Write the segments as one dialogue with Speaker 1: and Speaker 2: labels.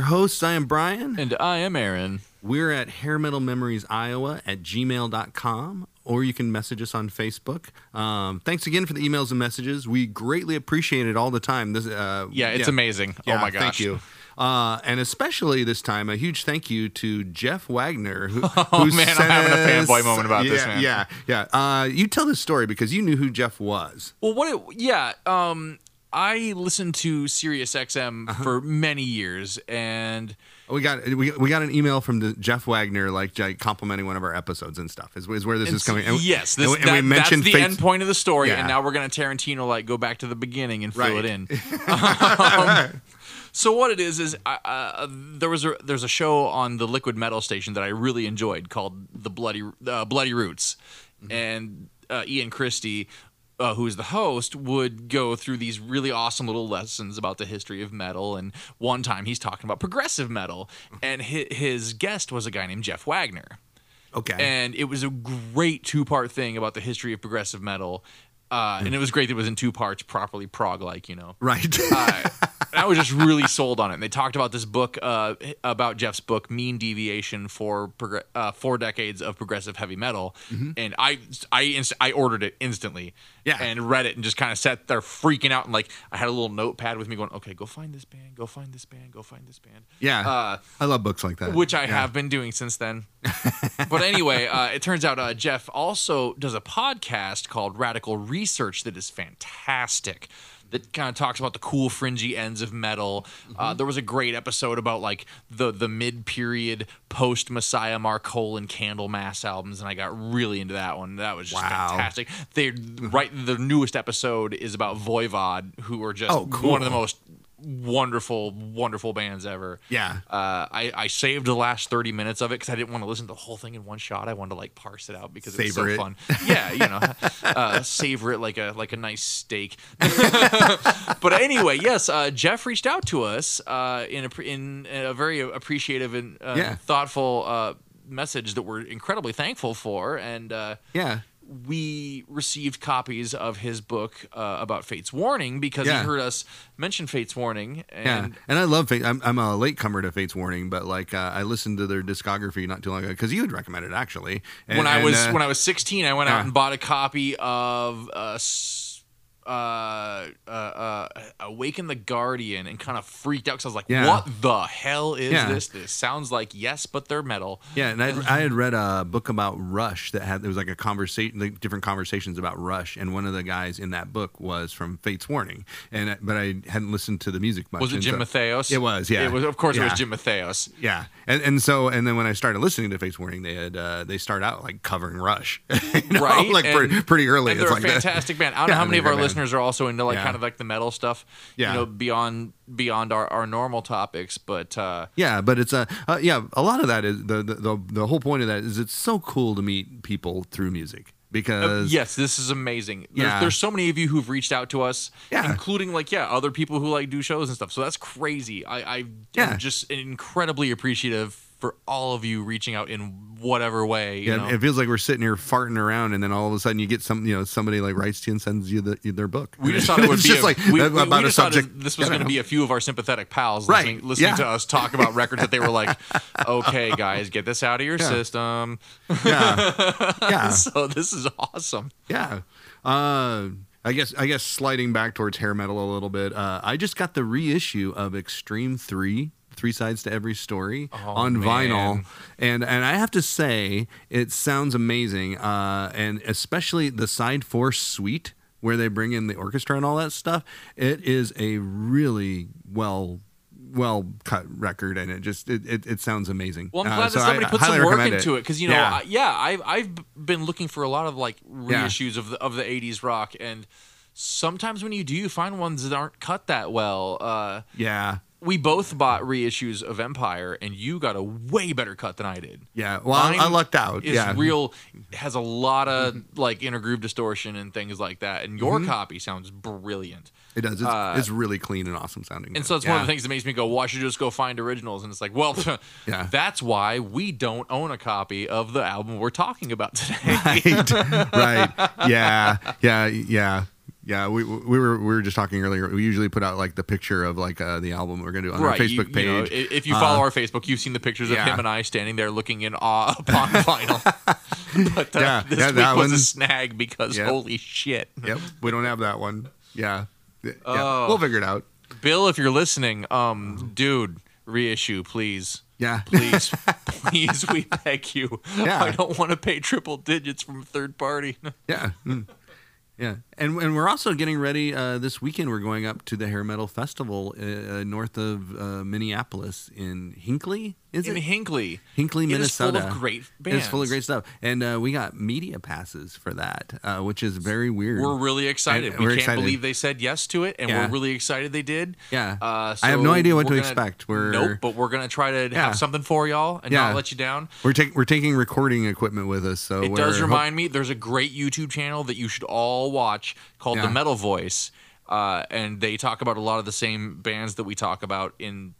Speaker 1: hosts. I am Brian.
Speaker 2: And I am Aaron.
Speaker 1: We're at hair metal memories Iowa at gmail.com, or you can message us on Facebook. Um, thanks again for the emails and messages. We greatly appreciate it all the time. This, uh,
Speaker 2: Yeah, it's amazing.
Speaker 1: Yeah,
Speaker 2: oh my gosh.
Speaker 1: Thank you. Uh, and especially this time, a huge thank you to Jeff Wagner. Who,
Speaker 2: Oh
Speaker 1: who
Speaker 2: man, I'm
Speaker 1: sent
Speaker 2: having a
Speaker 1: us-
Speaker 2: fanboy moment about
Speaker 1: yeah,
Speaker 2: this man.
Speaker 1: Yeah, yeah. Uh, you tell this story because you knew who Jeff was.
Speaker 2: Well, what? It, yeah. Um, I listened to Sirius XM for many years, and
Speaker 1: We got we, we got an email from the Jeff Wagner like, like complimenting one of our episodes and stuff. Is, is where this is
Speaker 2: s-
Speaker 1: coming. And,
Speaker 2: yes, this,
Speaker 1: and, we- and
Speaker 2: that-
Speaker 1: we mentioned
Speaker 2: that's the
Speaker 1: Fates-
Speaker 2: end point of the story,
Speaker 1: Yeah.
Speaker 2: and now we're gonna Tarantino like go back to the beginning and fill
Speaker 1: Right.
Speaker 2: it in. Um, so what it is is I, uh, there was a there's a show on the Liquid Metal station that I really enjoyed called the Bloody uh, Bloody Roots,
Speaker 1: Mm-hmm.
Speaker 2: and uh, Ian Christie. Uh, who is the host would go through these really awesome little lessons about the history of metal and one time he's talking about progressive metal
Speaker 1: Mm-hmm.
Speaker 2: and his, his guest was a guy named jeff wagner
Speaker 1: Okay.
Speaker 2: and it was a great two part thing about the history of progressive metal. Uh, and it was great that it was in two parts, properly prog like, you know.
Speaker 1: right.
Speaker 2: Uh, and I was just really sold on it. And they talked about this book, uh, about Jeff's book, Mean Deviation for progr- uh, Four Decades of Progressive Heavy Metal. And I I, inst- I ordered it instantly
Speaker 1: Mm-hmm. Yeah.
Speaker 2: and read it and just kind of sat there freaking out. And like, I had a little notepad with me going, okay, go find this band, go find this band, go find this band.
Speaker 1: yeah.
Speaker 2: Uh,
Speaker 1: I love books like that.
Speaker 2: which I
Speaker 1: Yeah.
Speaker 2: have been doing since then. but anyway, uh, it turns out uh, Jeff also does a podcast called Radical Research that is fantastic. That kind of talks about the cool fringy ends of metal. Uh,
Speaker 1: Mm-hmm.
Speaker 2: there was a great episode about like the the mid period post Messiah Marcole and Candlemass albums, and I got really into that one. That was just
Speaker 1: Wow.
Speaker 2: fantastic. They right the newest episode is about Voivod, who are just
Speaker 1: Oh, cool.
Speaker 2: one of the most wonderful, wonderful bands ever.
Speaker 1: Yeah.
Speaker 2: Uh, I, I saved the last 30 minutes of it because I didn't want to listen to the whole thing in one shot. I wanted to like parse it out because it was so
Speaker 1: Savor it.
Speaker 2: fun. Yeah, you know, uh, savor it like a like a nice steak. but anyway, yes, uh, Jeff reached out to us uh, in a pre- in a very appreciative and uh,
Speaker 1: Yeah.
Speaker 2: thoughtful uh, message that we're incredibly thankful for, and uh,
Speaker 1: Yeah.
Speaker 2: we received copies of his book uh, about Fate's Warning because
Speaker 1: Yeah.
Speaker 2: he heard us mention Fate's Warning,
Speaker 1: Yeah,
Speaker 2: and
Speaker 1: and, I love Fate. I'm, I'm a latecomer to Fate's Warning, but like uh, I listened to their discography not too long ago because you had recommended it actually. And,
Speaker 2: when I
Speaker 1: and,
Speaker 2: was
Speaker 1: uh,
Speaker 2: when I was 16, I went
Speaker 1: yeah.
Speaker 2: out and bought a copy of uh, s- uh, uh, uh, Awaken the Guardian and kind of freaked out because I was like,
Speaker 1: Yeah.
Speaker 2: "What the hell is
Speaker 1: Yeah.
Speaker 2: this? This sounds like yes, but they're metal."
Speaker 1: yeah, and I'd, I had read a book about Rush that had there was like a conversation, like different conversations about Rush, and one of the guys in that book was from Fate's Warning, and I- but I hadn't listened to the music much.
Speaker 2: Was it
Speaker 1: and
Speaker 2: Jim
Speaker 1: so-
Speaker 2: Matheos?
Speaker 1: It was, yeah.
Speaker 2: It was, of course, it was
Speaker 1: Yeah.
Speaker 2: Jim Matheos.
Speaker 1: Yeah, and and so and then when I started listening to Fate's Warning, they had uh, they start out like covering Rush, you know,
Speaker 2: Right,
Speaker 1: Like pretty,
Speaker 2: and-
Speaker 1: pretty early.
Speaker 2: And
Speaker 1: It's
Speaker 2: they're
Speaker 1: like
Speaker 2: a
Speaker 1: that.
Speaker 2: fantastic band. I don't
Speaker 1: Yeah,
Speaker 2: know how many
Speaker 1: they're
Speaker 2: of our
Speaker 1: great band.
Speaker 2: listeners are also into like
Speaker 1: Yeah.
Speaker 2: kind of like the metal stuff,
Speaker 1: Yeah.
Speaker 2: you know, beyond beyond our, our normal topics. But uh,
Speaker 1: Yeah, but it's a uh, yeah. A lot of that is the, the the the whole point of that is it's so cool to meet people through music because
Speaker 2: yes, this is amazing. There's,
Speaker 1: Yeah.
Speaker 2: there's so many of you who've reached out to us,
Speaker 1: Yeah.
Speaker 2: including like yeah, other people who like do shows and stuff. So that's crazy. I, I
Speaker 1: Yeah.
Speaker 2: am just incredibly appreciative for all of you reaching out in whatever way. You
Speaker 1: yeah,
Speaker 2: know?
Speaker 1: it feels like we're sitting here farting around, and then all of a sudden you get some you know somebody like writes to you and sends you the, their book.
Speaker 2: we just thought it would
Speaker 1: it's
Speaker 2: be
Speaker 1: just
Speaker 2: a,
Speaker 1: like
Speaker 2: we, we- we
Speaker 1: about a
Speaker 2: just thought
Speaker 1: subject.
Speaker 2: This was
Speaker 1: I don't
Speaker 2: going to
Speaker 1: know.
Speaker 2: be a few of our sympathetic pals
Speaker 1: Right.
Speaker 2: listening, listening
Speaker 1: Yeah.
Speaker 2: to us talk about records that they were like, "Okay, guys, get this out of your
Speaker 1: Yeah.
Speaker 2: system."
Speaker 1: yeah, yeah,
Speaker 2: So this is awesome.
Speaker 1: yeah. Uh, I guess I guess sliding back towards hair metal a little bit. Uh, I just got the reissue of Extreme Three, Three Sides to Every Story on vinyl,
Speaker 2: Oh, man.
Speaker 1: and and I have to say it sounds amazing, uh, and especially the side four suite where they bring in the orchestra and all that stuff. It is a really well well cut record, and it just it, it, it sounds amazing.
Speaker 2: Well, I'm
Speaker 1: Uh,
Speaker 2: glad
Speaker 1: so
Speaker 2: that
Speaker 1: I
Speaker 2: somebody put
Speaker 1: highly
Speaker 2: some work
Speaker 1: recommend
Speaker 2: into it because you know,
Speaker 1: Yeah.
Speaker 2: I, yeah, I've I've been looking for a lot of like reissues of the of the '80s rock, and sometimes when you do, you find ones that aren't cut that well. Uh,
Speaker 1: yeah.
Speaker 2: we both bought reissues of Empire, and you got a way better cut than I did.
Speaker 1: Yeah, well, I-
Speaker 2: Mine
Speaker 1: I lucked out.
Speaker 2: Is
Speaker 1: yeah,
Speaker 2: real has a lot of like inner groove distortion and things like that, and
Speaker 1: Mm-hmm.
Speaker 2: your copy sounds brilliant.
Speaker 1: It does. It's, it's really clean and awesome sounding.
Speaker 2: Uh, And so it's one of the things that makes me go, why should you just go find originals? And it's like, well,
Speaker 1: Yeah.
Speaker 2: that's why we don't own a copy of the album we're talking about today.
Speaker 1: things. right. right. Yeah. Yeah. Yeah. Yeah, we we were we were just talking earlier. We usually put out like the picture of like uh, the album we're gonna do on
Speaker 2: right.
Speaker 1: our
Speaker 2: you-
Speaker 1: Facebook page. Uh,
Speaker 2: you know, i- if you follow our Facebook, you've seen the pictures of
Speaker 1: yeah.
Speaker 2: him and I standing there looking in awe upon vinyl. but uh,
Speaker 1: Yeah,
Speaker 2: this
Speaker 1: yeah,
Speaker 2: week
Speaker 1: that
Speaker 2: was a
Speaker 1: one's-
Speaker 2: snag because
Speaker 1: Yep.
Speaker 2: holy shit.
Speaker 1: yep, we don't have that one. Yeah, Yeah,
Speaker 2: Oh.
Speaker 1: we'll figure it out.
Speaker 2: Bill, if you're listening, um, dude, reissue, please.
Speaker 1: Yeah.
Speaker 2: Please, please, we beg you.
Speaker 1: Yeah.
Speaker 2: I don't want to pay triple digits from a third party.
Speaker 1: Yeah. Mm. Yeah, and and we're also getting ready uh, this weekend. We're going up to the hair metal festival uh, uh, north of uh, Minneapolis in Hinkley. Is
Speaker 2: In
Speaker 1: it
Speaker 2: Hinkley.
Speaker 1: Hinkley,
Speaker 2: It is full of
Speaker 1: Minnesota?
Speaker 2: great
Speaker 1: It's full of
Speaker 2: bands.
Speaker 1: great stuff, and uh, we got media passes for that, uh, which is very weird.
Speaker 2: We're really excited.
Speaker 1: And
Speaker 2: we
Speaker 1: we're
Speaker 2: can't
Speaker 1: excited.
Speaker 2: believe they said yes to it, and
Speaker 1: Yeah.
Speaker 2: we're really excited they did.
Speaker 1: Yeah.
Speaker 2: Uh,
Speaker 1: I have no
Speaker 2: so
Speaker 1: idea what
Speaker 2: we're
Speaker 1: to
Speaker 2: gonna-
Speaker 1: expect. We're-
Speaker 2: nope, but we're gonna try to
Speaker 1: Yeah.
Speaker 2: have something for y'all and
Speaker 1: Yeah.
Speaker 2: not let you down.
Speaker 1: We're taking we're taking recording equipment with us, so
Speaker 2: It
Speaker 1: we're
Speaker 2: does
Speaker 1: hop-
Speaker 2: remind me. There's a great YouTube channel that you should all watch called
Speaker 1: Yeah.
Speaker 2: The Metal Voice, uh, and they talk about a lot of the same bands that we talk about in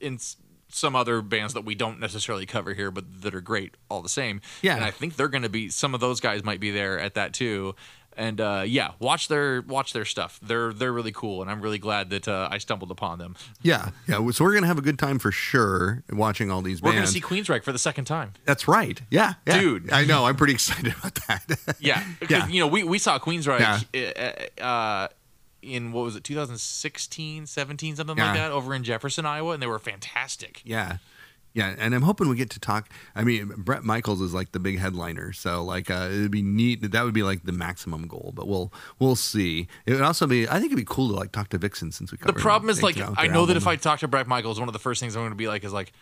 Speaker 2: in s- some other bands that we don't necessarily cover here, but that are great all the same.
Speaker 1: Yeah.
Speaker 2: and I think they're going to be some of those guys might be there at that too. And uh, yeah, watch their watch their stuff. They're they're really cool, and I'm really glad that uh, I stumbled upon them.
Speaker 1: yeah, yeah. So we're gonna have a good time for sure watching all these
Speaker 2: We're going
Speaker 1: bands.
Speaker 2: to see Queensryche for the second time.
Speaker 1: That's right. Yeah, yeah.
Speaker 2: Dude.
Speaker 1: I know. I'm pretty excited about that.
Speaker 2: Yeah, 'cause,
Speaker 1: Yeah.
Speaker 2: You know, we, we saw Queensryche uh, uh, in what was it, 2016, 17, something
Speaker 1: Yeah.
Speaker 2: like that, over in Jefferson, Iowa, and they were fantastic.
Speaker 1: Yeah. Yeah, and I'm hoping we get to talk. I mean, Brett Michaels is like the big headliner, so like uh, it'd be neat. That would be like the maximum goal, but we'll we'll see. It would also be. I think it'd be cool to like talk to Vixen since we.
Speaker 2: The
Speaker 1: Covered
Speaker 2: problem is
Speaker 1: them,
Speaker 2: like
Speaker 1: you
Speaker 2: I
Speaker 1: their
Speaker 2: know that if I
Speaker 1: album.
Speaker 2: talk to Brett Michaels, one of the first things I'm going to be like is like,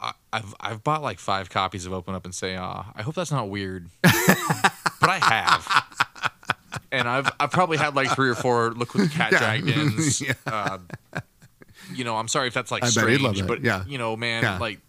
Speaker 2: I, I've I've bought like five copies of Open Up and Say Ah. I hope that's not weird, but I have. And I've I've probably had like three or four look with cat
Speaker 1: Yeah.
Speaker 2: dragged ins.
Speaker 1: Yeah.
Speaker 2: Uh, you know, I'm sorry if that's like
Speaker 1: I bet he'd
Speaker 2: strange,
Speaker 1: love that.
Speaker 2: but
Speaker 1: Yeah.
Speaker 2: you know, man,
Speaker 1: Yeah.
Speaker 2: like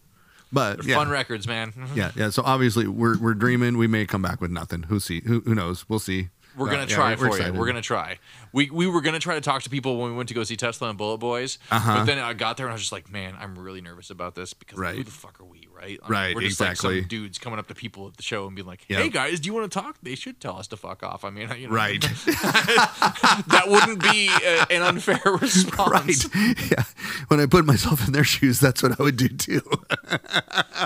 Speaker 1: but yeah,
Speaker 2: fun records, man. Mm-hmm.
Speaker 1: yeah, yeah. So obviously we're we're dreaming. We may come back with nothing. Who see? Who, who knows? We'll see.
Speaker 2: We're
Speaker 1: But,
Speaker 2: gonna
Speaker 1: yeah,
Speaker 2: try
Speaker 1: we're- we're
Speaker 2: for
Speaker 1: excited.
Speaker 2: you. We're gonna try. We we were gonna try to talk to people when we went to go see Tesla and Bullet Boys,
Speaker 1: Uh-huh.
Speaker 2: but then I got there and I was just like, man, I'm really nervous about this because like, who
Speaker 1: Right.
Speaker 2: the fuck are we, right? I
Speaker 1: Right,
Speaker 2: We're just
Speaker 1: exactly.
Speaker 2: like some dudes coming up to people at the show and being like,
Speaker 1: Yep.
Speaker 2: hey guys, do you want to talk? They should tell us to fuck off. I mean, you know,
Speaker 1: Right.
Speaker 2: that wouldn't be uh, an unfair response.
Speaker 1: right. Yeah. When I put myself in their shoes, that's what I would do too.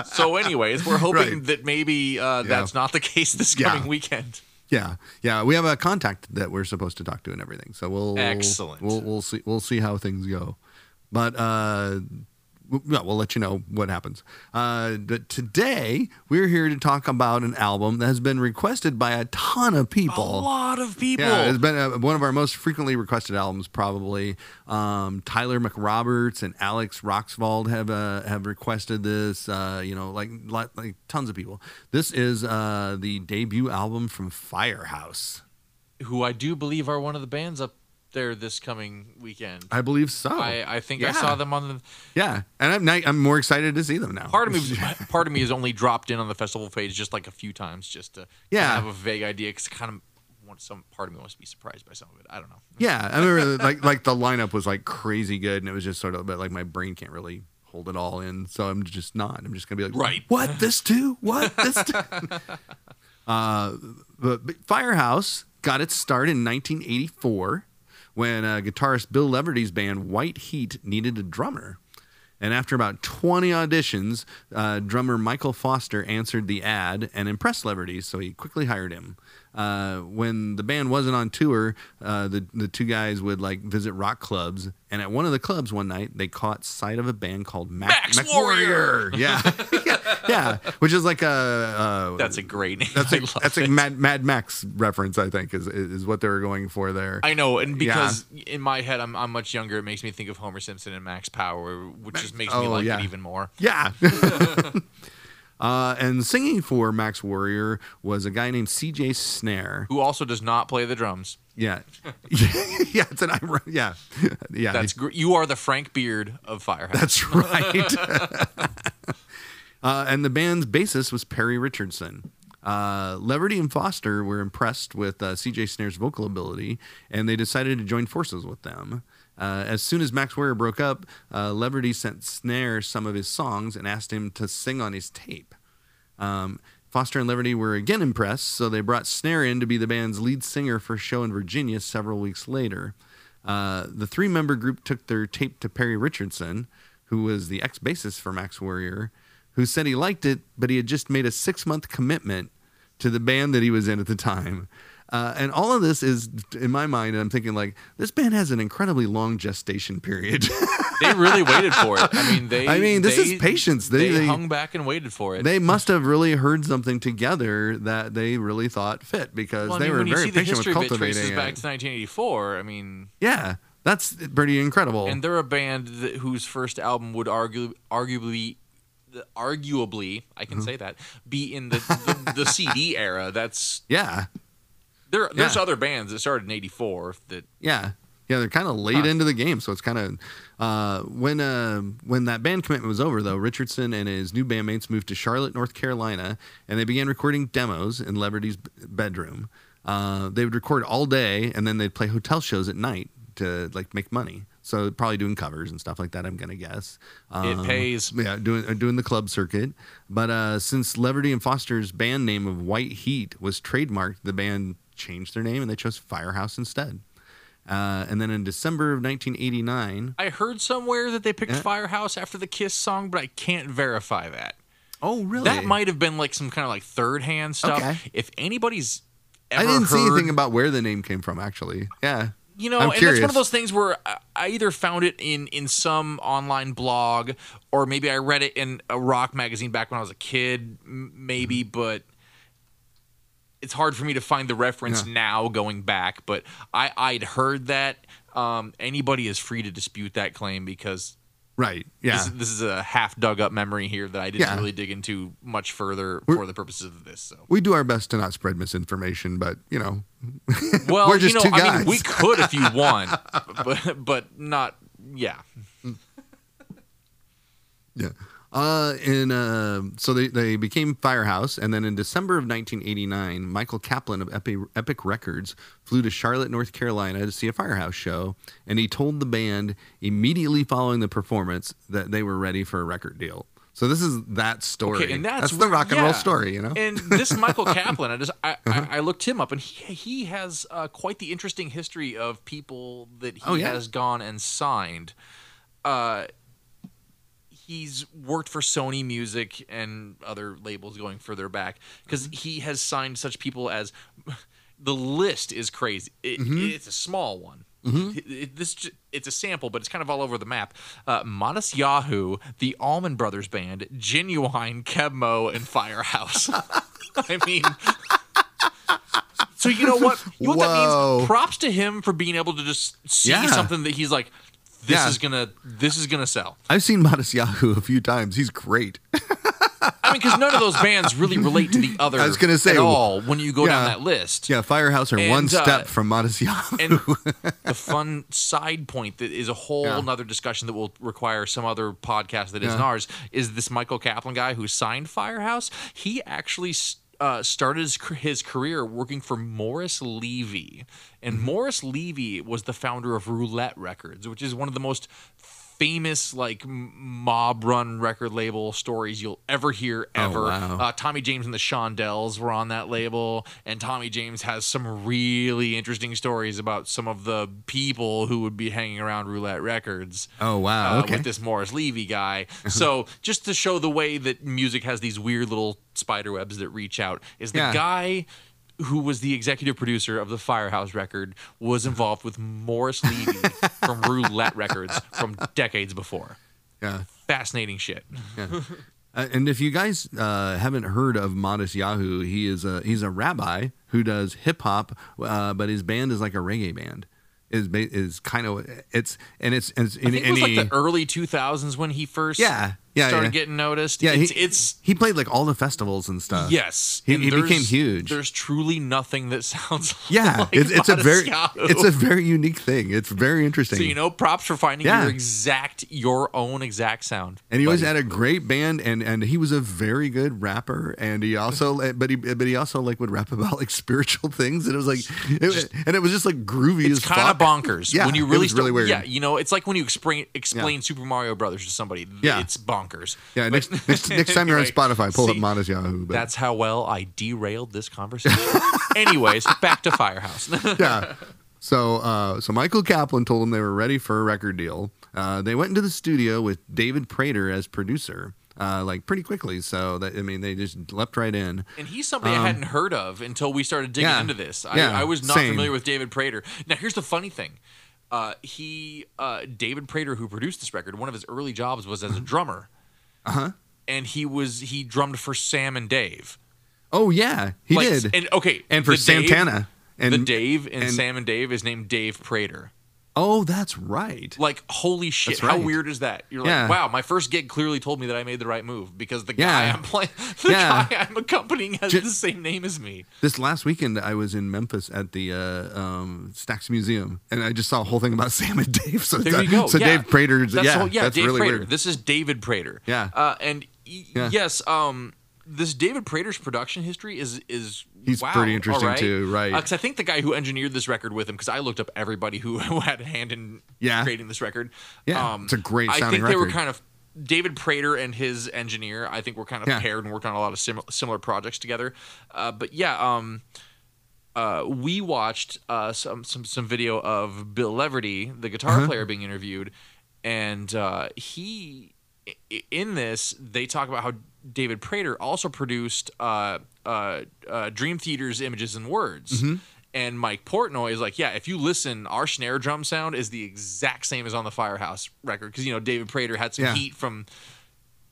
Speaker 2: So, anyways, we're hoping
Speaker 1: Right.
Speaker 2: that maybe uh, that's not the case this
Speaker 1: Yeah.
Speaker 2: coming weekend.
Speaker 1: yeah. Yeah. We have a contact that we're supposed to talk to and everything. So we'll
Speaker 2: Excellent.
Speaker 1: We'll we'll see we'll see how things go. But uh w- yeah, we'll let you know what happens. Uh, but today we're here to talk about an album that has been requested by a ton of
Speaker 2: A
Speaker 1: people.
Speaker 2: lot of people.
Speaker 1: Yeah, it's been uh one of our most frequently requested albums, probably. Um, Tyler McRoberts and Alex Roxvald have uh, have requested this. Uh, you know, like, like like tons of people. This is uh, the debut album from Firehouse,
Speaker 2: who I do believe are one of the bands up there this coming weekend.
Speaker 1: I believe so.
Speaker 2: I, I think I
Speaker 1: Yeah.
Speaker 2: saw them on the.
Speaker 1: yeah, and I'm ni- I'm more excited to see them now.
Speaker 2: Part of me, part of me has only dropped in on the festival page just like a few times, just to kinda
Speaker 1: Yeah.
Speaker 2: have a vague idea because kind of want some part of me wants to be surprised by some of it. I don't know.
Speaker 1: Yeah, I remember like like the lineup was like crazy good, and it was just sort of, but like my brain can't really hold it all in, so I'm just not. I'm just gonna be like,
Speaker 2: Right.
Speaker 1: What this too? What this too? uh, but, but Firehouse got its start in 1984 when uh, guitarist Bill Leverty's band White Heat needed a drummer. And after about 20 auditions, uh, drummer Michael Foster answered the ad and impressed Leverty, so he quickly hired him. Uh, when the band wasn't on tour, uh, the, the two guys would like visit rock clubs. And at one of the clubs one night, they caught sight of a band called Mac-
Speaker 2: Max
Speaker 1: Mac
Speaker 2: Warrior.
Speaker 1: Yeah. yeah, yeah, which is like a uh,
Speaker 2: That's a great name.
Speaker 1: that's
Speaker 2: I
Speaker 1: a,
Speaker 2: love
Speaker 1: that's
Speaker 2: it.
Speaker 1: a Mad, Mad Max reference, I think, is is what they were going for there.
Speaker 2: I know, and
Speaker 1: Yeah.
Speaker 2: because in my head I'm, I'm much younger, it makes me think of Homer Simpson and Max Power, which just makes me
Speaker 1: oh,
Speaker 2: like
Speaker 1: yeah.
Speaker 2: it even more.
Speaker 1: yeah. uh, and singing for Max Warrior was a guy named C.J. Snare.
Speaker 2: Who also does not play the drums.
Speaker 1: Yeah, yeah, it's an iron. Yeah, yeah,
Speaker 2: That's gr- you are the Frank Beard of Firehouse.
Speaker 1: that's right. Uh, and the band's bassist was Perry Richardson. Uh, Leverty and Foster were impressed with uh, CJ Snare's vocal ability, and they decided to join forces with them. Uh, as soon as Max Warrior broke up, uh, Leverty sent Snare some of his songs and asked him to sing on his tape. Um, Foster and Liberty were again impressed, so they brought Snare in to be the band's lead singer for a show in Virginia several weeks later. Uh, the three member group took their tape to Perry Richardson, who was the ex bassist for Max Warrior, who said he liked it, but he had just made a six month commitment to the band that he was in at the time. Uh, and all of this is in my mind, and I'm thinking like this band has an incredibly long gestation period.
Speaker 2: They really waited for it. I mean, they.
Speaker 1: I mean, this
Speaker 2: they-
Speaker 1: is patience. They-
Speaker 2: They,
Speaker 1: they-
Speaker 2: hung back and waited for it.
Speaker 1: they must have really heard something together that they really thought fit because
Speaker 2: Well, I
Speaker 1: they
Speaker 2: mean,
Speaker 1: were
Speaker 2: when you
Speaker 1: very
Speaker 2: see the
Speaker 1: patient
Speaker 2: history
Speaker 1: with
Speaker 2: of it traces
Speaker 1: cultivating
Speaker 2: back
Speaker 1: it.
Speaker 2: to 1984. I mean,
Speaker 1: Yeah, that's pretty incredible.
Speaker 2: and they're a band that, whose first album would argu- arguably arguably i
Speaker 1: Mm-hmm.
Speaker 2: can say that be in the, the, the cd era that's
Speaker 1: yeah,
Speaker 2: there there's
Speaker 1: Yeah.
Speaker 2: other bands that started in 84 that
Speaker 1: yeah, yeah. They're kind of late
Speaker 2: Huh.
Speaker 1: into the game, so it's kind of uh, when uh, when that band commitment was over, though. Richardson and his new bandmates moved to Charlotte, North Carolina, and they began recording demos in Liberty's b- bedroom. Uh, they would record all day, and then they'd play hotel shows at night to like make money. So probably doing covers and stuff like that. I'm gonna guess. Um,
Speaker 2: it pays
Speaker 1: yeah, doing uh, doing the club circuit. But uh, since Leverty and Foster's band name of White Heat was trademarked, the band changed their name and they chose Firehouse instead. Uh, and then in December of 1989,
Speaker 2: i heard somewhere that they picked
Speaker 1: Yeah.
Speaker 2: firehouse after the kiss song but i can't verify that
Speaker 1: oh really?
Speaker 2: that might have been like some kind of like third hand stuff
Speaker 1: Okay.
Speaker 2: if anybody's ever
Speaker 1: I didn't
Speaker 2: heard,
Speaker 1: see anything about where the name came from actually. Yeah,
Speaker 2: you know
Speaker 1: I'm
Speaker 2: and that's one
Speaker 1: curious.
Speaker 2: of those things where I- i either found it in in some online blog or maybe i read it in a rock magazine back when i was a kid m-
Speaker 1: Mm-hmm.
Speaker 2: maybe but it's hard for me to find the reference
Speaker 1: Yeah.
Speaker 2: now going back but i i'd heard that um anybody is free to dispute that claim because
Speaker 1: right. Yeah,
Speaker 2: this, this is a half dug up memory here that i didn't
Speaker 1: Yeah.
Speaker 2: really dig into much further
Speaker 1: We're-
Speaker 2: for the purposes of this so
Speaker 1: we do our best to not spread misinformation, but you know,
Speaker 2: Well,
Speaker 1: We're just
Speaker 2: you know,
Speaker 1: two
Speaker 2: I
Speaker 1: guys.
Speaker 2: mean, we could if you want, but but not. Yeah,
Speaker 1: Yeah. Uh, in uh, so they, they became Firehouse, and then in December of 1989, Michael Kaplan of Epic, Epic Records flew to Charlotte, North Carolina, to see a Firehouse show, and he told the band immediately following the performance that they were ready for a record deal. So this is that story.
Speaker 2: okay, and that's,
Speaker 1: the rock and roll
Speaker 2: yeah.
Speaker 1: story, you know. Uh-huh.
Speaker 2: And this Michael Kaplan, I just I, I, I looked him up, and he he has uh, quite the interesting history of people that he
Speaker 1: Oh, yeah.
Speaker 2: has gone and signed. Uh, he's worked for Sony Music and other labels going further back because
Speaker 1: Mm-hmm.
Speaker 2: he has signed such people as the list is crazy. It,
Speaker 1: Mm-hmm.
Speaker 2: It's a small one. It, it- this j- it's a sample, but it's kind of all over the map. Uh, Modest Yahoo, the Allman Brothers Band, Genuine, Kebmo, and Firehouse. I mean. So you know what? You know what that
Speaker 1: Whoa.
Speaker 2: means? Props to him for being able to just see
Speaker 1: Yeah.
Speaker 2: something that he's like, this
Speaker 1: Yeah.
Speaker 2: is gonna, this is gonna sell.
Speaker 1: I've seen Modest Yahoo a few times. He's great.
Speaker 2: I mean, because none of those bands really relate to the other.
Speaker 1: I was gonna say,
Speaker 2: at all when you go down
Speaker 1: yeah.
Speaker 2: that list.
Speaker 1: yeah, Firehouse are
Speaker 2: And,
Speaker 1: one
Speaker 2: uh,
Speaker 1: step from Modest Yahoo.
Speaker 2: And the fun side point that is a whole
Speaker 1: Yeah.
Speaker 2: nother discussion that will require some other podcast that isn't
Speaker 1: Yeah.
Speaker 2: ours is this Michael Kaplan guy who signed Firehouse. He actually s- uh, started his, car- his career working for Morris Levy. And
Speaker 1: Mm-hmm.
Speaker 2: Morris Levy was the founder of Roulette Records, which is one of the most famous like m- mob run record label stories you'll ever hear ever
Speaker 1: Oh, wow.
Speaker 2: uh, Tommy James and the Shondells were on that label, and Tommy James has some really interesting stories about some of the people who would be hanging around Roulette Records.
Speaker 1: oh wow,
Speaker 2: uh,
Speaker 1: okay.
Speaker 2: With this Morris Levy guy. so, just to show the way that music has these weird little spider webs that reach out, is the
Speaker 1: Yeah.
Speaker 2: guy who was the executive producer of the Firehouse record was involved with Morris Levy from Roulette Records from decades before.
Speaker 1: yeah.
Speaker 2: Fascinating shit.
Speaker 1: Uh, and if you guys uh, haven't heard of Modest Yahoo, he is a he's a rabbi who does hip hop, uh, but his band is like a reggae band. Is ba- is kind of it's and it's and it's in
Speaker 2: I think it
Speaker 1: any
Speaker 2: was like the early 2000s when he first
Speaker 1: Yeah, yeah,
Speaker 2: started
Speaker 1: yeah.
Speaker 2: getting noticed.
Speaker 1: yeah he,
Speaker 2: it's, it's
Speaker 1: he played like all the festivals and stuff.
Speaker 2: yes,
Speaker 1: he-
Speaker 2: and
Speaker 1: he became
Speaker 2: there's-
Speaker 1: huge.
Speaker 2: There's truly nothing that sounds
Speaker 1: yeah,
Speaker 2: like
Speaker 1: it's it's a very
Speaker 2: Modest
Speaker 1: it's
Speaker 2: Yahoo.
Speaker 1: a very unique thing. It's very interesting.
Speaker 2: so you know props for finding
Speaker 1: Yeah.
Speaker 2: your exact your own exact sound.
Speaker 1: and he always had
Speaker 2: buddy.
Speaker 1: a great band, and and he was a very good rapper, and he also eh, but he but he also like would rap about like spiritual things, and it was like it, and it was just like groovy
Speaker 2: it's
Speaker 1: as
Speaker 2: kind
Speaker 1: fuck.
Speaker 2: of bonkers
Speaker 1: Yeah,
Speaker 2: when you
Speaker 1: it
Speaker 2: really
Speaker 1: was really
Speaker 2: start-
Speaker 1: weird.
Speaker 2: Yeah, you know, it's like when you explain explain Super Mario Brothers to somebody.
Speaker 1: Yeah.
Speaker 2: it's bonkers. bonkers.
Speaker 3: Yeah,
Speaker 2: But-
Speaker 3: next, next, next time you're on
Speaker 2: Anyway,
Speaker 3: Spotify, pull up
Speaker 2: see,
Speaker 3: Modest Yahoo. But
Speaker 2: That's how well I derailed this conversation. Anyways, back to Firehouse.
Speaker 3: yeah.
Speaker 1: So, uh, so Michael Kaplan told them they were ready for a record deal. Uh, they went into the studio with David Prater as producer, uh, like pretty quickly. So, that, I mean, they just leapt right in.
Speaker 2: and he's somebody I hadn't heard of until we started digging
Speaker 1: Um, yeah,
Speaker 2: into this. I,
Speaker 1: yeah,
Speaker 2: I was not
Speaker 1: same.
Speaker 2: familiar with David Prater. Now, here's the funny thing. Uh, he, uh, David Prater, who produced this record, one of his early jobs was
Speaker 1: Mm-hmm.
Speaker 2: as a drummer. Uh huh.
Speaker 1: Uh-huh.
Speaker 2: And he was he drummed for Sam and Dave.
Speaker 1: Oh yeah, he
Speaker 2: Like,
Speaker 1: did, and,
Speaker 2: And okay,
Speaker 1: for
Speaker 2: the Dave-
Speaker 1: Santana, and
Speaker 2: the Dave in
Speaker 1: and-
Speaker 2: Sam and Dave is named Dave Prater.
Speaker 1: oh, that's right.
Speaker 2: Like, holy shit!
Speaker 1: That's right.
Speaker 2: How weird is that? You're
Speaker 1: Yeah.
Speaker 2: like, wow, my first gig clearly told me that I made the right move because the guy
Speaker 1: Yeah.
Speaker 2: I'm playing, the
Speaker 1: Yeah.
Speaker 2: guy I'm accompanying, has
Speaker 1: Ju-
Speaker 2: the same name as me.
Speaker 1: This last weekend, I was in Memphis at the uh, um, Stax Museum, and I just saw a whole thing about Sam and Dave. So,
Speaker 2: There you go.
Speaker 1: so
Speaker 2: yeah.
Speaker 1: Dave Prater,
Speaker 2: That's
Speaker 1: yeah,
Speaker 2: the whole- yeah,
Speaker 1: that's
Speaker 2: Dave
Speaker 1: really
Speaker 2: Prater.
Speaker 1: weird.
Speaker 2: This is David Prater.
Speaker 1: Yeah.
Speaker 2: Uh, and y-
Speaker 1: Yeah.
Speaker 2: yes, um, this David Prater's production history is is
Speaker 1: He's
Speaker 2: wow,
Speaker 1: pretty interesting
Speaker 2: all right.
Speaker 1: too, right.
Speaker 2: Because I think the guy who engineered this record with him, because I looked up everybody who, who had a hand in
Speaker 1: Yeah.
Speaker 2: creating this record. Um,
Speaker 1: Yeah, it's a great
Speaker 2: I
Speaker 1: sounding
Speaker 2: think they were
Speaker 1: record.
Speaker 2: kind of. David Prater and his engineer, I think, were kind of
Speaker 1: Yeah.
Speaker 2: paired and worked on a lot of similar similar projects together. Uh, but yeah, um, uh, we watched uh, some, some some video of Bill Leverty, the guitar
Speaker 1: Uh-huh.
Speaker 2: player, being interviewed, and uh, he i- i- in this they talk about how David Prater also produced uh, uh, uh, Dream Theater's Images and Words.
Speaker 1: Mm-hmm.
Speaker 2: And Mike Portnoy is like, yeah. If you listen, our snare drum sound is the exact same as on the Firehouse record because you know David Prater had some
Speaker 1: Yeah.
Speaker 2: heat from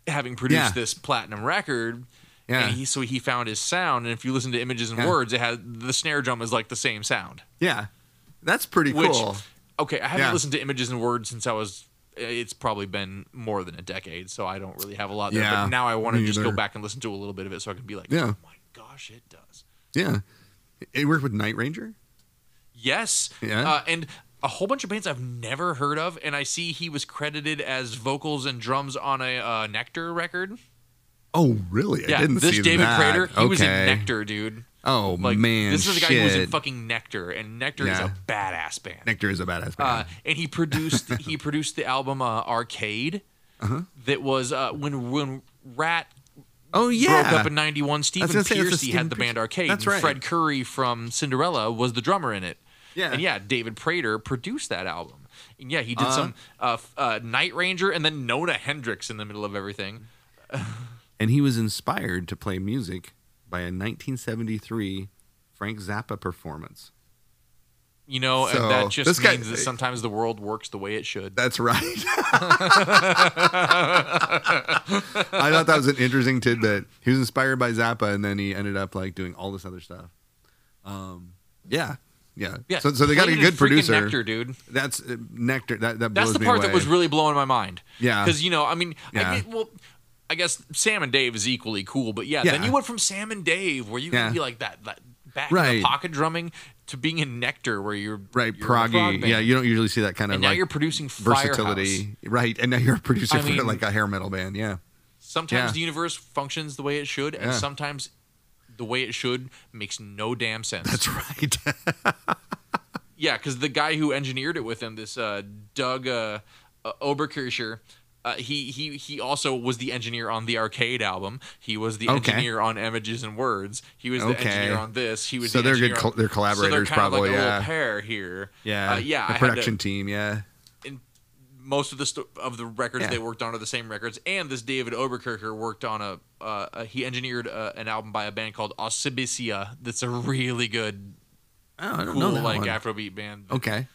Speaker 2: having produced
Speaker 1: Yeah.
Speaker 2: this platinum record.
Speaker 1: Yeah.
Speaker 2: And he, so he found his sound, and if you listen to images and
Speaker 1: Yeah.
Speaker 2: words, it had the snare drum is like the same sound.
Speaker 1: yeah, that's pretty
Speaker 2: Which,
Speaker 1: cool.
Speaker 2: okay, I haven't
Speaker 1: Yeah.
Speaker 2: listened to images and words since I was. It's probably been more than a decade, so I don't really have a lot there.
Speaker 1: Yeah,
Speaker 2: but now I want to
Speaker 1: me
Speaker 2: just go
Speaker 1: either.
Speaker 2: back and listen to a little bit of it, so I can be like,
Speaker 1: Yeah.
Speaker 2: oh my gosh, it does.
Speaker 1: Yeah, it worked with Night Ranger.
Speaker 2: Yes.
Speaker 1: Yeah.
Speaker 2: Uh, and a whole bunch of bands I've never heard of, and I see he was credited as vocals and drums on a uh, Nectar record.
Speaker 1: Oh, really?
Speaker 2: yeah,
Speaker 1: I didn't
Speaker 2: this
Speaker 1: see
Speaker 2: David
Speaker 1: that.
Speaker 2: Prater, he
Speaker 1: okay.
Speaker 2: was in Nectar, dude.
Speaker 1: Oh
Speaker 2: Like
Speaker 1: man,
Speaker 2: this is the guy
Speaker 1: shit.
Speaker 2: who was in fucking Nectar, and Nectar is
Speaker 1: Yeah.
Speaker 2: a badass band.
Speaker 1: Nectar is a badass.
Speaker 2: Uh,
Speaker 1: band.
Speaker 2: and he produced he produced the album uh, Arcade,
Speaker 1: Uh-huh.
Speaker 2: that was uh, when when Rat
Speaker 1: oh yeah,
Speaker 2: broke up in '91. Stephen
Speaker 1: gonna say, that's a
Speaker 2: Piercy
Speaker 1: Stephen
Speaker 2: had the band
Speaker 1: Piercy-
Speaker 2: Arcade.
Speaker 1: That's
Speaker 2: and
Speaker 1: right.
Speaker 2: Fred Curry from Cinderella was the drummer in it.
Speaker 1: Yeah.
Speaker 2: and yeah, David Prater produced that album. And yeah, he
Speaker 1: Uh-huh.
Speaker 2: did some uh, f- uh, Night Ranger and then Nona Hendrix in the middle of everything.
Speaker 1: and he was inspired to play music by a 1973 Frank Zappa performance.
Speaker 2: You know,
Speaker 3: So,
Speaker 2: and that just
Speaker 3: this
Speaker 2: means
Speaker 3: guy-
Speaker 1: eh,
Speaker 2: that sometimes the world works the way it should.
Speaker 1: That's right.
Speaker 3: I thought that was an interesting
Speaker 1: Interesting tidbit. He was inspired by Zappa, and then he ended up like doing all this other stuff. Um, yeah, yeah.
Speaker 2: Yeah.
Speaker 1: So, so they got a
Speaker 2: Plated in
Speaker 1: good
Speaker 2: freaking
Speaker 1: producer.
Speaker 2: Nectar, dude.
Speaker 1: That's uh, Nectar. That that
Speaker 2: That's
Speaker 1: blows
Speaker 2: the
Speaker 1: me
Speaker 2: part
Speaker 1: away.
Speaker 2: that was really blowing my mind.
Speaker 1: Yeah.
Speaker 2: Because, you know, I mean,
Speaker 1: Yeah.
Speaker 2: I get, well, I guess Sam and Dave is equally cool, but yeah, then
Speaker 1: Yeah.
Speaker 2: you went from Sam and Dave, where you
Speaker 1: Yeah.
Speaker 2: could be like that, that back in
Speaker 1: Right.
Speaker 2: the pocket drumming, to being in Nectar, where you're.
Speaker 1: right.
Speaker 2: you're in a frog
Speaker 1: Proggy.
Speaker 2: band.
Speaker 1: Yeah, you don't usually see that kind of
Speaker 2: and now
Speaker 1: like
Speaker 2: you're producing Firehouse.
Speaker 1: versatility. Right, and now you're a producer
Speaker 2: I
Speaker 1: for
Speaker 2: mean-
Speaker 1: like a hair metal band. Yeah.
Speaker 2: Sometimes
Speaker 1: Yeah.
Speaker 2: the universe functions the way it should, and
Speaker 1: Yeah.
Speaker 2: sometimes the way it should makes no damn sense.
Speaker 1: That's right.
Speaker 2: Uh, Yeah, because the guy who engineered it with him, this uh, Doug uh, uh, Oberkircher, uh, he he he also was the engineer on the arcade album. He was the
Speaker 1: Okay.
Speaker 2: engineer on Images and Words. He was the
Speaker 1: Okay.
Speaker 2: engineer on this. He was
Speaker 1: So
Speaker 2: the
Speaker 1: they're good
Speaker 2: engineer on-
Speaker 1: col- they're collaborators
Speaker 2: so they're kind
Speaker 1: probably,
Speaker 2: Of like a
Speaker 1: yeah.
Speaker 2: little pair here.
Speaker 1: Yeah.
Speaker 2: uh, yeah. I
Speaker 1: The
Speaker 2: had to-
Speaker 1: production team. Yeah.
Speaker 2: in most of the st- of the records
Speaker 1: Yeah.
Speaker 2: they worked on are the same records. And this David Oberkircher worked on a uh, uh, he engineered uh, an album by a band called Osibicia. That's a really good,
Speaker 1: Oh, I don't
Speaker 2: cool
Speaker 1: know that
Speaker 2: like
Speaker 1: one.
Speaker 2: Afrobeat band.
Speaker 1: Okay.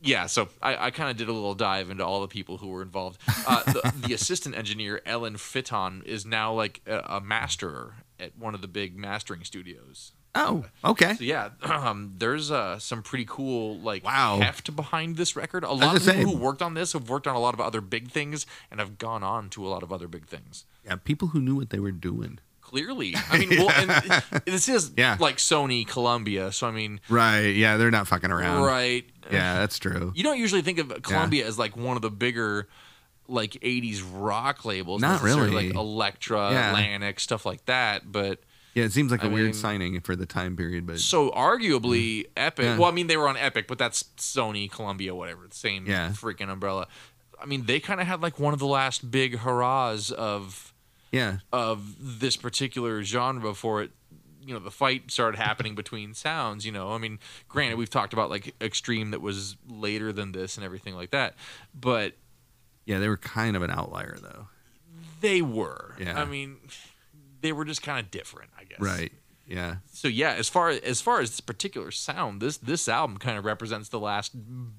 Speaker 2: yeah, so I, I kind of did a little dive into all the people who were involved. Uh, the, the assistant engineer Ellen Fitton is now like a, a masterer at one of the big mastering studios.
Speaker 1: Oh, okay.
Speaker 2: So yeah, um, there's uh, some pretty cool like
Speaker 1: Wow.
Speaker 2: heft behind this record. A lot
Speaker 1: was
Speaker 2: of
Speaker 1: gonna
Speaker 2: people
Speaker 1: say-
Speaker 2: who worked on this have worked on a lot of other big things and have gone on to a lot of other big things.
Speaker 1: Yeah, people who knew what they were doing.
Speaker 2: Clearly, I mean, well, and this is
Speaker 1: Yeah.
Speaker 2: like Sony Columbia, so I mean,
Speaker 1: Right. Yeah, they're not fucking around.
Speaker 2: right?
Speaker 1: Yeah, that's true.
Speaker 2: You don't usually think of Columbia as like one of the bigger like 80s rock labels.
Speaker 1: Not
Speaker 2: necessarily,
Speaker 1: really.
Speaker 2: Like Elektra,
Speaker 1: Yeah.
Speaker 2: Atlantic, stuff like that. But
Speaker 1: Yeah, it seems like a
Speaker 2: I
Speaker 1: weird
Speaker 2: mean-
Speaker 1: signing for the time period, but
Speaker 2: so arguably Epic.
Speaker 1: Mm. Yeah.
Speaker 2: Well, I mean, they were on Epic, but that's Sony, Columbia, whatever. The same
Speaker 1: Yeah.
Speaker 2: freaking umbrella. I mean, they kind of had like one of the last big hurrahs of
Speaker 1: Yeah.
Speaker 2: of this particular genre before it you know the fight started happening between sounds you know i mean
Speaker 1: Mm-hmm.
Speaker 2: granted we've talked about like extreme that was later than this and everything like that but
Speaker 1: Yeah, they were kind of an outlier though.
Speaker 2: they were
Speaker 1: Yeah.
Speaker 2: i mean they were just kind of different i guess
Speaker 1: Right. Yeah.
Speaker 2: so yeah as far as far as this particular sound this this album kind of represents the last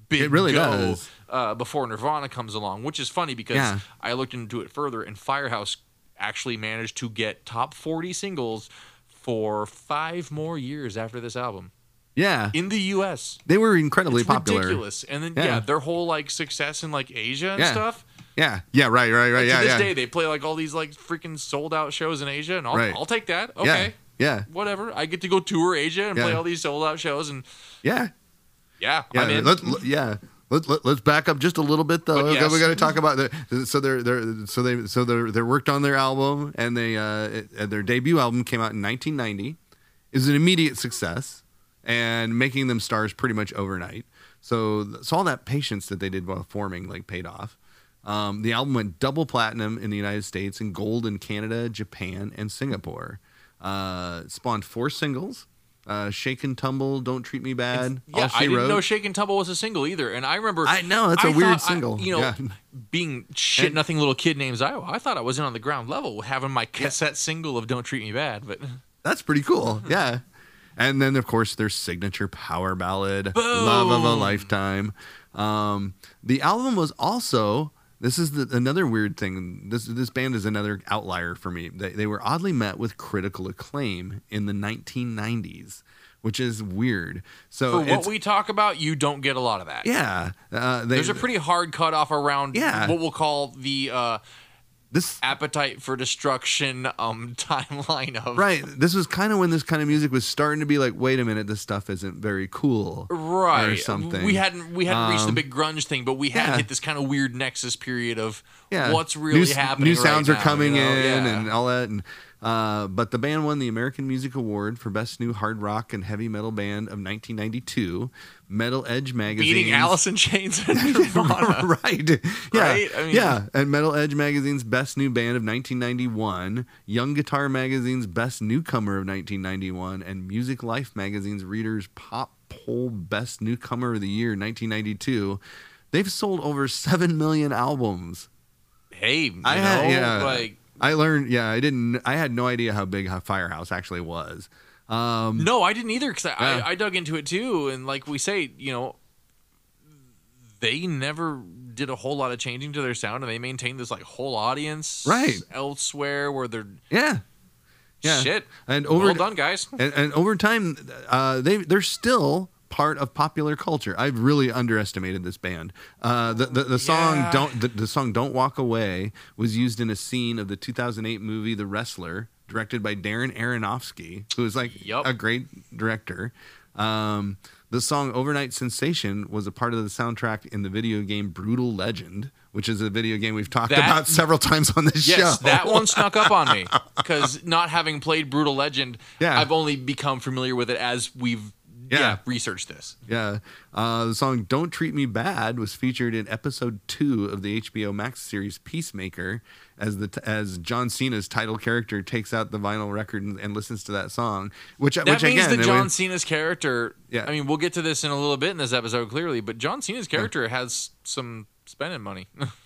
Speaker 2: big
Speaker 1: It really
Speaker 2: go
Speaker 1: does.
Speaker 2: Uh, before nirvana comes along which is funny because
Speaker 1: Yeah.
Speaker 2: i looked into it further and firehouse actually managed to get top 40 singles for five more years after this album
Speaker 1: Yeah.
Speaker 2: in the us
Speaker 1: They were incredibly
Speaker 2: it's
Speaker 1: popular.
Speaker 2: ridiculous and then yeah.
Speaker 1: Yeah.
Speaker 2: their whole like success in like asia and
Speaker 1: Yeah.
Speaker 2: stuff
Speaker 1: Yeah.
Speaker 3: Yeah, right, right, right.
Speaker 2: to
Speaker 3: yeah,
Speaker 2: this
Speaker 3: yeah.
Speaker 2: day they play like all these like freaking sold out shows in asia and i'll,
Speaker 1: Right.
Speaker 2: I'll take that
Speaker 1: Yeah.
Speaker 2: okay
Speaker 1: Yeah.
Speaker 2: whatever. I get to go tour Asia and play
Speaker 1: Yeah.
Speaker 2: all these sold out shows, and
Speaker 1: Yeah.
Speaker 2: yeah,
Speaker 1: Yeah.
Speaker 2: I'm in.
Speaker 1: Let's l- yeah. Let, let, let's back up just a little bit though.
Speaker 2: But
Speaker 1: because We
Speaker 2: yes.
Speaker 1: got to talk about the, so they're they're so they so they're they worked on their album and they uh it- and their debut album came out in 1990. Is an immediate success and making them stars pretty much overnight. So th- so all that patience that they did while forming like paid off. Um, the album went double platinum in the United States and gold in Canada, Japan, and Singapore. Uh, spawned four singles: uh, "Shake and Tumble," "Don't Treat Me Bad,"
Speaker 2: yeah,
Speaker 1: "All She
Speaker 2: I didn't
Speaker 1: Wrote."
Speaker 2: know Shake and Tumble was a single either, and I remember.
Speaker 1: I know, that's
Speaker 2: a
Speaker 1: a weird single.
Speaker 2: you know,
Speaker 1: Yeah.
Speaker 2: being shit
Speaker 1: And-
Speaker 2: nothing little kid named Iowa. I thought I wasn't on the ground level having my cassette single of "Don't Treat Me Bad," but
Speaker 1: That's pretty cool. Yeah. And then, of course, their signature power ballad, Love of a
Speaker 2: Boom.
Speaker 1: Lifetime. Um, the album was also, this is the, another weird thing. This, this band is another outlier for me. They, they were oddly met with critical acclaim in the 1990s, which is weird. So,
Speaker 2: for what
Speaker 1: it's-
Speaker 2: we talk about, you don't get a lot of that.
Speaker 1: yeah. Uh, they,
Speaker 2: There's a pretty hard cutoff around
Speaker 1: Yeah.
Speaker 2: what we'll call the uh,
Speaker 1: this,
Speaker 2: appetite for destruction um, timeline of
Speaker 1: right. This was kind of when this kind of music was starting to be like, wait a minute, this stuff isn't very cool.
Speaker 2: right
Speaker 1: Or something.
Speaker 2: we hadn't we hadn't reached the
Speaker 1: Um,
Speaker 2: big grunge thing but we had
Speaker 1: yeah.
Speaker 2: hit this kind of weird nexus period of
Speaker 1: yeah.
Speaker 2: what's really
Speaker 1: new,
Speaker 2: happening
Speaker 1: New sounds
Speaker 2: right
Speaker 1: are
Speaker 2: now,
Speaker 1: coming
Speaker 2: you know?
Speaker 1: in
Speaker 2: Yeah.
Speaker 1: and all that. And uh, but the band won the American Music Award for Best New Hard Rock and Heavy Metal Band of 1992. Metal Edge magazine
Speaker 2: beating alice in chains and nirvana
Speaker 1: right. Yeah.
Speaker 2: Right? I mean-
Speaker 1: yeah. And Metal Edge magazine's Best New Band of 1991, Young Guitar magazine's Best Newcomer of 1991, and Music Life magazine's Reader's Pop Poll Best Newcomer of the Year 1992. They've sold over 7 million albums.
Speaker 2: hey you
Speaker 1: I
Speaker 2: know
Speaker 1: had- yeah.
Speaker 2: like
Speaker 1: I learned, yeah, I didn't, I had no idea how big Firehouse actually was. Um,
Speaker 2: no i didn't either because I, I-
Speaker 1: Yeah.
Speaker 2: I dug into it too and like we say you know they never did a whole lot of changing to their sound and they maintained this like whole audience
Speaker 1: Right.
Speaker 2: elsewhere where they're
Speaker 1: yeah, yeah,
Speaker 2: shit
Speaker 1: and over,
Speaker 2: well done guys
Speaker 1: And, and over time, uh, they they're still part of popular culture. I've really underestimated this band. Uh, the, the the song
Speaker 2: Yeah.
Speaker 1: don't the, the song don't walk away was used in a scene of the 2008 movie The Wrestler, directed by Darren Aronofsky, who is like
Speaker 2: Yup.
Speaker 1: a great director. Um, the song "Overnight Sensation" was a part of the soundtrack in the video game Brutal Legend, which is a video game we've talked
Speaker 2: That-
Speaker 1: about several times on this
Speaker 2: Yes,
Speaker 1: show.
Speaker 2: that one snuck up on me because not having played Brutal Legend,
Speaker 1: Yeah.
Speaker 2: I've only become familiar with it as we've yeah,
Speaker 1: Yeah.
Speaker 2: researched this.
Speaker 1: Yeah. Uh, the song Don't Treat Me Bad was featured in episode two of the HBO Max series Peacemaker as the as John Cena's title character takes out the vinyl record and, and listens to that song. Which,
Speaker 2: That
Speaker 1: which
Speaker 2: means
Speaker 1: again,
Speaker 2: that
Speaker 1: it
Speaker 2: John
Speaker 1: was-
Speaker 2: Cena's character.
Speaker 1: Yeah.
Speaker 2: I mean, we'll get to this in a little bit in this episode clearly, but John Cena's character has some spending money.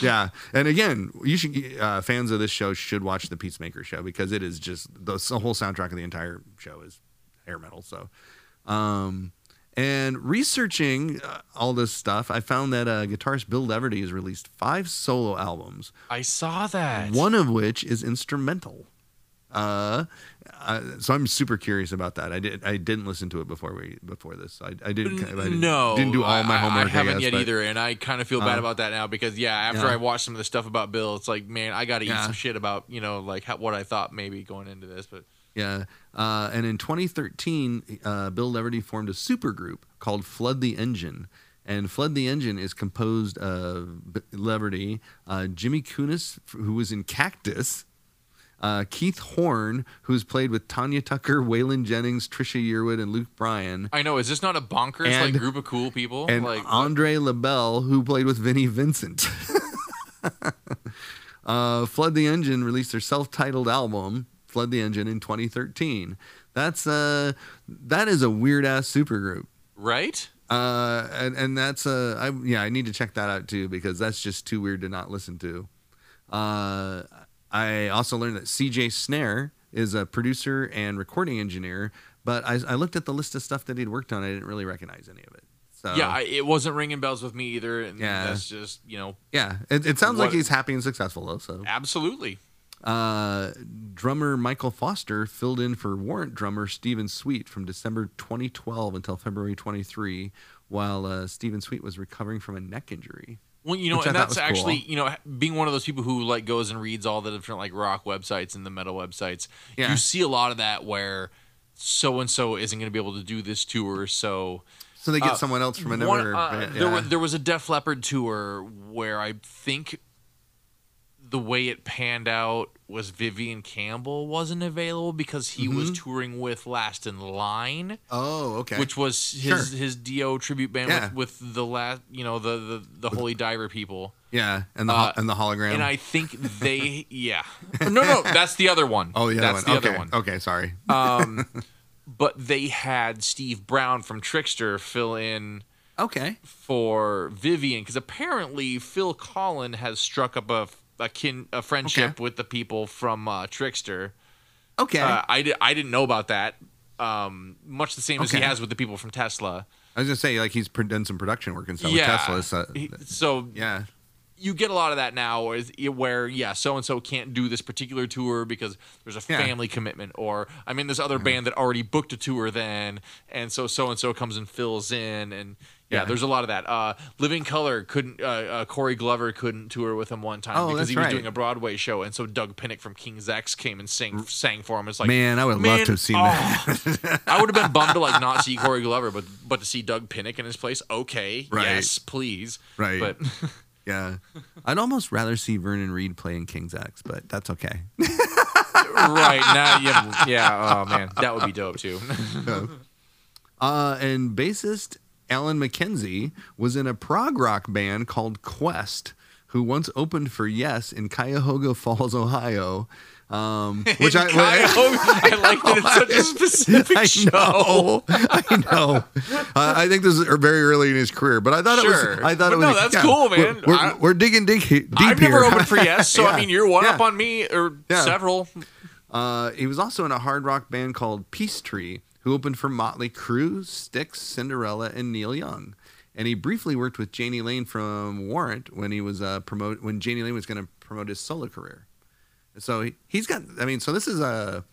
Speaker 1: yeah. And again, you should uh, fans of this show should watch the Peacemaker show because it is just the, s- whole soundtrack of the entire show is hair metal. So, um, and researching uh, all this stuff, I found that uh, guitarist Bill Leverty has released five solo albums.
Speaker 2: I saw that.
Speaker 1: one of which is instrumental. Uh, uh, so I'm super curious about that. I did I didn't listen to it before we before this. I, I didn't. I didn't
Speaker 2: no,
Speaker 1: didn't do all my
Speaker 2: I- I-
Speaker 1: homework.
Speaker 2: I haven't
Speaker 1: guess,
Speaker 2: yet
Speaker 1: but- Uh-huh.
Speaker 2: either, and I kind of feel bad about that now because yeah, after
Speaker 1: yeah.
Speaker 2: I watched some of the stuff about Bill, it's like man, I got to eat
Speaker 1: Yeah.
Speaker 2: some shit about you know like how, what I thought maybe going into this, but
Speaker 1: Yeah. Uh, and in 2013, uh, Bill Leverty formed a supergroup called Flood the Engine. And Flood the Engine is composed of B- Leverty, uh, Jimmy Kunis, f- who was in Cactus, Uh, Keith Horn, who's played with Tanya Tucker, Waylon Jennings, Trisha Yearwood, and Luke Bryan.
Speaker 2: I know. Is this not a bonkers
Speaker 1: And-
Speaker 2: like group of cool people?
Speaker 1: And
Speaker 2: like
Speaker 1: Andre LaBelle, who played with Vinnie Vincent. uh, Flood the Engine released their self-titled album, Flood the Engine, in 2013. That's uh, that is a weird ass supergroup.
Speaker 2: right?
Speaker 1: Uh, and and that's uh, I, yeah, I need to check that out too because that's just too weird to not listen to. Uh, I also learned that CJ Snare is a producer and recording engineer, but I, I looked at the list of stuff that he'd worked on. I didn't really recognize any of it. So
Speaker 2: yeah, I, it wasn't ringing bells with me either. And
Speaker 1: Uh, Yeah.
Speaker 2: that's just you know
Speaker 1: yeah, it, it sounds like
Speaker 2: What-
Speaker 1: he's happy and successful though. So
Speaker 2: absolutely.
Speaker 1: Uh, drummer Michael Foster filled in for Warrant drummer Stephen Sweet from December 2012 until February 23, while uh, Stephen Sweet was recovering from a neck injury.
Speaker 2: Well, you know,
Speaker 1: Which I
Speaker 2: and
Speaker 1: thought
Speaker 2: that's
Speaker 1: was
Speaker 2: actually
Speaker 1: cool.
Speaker 2: you know being one of those people who like goes and reads all the different like rock websites and the metal websites.
Speaker 1: Yeah.
Speaker 2: You see a lot of that where so and so isn't going to be able to do this tour, so
Speaker 1: So they get
Speaker 2: Uh,
Speaker 1: someone else from another.
Speaker 2: One- uh,
Speaker 1: band,
Speaker 2: There,
Speaker 1: yeah.
Speaker 2: was, there was a Def Leppard tour where I think the way it panned out was Vivian Campbell wasn't available because he was touring with Last in Line,
Speaker 1: oh, Mm-hmm. okay.
Speaker 2: which was his
Speaker 1: Sure.
Speaker 2: his Do tribute band
Speaker 1: Yeah.
Speaker 2: with, with the last you know the the, the Holy Diver people.
Speaker 1: yeah, and the
Speaker 2: uh,
Speaker 1: ho- and the hologram.
Speaker 2: And I think they, yeah, no, no, that's the other one.
Speaker 1: oh, yeah,
Speaker 2: that's
Speaker 1: one.
Speaker 2: the
Speaker 1: okay.
Speaker 2: other one.
Speaker 1: Okay, sorry.
Speaker 2: Um, but they had Steve Brown from Trickster fill in
Speaker 1: okay.
Speaker 2: for Vivian because apparently Phil Collin has struck up a a kin a friendship with the people from uh, Trickster.
Speaker 1: Okay.
Speaker 2: Uh, I di- I didn't know about that. Um, much the same as he
Speaker 1: Okay.
Speaker 2: has with the people from Tesla.
Speaker 1: I was gonna say like he's pro- done some production work and stuff
Speaker 2: yeah.
Speaker 1: with Tesla. So,
Speaker 2: He- so
Speaker 1: yeah.
Speaker 2: you get a lot of that now, where, is- where yeah, so and so can't do this particular tour because there's a
Speaker 1: Yeah. Mm-hmm.
Speaker 2: family commitment, or I'm in this other band that already booked a tour then, and so so and so comes and fills in, and yeah,
Speaker 1: Yeah.
Speaker 2: there's a lot of that. Uh, Living Color couldn't, uh, uh, Corey Glover couldn't tour with him one time
Speaker 1: Oh,
Speaker 2: because
Speaker 1: that's
Speaker 2: he was
Speaker 1: right.
Speaker 2: doing a Broadway show, and so Doug Pinnick from King's X came and sang sang for him. It's like oh,
Speaker 1: Man, I would love to have seen
Speaker 2: that. I would have been bummed to like not see Corey Glover, but but to see Doug Pinnick in his place, okay,
Speaker 1: Right.
Speaker 2: yes, please,
Speaker 1: Right.
Speaker 2: but.
Speaker 1: Yeah. I'd almost rather see Vernon Reed playing King's X, but that's okay.
Speaker 2: right now you yeah oh man that would be dope too
Speaker 1: Uh, and bassist Alan McKenzie was in a prog rock band called Quest, who once opened for Yes in Cuyahoga Falls, Ohio. Um, which I,
Speaker 2: I, like that it's such a specific
Speaker 1: I
Speaker 2: show
Speaker 1: know, I know. Uh, I think this is very early in his career, but I thought it was.
Speaker 2: Sure.
Speaker 1: I thought
Speaker 2: But
Speaker 1: it was.
Speaker 2: no, that's cool,
Speaker 1: we're-
Speaker 2: man.
Speaker 1: We're,
Speaker 2: I-
Speaker 1: we're digging dig- deep
Speaker 2: I've
Speaker 1: here.
Speaker 2: never opened for yes so
Speaker 1: Yeah,
Speaker 2: I mean you're one
Speaker 1: yeah.
Speaker 2: up on me or
Speaker 1: Yeah.
Speaker 2: several
Speaker 1: Uh, he was also in a hard rock band called Peace Tree, who opened for Motley Crue, Styx, Cinderella, and Neil Young. And he briefly worked with Janie Lane from Warrant when he was uh, promote when Janie Lane was going to promote his solo career. So he, he's got. I mean, so this is a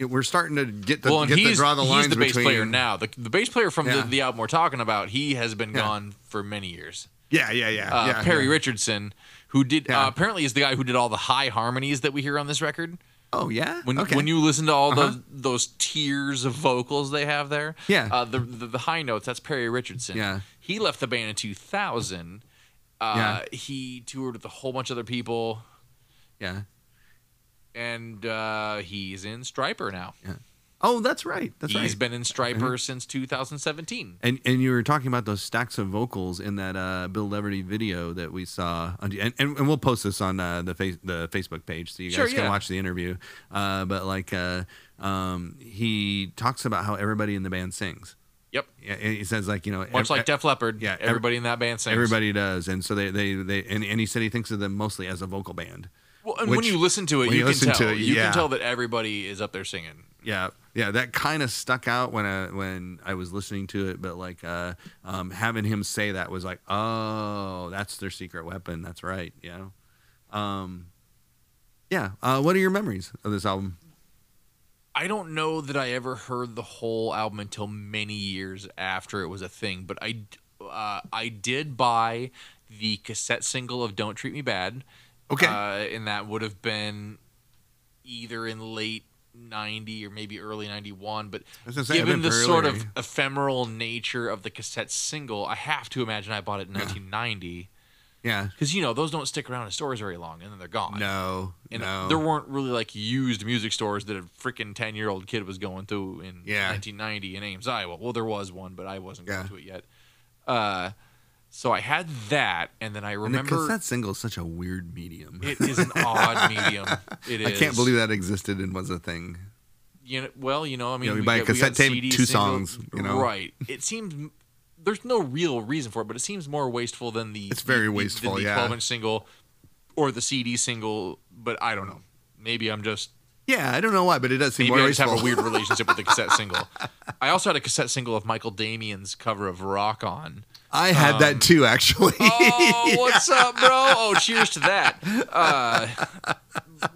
Speaker 1: we're starting to get the
Speaker 2: well and
Speaker 1: get
Speaker 2: he's,
Speaker 1: to draw the
Speaker 2: he's
Speaker 1: lines
Speaker 2: the bass
Speaker 1: between
Speaker 2: player now the, the bass player from
Speaker 1: Yeah.
Speaker 2: the, the album we're talking about he has been
Speaker 1: Yeah.
Speaker 2: gone for many years
Speaker 1: Yeah, yeah, yeah.
Speaker 2: uh,
Speaker 1: yeah
Speaker 2: Perry
Speaker 1: yeah.
Speaker 2: Richardson who did
Speaker 1: Yeah.
Speaker 2: uh, apparently is the guy who did all the high harmonies that we hear on this record
Speaker 1: Oh yeah.
Speaker 2: When,
Speaker 1: okay. Uh-huh.
Speaker 2: when you listen to all those those tiers of vocals they have there,
Speaker 1: Yeah.
Speaker 2: uh, the, the the high notes that's Perry Richardson.
Speaker 1: Yeah.
Speaker 2: he left the band in 2000. Uh, he toured with a whole bunch of other people,
Speaker 1: yeah.
Speaker 2: and uh, he's in Striper now.
Speaker 1: Oh, that's right. That's
Speaker 2: He's
Speaker 1: right. Mm-hmm.
Speaker 2: been in Striper since 2017.
Speaker 1: And and you were talking about those stacks of vocals in that uh, Bill Leverty video that we saw, on, and, and and we'll post this on uh, the face, the Facebook page so you guys
Speaker 2: Sure,
Speaker 1: can
Speaker 2: yeah.
Speaker 1: watch the interview. Uh, but like, uh, um, he talks about how everybody in the band sings.
Speaker 2: Yep,
Speaker 1: Yeah, and He says like you know, ev-
Speaker 2: much
Speaker 1: e,
Speaker 2: like Def Leppard.
Speaker 1: yeah, every-
Speaker 2: everybody in that band sings.
Speaker 1: everybody does, and so they they, they and, and he said he thinks of them mostly as a vocal band.
Speaker 2: Well, and when
Speaker 1: which-
Speaker 2: you listen to it,
Speaker 1: when
Speaker 2: you,
Speaker 1: you
Speaker 2: can
Speaker 1: listen
Speaker 2: tell.
Speaker 1: to it,
Speaker 2: You
Speaker 1: yeah.
Speaker 2: can tell that everybody is up there singing.
Speaker 1: Yeah, yeah, that kind of stuck out when I when I was listening to it, but like uh, um, having him say that was like, oh, that's their secret weapon. That's right. Yeah, um, yeah. Uh, what are your memories of this album?
Speaker 2: I don't know that I ever heard the whole album until many years after it was a thing, but I uh, I did buy the cassette single of "Don't Treat Me Bad,"
Speaker 1: Okay.
Speaker 2: uh, and that would have been either in late '90 or maybe early '91. But
Speaker 1: was gonna say, I've
Speaker 2: given
Speaker 1: been
Speaker 2: the sort of
Speaker 1: earlier.
Speaker 2: ephemeral nature of the cassette single, I have to imagine I bought it in 1990.
Speaker 1: Yeah.
Speaker 2: because you know those don't stick around in stores very long, and then they're gone.
Speaker 1: No.
Speaker 2: And
Speaker 1: no.
Speaker 2: there weren't really like used music stores that a freaking 10 year old kid was going through in
Speaker 1: Yeah.
Speaker 2: 1990 in Ames, Iowa. Well, there was one, but I wasn't
Speaker 1: Yeah.
Speaker 2: going to it yet. Uh, so I had that, and then I
Speaker 1: and the
Speaker 2: remember
Speaker 1: cassette single is such a weird medium.
Speaker 2: it is an odd medium. It is.
Speaker 1: I can't believe that existed and was a thing.
Speaker 2: You know, well, you know, I mean,
Speaker 1: know, you
Speaker 2: we
Speaker 1: buy a
Speaker 2: got- we got
Speaker 1: cassette tape,
Speaker 2: CD
Speaker 1: two
Speaker 2: singles.
Speaker 1: songs, you know.
Speaker 2: Right. It seems there's no real reason for it, but it seems more wasteful than the.
Speaker 1: It's very
Speaker 2: the- the-
Speaker 1: wasteful,
Speaker 2: The
Speaker 1: yeah.
Speaker 2: 12 inch single, or the CD single, but I don't know. Maybe I'm just
Speaker 1: Yeah, I don't know why, but it does seem
Speaker 2: Maybe
Speaker 1: more
Speaker 2: I just have a
Speaker 1: wasteful.
Speaker 2: weird relationship with the cassette single. I also had a cassette single of Michael Damian's cover of Rock On.
Speaker 1: I had that too, actually.
Speaker 2: Um, Oh, what's up, bro? Oh, cheers to that. Uh,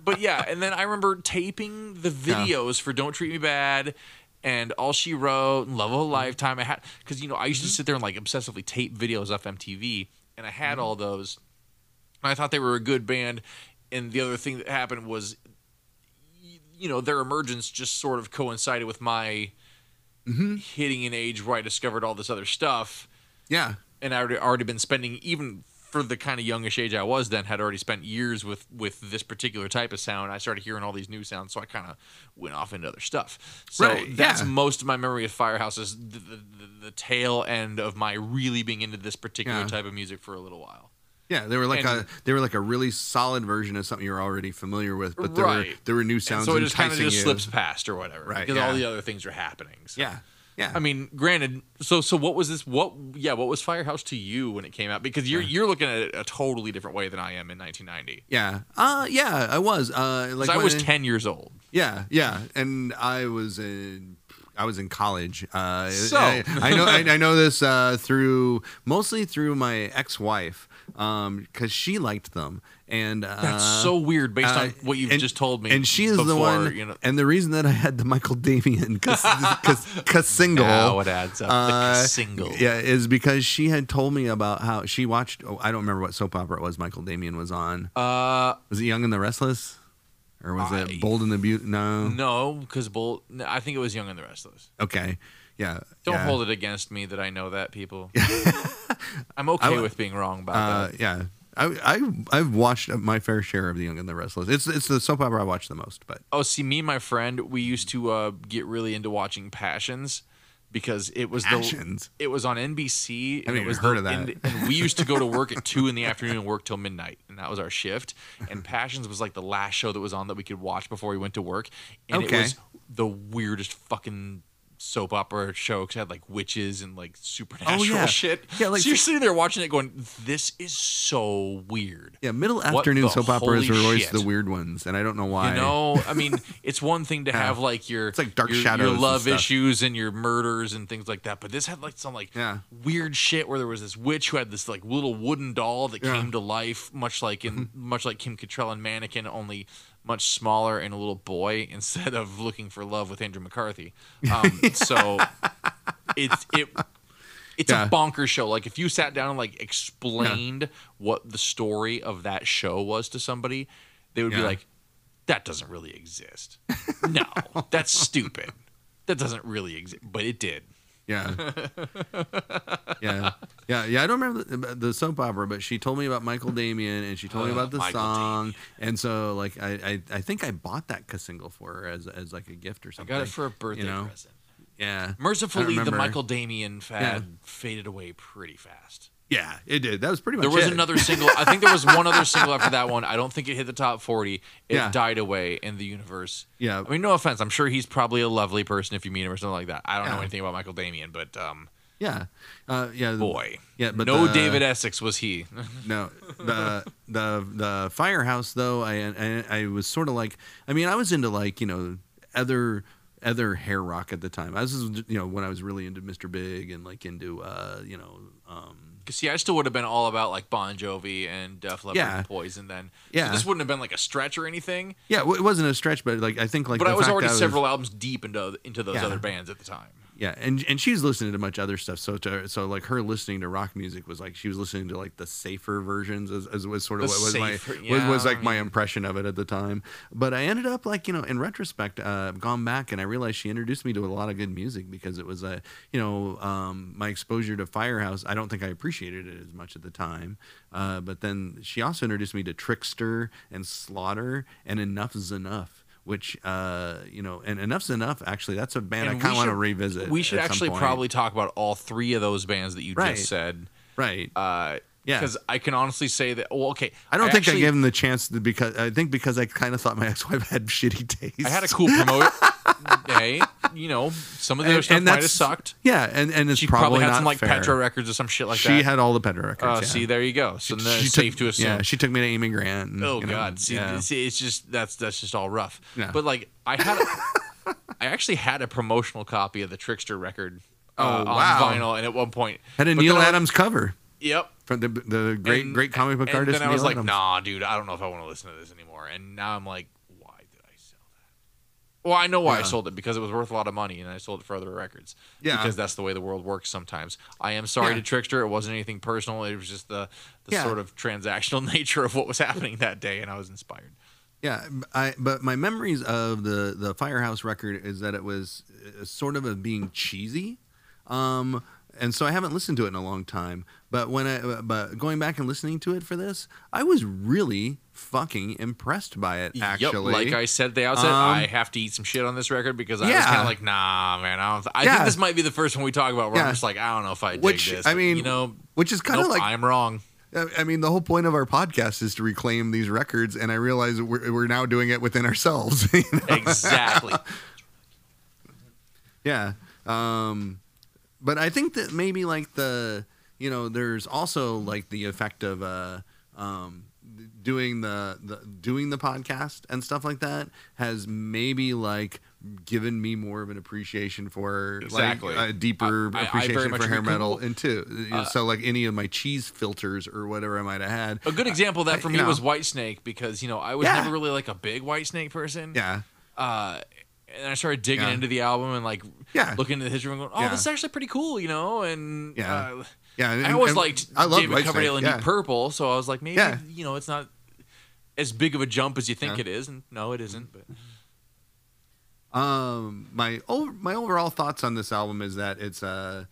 Speaker 2: but yeah, and then I remember taping the videos for Don't Treat Me Bad and All She Wrote and Love of a Lifetime. I had because you know I used to sit there and like obsessively tape videos off MTV, and I had all those. And I thought they were a good band. And the other thing that happened was, y- you know, their emergence just sort of coincided with my hitting an age where I discovered all this other stuff
Speaker 1: yeah.
Speaker 2: and I would already been spending even for the kind of youngish age I was then had already spent years with with this particular type of sound. I started hearing all these new sounds, so I kind of went off into other stuff. So
Speaker 1: Right,
Speaker 2: that's
Speaker 1: yeah.
Speaker 2: most of my memory of Firehouse is the, the, the, the tail end of my really being into this particular
Speaker 1: Yeah.
Speaker 2: type of music for a little while.
Speaker 1: Yeah, they were like
Speaker 2: And-
Speaker 1: a they were like a really solid version of something you were already familiar with, but there were
Speaker 2: Right.
Speaker 1: there were new
Speaker 2: And
Speaker 1: sounds
Speaker 2: so it just
Speaker 1: enticing
Speaker 2: kind of just
Speaker 1: you.
Speaker 2: slips past or whatever,
Speaker 1: Right,
Speaker 2: Because all
Speaker 1: yeah.
Speaker 2: the other things are happening. So.
Speaker 1: Yeah, yeah.
Speaker 2: I mean, granted, so so what was this? What yeah, what was Firehouse to you when it came out? Because you're you're looking at it a totally different way than I am in 1990.
Speaker 1: yeah, uh, yeah. I was uh, like
Speaker 2: 'Cause I
Speaker 1: when
Speaker 2: was 10 years old.
Speaker 1: Yeah, yeah, and I was in I was in college. Uh,
Speaker 2: So-
Speaker 1: I, I know I, I know this uh, through mostly through my ex wife because she liked them, and uh,
Speaker 2: That's so weird based on
Speaker 1: uh,
Speaker 2: what you've
Speaker 1: and-
Speaker 2: just told me.
Speaker 1: And she is the
Speaker 2: before,
Speaker 1: one,
Speaker 2: You know,
Speaker 1: and the reason that I had the Michael Damien because single.
Speaker 2: now it adds up.
Speaker 1: Uh,
Speaker 2: the single.
Speaker 1: Yeah, is because she had told me about how she watched. Oh, I don't remember what soap opera it was. Michael Damien was on.
Speaker 2: Uh,
Speaker 1: Was it Young and the Restless, or was
Speaker 2: I-
Speaker 1: it Bold and the Beaut? No.
Speaker 2: no, because Bull. No, I think it was Young and the Restless.
Speaker 1: Okay. Yeah.
Speaker 2: Don't
Speaker 1: yeah.
Speaker 2: hold it against me that I know that people. I'm okay
Speaker 1: I-
Speaker 2: with being wrong about
Speaker 1: Uh,
Speaker 2: that.
Speaker 1: yeah. I, I I've watched my fair share of The Young and the Restless. It's it's the soap opera I watch the most, but
Speaker 2: Oh, see, me and my friend, we used to uh, get really into watching Passions because it was
Speaker 1: Passions.
Speaker 2: the it was on NBC.
Speaker 1: haven't
Speaker 2: and it
Speaker 1: even
Speaker 2: was
Speaker 1: heard
Speaker 2: the-
Speaker 1: of that.
Speaker 2: And, and we used to go to work at two in the afternoon and work till midnight, and that was our shift. And Passions was like the last show that was on that we could watch before we went to work, and
Speaker 1: Okay.
Speaker 2: it was the weirdest fucking soap opera show because it had like witches and like supernatural
Speaker 1: Oh, yeah.
Speaker 2: shit.
Speaker 1: Yeah, like-
Speaker 2: so you're sitting there watching it, going, "This is so weird."
Speaker 1: yeah, middle
Speaker 2: What
Speaker 1: afternoon
Speaker 2: the
Speaker 1: soap operas are
Speaker 2: holy
Speaker 1: always
Speaker 2: shit.
Speaker 1: the weird ones, and I don't know why.
Speaker 2: You know, I mean, it's one thing to have like your
Speaker 1: It's like Dark
Speaker 2: your,
Speaker 1: Shadows
Speaker 2: your
Speaker 1: and
Speaker 2: love
Speaker 1: stuff.
Speaker 2: issues and your murders and things like that, but this had like some like
Speaker 1: Yeah.
Speaker 2: weird shit where there was this witch who had this like little wooden doll that
Speaker 1: Yeah.
Speaker 2: came to life, much like in much like Kim Cattrall and Mannequin, only much smaller and a little boy instead of looking for love with Andrew McCarthy. Um, so it's it. It's
Speaker 1: Yeah.
Speaker 2: a bonker show. Like if you sat down and like explained what the story of that show was to somebody, they would be
Speaker 1: Yeah.
Speaker 2: like, that doesn't really exist. No, that's stupid. That doesn't really exist, but it did.
Speaker 1: Yeah. yeah. Yeah. Yeah. I don't remember the, the soap opera, but she told me about Michael Damien and she told me
Speaker 2: Oh,
Speaker 1: about the
Speaker 2: Michael
Speaker 1: song. And so, like, I, I, I think I bought that single for her as, as like a gift or
Speaker 2: I
Speaker 1: something.
Speaker 2: got it for a birthday
Speaker 1: you know?
Speaker 2: present.
Speaker 1: Yeah. I
Speaker 2: Mercifully,
Speaker 1: don't
Speaker 2: the
Speaker 1: remember.
Speaker 2: Michael Damian fad faded away pretty fast.
Speaker 1: Yeah, it did. That was pretty much
Speaker 2: There was
Speaker 1: Oh, it.
Speaker 2: another single. I think there was one other single after that one. I don't think it hit the top 40. It
Speaker 1: Yeah.
Speaker 2: died away in the universe.
Speaker 1: Yeah.
Speaker 2: I mean, no offense. I'm sure he's probably a lovely person if you meet him or something like that. I don't
Speaker 1: Yeah.
Speaker 2: know anything about Michael Damian, but um,
Speaker 1: Yeah. Uh, yeah. the-
Speaker 2: boy.
Speaker 1: Yeah, but
Speaker 2: no
Speaker 1: the-
Speaker 2: David Essex was he.
Speaker 1: No, the the the firehouse though. I I, I was sort of like. I mean, I was into like you know other other hair rock at the time. I was just, you know when I was really into Mr. Big and like into uh you know um
Speaker 2: Cause see, I still would have been all about like Bon Jovi and Def Leppard
Speaker 1: Yeah.
Speaker 2: and Poison then.
Speaker 1: Yeah.
Speaker 2: So this wouldn't have been like a stretch or anything.
Speaker 1: yeah. It wasn't a stretch, but like I think like
Speaker 2: But
Speaker 1: the
Speaker 2: I was
Speaker 1: fact
Speaker 2: already
Speaker 1: I
Speaker 2: several albums deep into into those
Speaker 1: Yeah.
Speaker 2: other bands at the time.
Speaker 1: Yeah, and and she's listening to much other stuff. So to so like her listening to rock music was like she was listening to like the safer versions as, as was sort of
Speaker 2: The
Speaker 1: what was
Speaker 2: safer-
Speaker 1: my was,
Speaker 2: yeah,
Speaker 1: was
Speaker 2: I
Speaker 1: like my
Speaker 2: mean-
Speaker 1: impression of it at the time. But I ended up like you know in retrospect, uh, I've gone back and I realized she introduced me to a lot of good music because it was a you know um, my exposure to Firehouse. I don't think I appreciated it as much at the time, uh, but then she also introduced me to Trickster and Slaughter and Enough is Enough. Which uh, you know, and enough's enough. Actually, that's a band I
Speaker 2: And we
Speaker 1: kind of want to
Speaker 2: should-
Speaker 1: revisit.
Speaker 2: We should
Speaker 1: at some
Speaker 2: actually
Speaker 1: point.
Speaker 2: probably talk about all three of those bands that you
Speaker 1: Right.
Speaker 2: just said.
Speaker 1: Right.
Speaker 2: Uh,
Speaker 1: Yeah.
Speaker 2: Because I can honestly say that. Well, okay.
Speaker 1: I don't think I
Speaker 2: actually-
Speaker 1: gave him the chance to because I think because I kind of thought my ex-wife had shitty taste.
Speaker 2: I had a cool promote. hey, you know, some of the other stuff might have
Speaker 1: that's-
Speaker 2: sucked.
Speaker 1: Yeah, and and it's
Speaker 2: She
Speaker 1: probably,
Speaker 2: probably, had
Speaker 1: not
Speaker 2: some like
Speaker 1: fair.
Speaker 2: Petra records or some shit like
Speaker 1: she
Speaker 2: that.
Speaker 1: had all the Petra records.
Speaker 2: Uh,
Speaker 1: yeah.
Speaker 2: See, there you go. So then
Speaker 1: She
Speaker 2: it's
Speaker 1: took-
Speaker 2: safe to assume.
Speaker 1: Yeah, she took me to Amy Grant. and,
Speaker 2: oh
Speaker 1: you know,
Speaker 2: God, see,
Speaker 1: yeah.
Speaker 2: see, it's just that's that's just all rough.
Speaker 1: Yeah.
Speaker 2: But like, I had, a, I actually had a promotional copy of the Trickster record
Speaker 1: Oh,
Speaker 2: uh,
Speaker 1: wow.
Speaker 2: on vinyl, and at one point
Speaker 1: had a
Speaker 2: but
Speaker 1: Neil
Speaker 2: then I-
Speaker 1: Adams cover
Speaker 2: Yep.
Speaker 1: from the the great
Speaker 2: And-
Speaker 1: great comic book
Speaker 2: and
Speaker 1: artist.
Speaker 2: Then I was
Speaker 1: Neil
Speaker 2: like,
Speaker 1: Adams.
Speaker 2: nah, dude, I don't know if I want to listen to this anymore. And now I'm like, why did I sell that? Well, I know why I
Speaker 1: Yeah.
Speaker 2: sold it because it was worth a lot of money, and I sold it for other records.
Speaker 1: Yeah.
Speaker 2: Because that's the way the world works sometimes. I am sorry
Speaker 1: Yeah.
Speaker 2: to Trickster. It wasn't anything personal. It was just the, the
Speaker 1: Yeah.
Speaker 2: sort of transactional nature of what was happening that day, and I was inspired.
Speaker 1: Yeah, b- I but my memories of the the Firehouse record is that it was uh, sort of a being cheesy, um, and so I haven't listened to it in a long time. But when I uh, but going back and listening to it for this, I was really fucking impressed by it. Actually,
Speaker 2: yep, like I said at the outset,
Speaker 1: Um,
Speaker 2: I have to eat some shit on this record because I was
Speaker 1: Yeah.
Speaker 2: kind of like, nah, man. I, don't th- I
Speaker 1: Yeah.
Speaker 2: think this might be the first one we talk about where I'm
Speaker 1: Yeah.
Speaker 2: just like, I don't know if I dig
Speaker 1: Which,
Speaker 2: this.
Speaker 1: I
Speaker 2: but,
Speaker 1: mean,
Speaker 2: you know,
Speaker 1: which is kind of
Speaker 2: nope,
Speaker 1: like uh,
Speaker 2: I'm wrong.
Speaker 1: I- I mean, the whole point of our podcast is to reclaim these records, and I realize we're, we're now doing it within ourselves. you know?
Speaker 2: exactly.
Speaker 1: Yeah. Um, but I think that maybe like the you know there's also like the effect of uh, um, doing the, the doing the podcast and stuff like that has maybe like given me more of an appreciation for
Speaker 2: Exactly.
Speaker 1: like a deeper
Speaker 2: I- I- I very
Speaker 1: appreciation
Speaker 2: much
Speaker 1: for hair
Speaker 2: agree. Uh,
Speaker 1: metal and too so like any of my cheese filters or whatever I might have had
Speaker 2: A good example of that for
Speaker 1: Uh, you
Speaker 2: me
Speaker 1: know.
Speaker 2: was White Snake because you know I was
Speaker 1: Yeah.
Speaker 2: never really like a big White Snake person.
Speaker 1: yeah
Speaker 2: Uh, and I started digging
Speaker 1: Yeah.
Speaker 2: into the album and like
Speaker 1: Yeah.
Speaker 2: looking into the history and going, oh,
Speaker 1: Yeah.
Speaker 2: this is actually pretty cool, you know. And
Speaker 1: Yeah.
Speaker 2: uh,
Speaker 1: yeah and-
Speaker 2: I always
Speaker 1: and
Speaker 2: liked
Speaker 1: I love
Speaker 2: David Coverdale and
Speaker 1: yeah.
Speaker 2: Deep Purple, so I was like, maybe
Speaker 1: Yeah.
Speaker 2: you know it's not as big of a jump as you think
Speaker 1: Yeah.
Speaker 2: it is, and no, it isn't. But
Speaker 1: Um, my o- my overall thoughts on this album is that it's uh,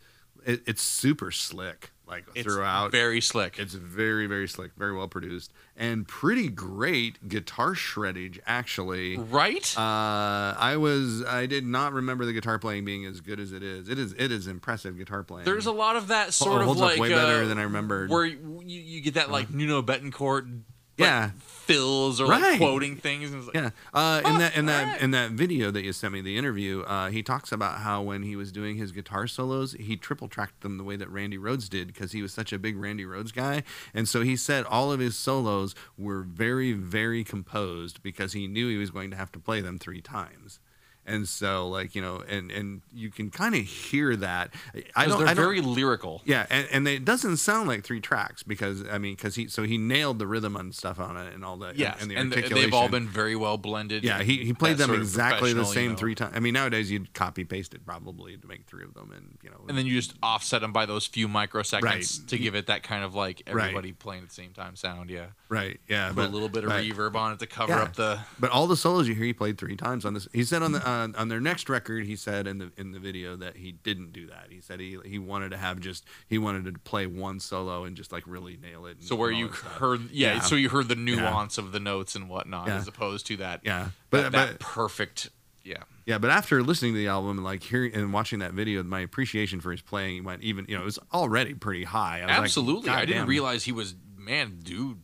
Speaker 1: it, it's super slick like
Speaker 2: it's
Speaker 1: throughout.
Speaker 2: very slick.
Speaker 1: it's very very slick, very well produced, and pretty great guitar shreddage actually.
Speaker 2: Mm. right.
Speaker 1: Uh, I was I did not remember the guitar playing being as good as it is. It is it is impressive guitar playing.
Speaker 2: There's a lot of that
Speaker 1: Hol-
Speaker 2: sort of
Speaker 1: holds
Speaker 2: like
Speaker 1: up way better
Speaker 2: uh,
Speaker 1: than I remembered. Uh-huh.
Speaker 2: Where you, you you get that like Nuno Betancourt, like,
Speaker 1: Yeah.
Speaker 2: fills or like
Speaker 1: Right.
Speaker 2: quoting things. And it's like,
Speaker 1: Yeah. Uh,
Speaker 2: Huh,
Speaker 1: in that in that
Speaker 2: alright.
Speaker 1: in that video that you sent me, the interview, uh, he talks about how when he was doing his guitar solos, he triple tracked them the way that Randy Rhodes did because he was such a big Randy Rhodes guy, and so he said all of his solos were very very composed because he knew he was going to have to play them three times. And so, like you know, and and you can kind of hear that. I
Speaker 2: 'Cause
Speaker 1: don't.
Speaker 2: they're
Speaker 1: I don't,
Speaker 2: very lyrical.
Speaker 1: yeah, and, and they, it doesn't sound like three tracks because I mean, because he so he nailed the rhythm and stuff on it and all that.
Speaker 2: Yes,
Speaker 1: and,
Speaker 2: and,
Speaker 1: the
Speaker 2: th-
Speaker 1: articulation.
Speaker 2: they've all been very well blended.
Speaker 1: Yeah,
Speaker 2: and
Speaker 1: he, he played
Speaker 2: that
Speaker 1: them
Speaker 2: sort of
Speaker 1: exactly the
Speaker 2: professional, you
Speaker 1: same
Speaker 2: know.
Speaker 1: three times. I mean, nowadays you'd copy paste it probably to make three of them, and you know,
Speaker 2: And then you just offset them by those few microseconds
Speaker 1: Right.
Speaker 2: to give it that kind of like
Speaker 1: Right.
Speaker 2: everybody playing at the same time sound. Yeah,
Speaker 1: right, yeah,
Speaker 2: put a little bit of
Speaker 1: right.
Speaker 2: reverb on it to cover
Speaker 1: Yeah.
Speaker 2: up the.
Speaker 1: But all the solos you hear, he played three times on this. He said on the uh, on their next record, he said in the in the video that he didn't do that. He said he he wanted to have just he wanted to play one solo and just like really nail it. and-
Speaker 2: So where
Speaker 1: and all
Speaker 2: you
Speaker 1: that stuff.
Speaker 2: heard, yeah,
Speaker 1: Yeah.
Speaker 2: so you heard the nuance of the notes and whatnot,
Speaker 1: Yeah.
Speaker 2: as opposed to that,
Speaker 1: yeah, but
Speaker 2: but that,
Speaker 1: but
Speaker 2: that perfect, yeah.
Speaker 1: Yeah, but after listening to the album and like hearing and watching that video, my appreciation for his playing went even. You know, it was already pretty high. I was like,
Speaker 2: Absolutely.
Speaker 1: "God
Speaker 2: I didn't
Speaker 1: damn."
Speaker 2: realize he was man, dude,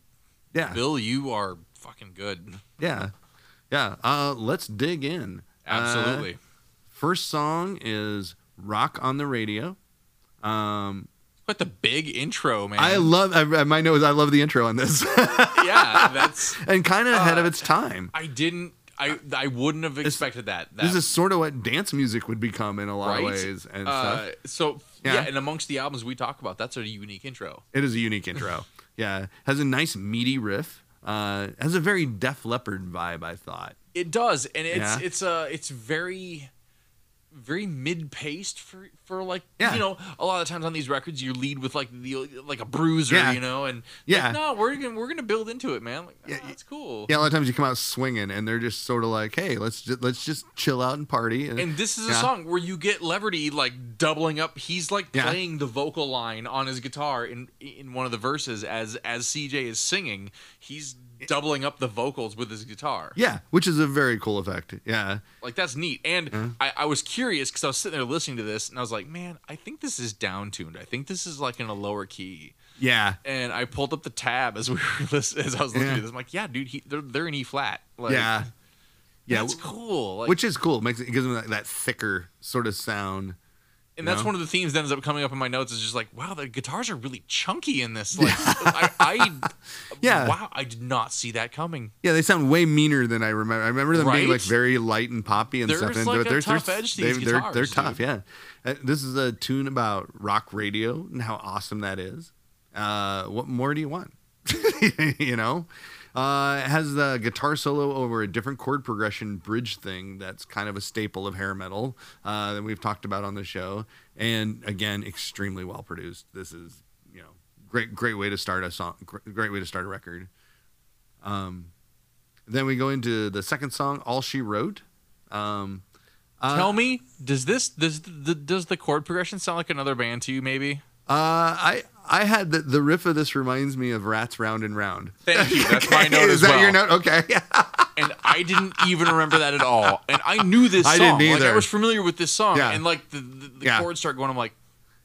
Speaker 1: Yeah, Uh,
Speaker 2: Bill, you are fucking good.
Speaker 1: yeah, yeah. Uh, let's dig in. Uh,
Speaker 2: Absolutely.
Speaker 1: first song is "Rock on the Radio." Um,
Speaker 2: but the big intro, man.
Speaker 1: I love. I, my nose. I love the intro on this,
Speaker 2: yeah, that's
Speaker 1: and kind
Speaker 2: Uh,
Speaker 1: of ahead of its time.
Speaker 2: I didn't I I wouldn't have expected that. that
Speaker 1: This is sort of what dance music would become in a lot
Speaker 2: right?
Speaker 1: of ways and stuff.
Speaker 2: uh, so yeah.
Speaker 1: Yeah.
Speaker 2: and amongst the albums we talk about, that's a unique intro.
Speaker 1: It is a unique intro. yeah, has a nice meaty riff. Uh, has a very Def Leppard vibe. I thought.
Speaker 2: It does, and it's
Speaker 1: Yeah.
Speaker 2: it's uh it's very very mid paced for for like
Speaker 1: Yeah.
Speaker 2: you know a lot of times on these records you lead with like the like a bruiser
Speaker 1: Yeah.
Speaker 2: you know and like,
Speaker 1: Yeah.
Speaker 2: no we're gonna we're gonna build into it man like ah, that's cool
Speaker 1: Yeah, a lot of times you come out swinging, and they're just sort of like, "Hey, let's just, let's just chill out and party." And,
Speaker 2: and this is a
Speaker 1: Yeah.
Speaker 2: song where you get Leverty like doubling up he's like
Speaker 1: Yeah.
Speaker 2: playing the vocal line on his guitar in in one of the verses as as CJ is singing he's doubling up the vocals with his guitar
Speaker 1: yeah, which is a very cool effect. Yeah,
Speaker 2: Like that's neat. And I, I was curious because I was sitting there listening to this and I was like, man, I think this is down tuned. I think this is like in a lower key.
Speaker 1: yeah,
Speaker 2: And I pulled up the tab as we were listening, as I was listening
Speaker 1: Yeah.
Speaker 2: to this. I'm like, yeah, dude, he, they're they're in E flat. Like,
Speaker 1: yeah, yeah.
Speaker 2: that's cool. Like,
Speaker 1: which is cool. It makes it, it gives them that, that thicker sort of sound.
Speaker 2: and that's
Speaker 1: know?
Speaker 2: one of the themes that ends up coming up in my notes is just like, wow, the guitars are really chunky in this. Like, I, I
Speaker 1: Yeah.
Speaker 2: wow, I did not see that coming.
Speaker 1: Yeah, they sound way meaner than I remember. I remember them being
Speaker 2: Right?
Speaker 1: like very light and poppy and
Speaker 2: There's
Speaker 1: stuff.
Speaker 2: like
Speaker 1: and,
Speaker 2: a tough edge to these
Speaker 1: they- they're, they're
Speaker 2: guitars,
Speaker 1: tough. Yeah, Uh, this is a tune about rock radio and how awesome that is. Uh, what more do you want? you know, uh, it has the guitar solo over a different chord progression bridge thing that's kind of a staple of hair metal uh, that we've talked about on the show. And again, extremely well produced. This is you know great great way to start a song. gr- Great way to start a record. Um, then we go into the second song, "All She Wrote." Um, uh,
Speaker 2: Tell me, does this does the, does the chord progression sound like another band to you? Maybe.
Speaker 1: Uh, I I had the, the riff of this reminds me of Rats Round and Round.
Speaker 2: Thank you. That's my note
Speaker 1: Is
Speaker 2: as
Speaker 1: that
Speaker 2: well.
Speaker 1: your note? Okay.
Speaker 2: and I didn't even remember that at all. And I knew this
Speaker 1: I
Speaker 2: song.
Speaker 1: didn't
Speaker 2: Like I
Speaker 1: either.
Speaker 2: was familiar with this song,
Speaker 1: Yeah.
Speaker 2: and like the the, the
Speaker 1: Yeah.
Speaker 2: chords start going. I'm like,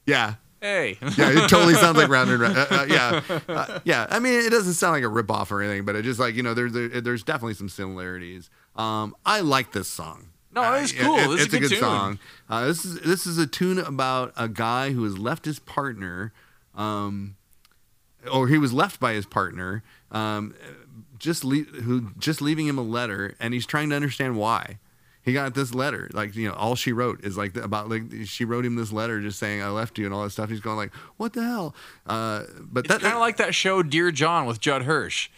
Speaker 1: yeah.
Speaker 2: hey,
Speaker 1: Yeah, it totally sounds like round and round. Uh, uh, yeah, Uh, yeah. I mean, it doesn't sound like a ripoff or anything, but it just like you know, there's there, there's definitely some similarities. Um, I like this song.
Speaker 2: No,
Speaker 1: Uh,
Speaker 2: it's cool. This is
Speaker 1: it's
Speaker 2: a
Speaker 1: a
Speaker 2: good
Speaker 1: good
Speaker 2: tune.
Speaker 1: song. Uh, this is this is a tune about a guy who has left his partner, um, or he was left by his partner, um, just le- who just leaving him a letter, and he's trying to understand why. He got this letter, like you know, all she wrote is like about like she wrote him this letter just saying I left you and all that stuff. He's going like, what the hell? Uh, but
Speaker 2: it's
Speaker 1: that
Speaker 2: kind of like that show Dear John with Judd Hirsch.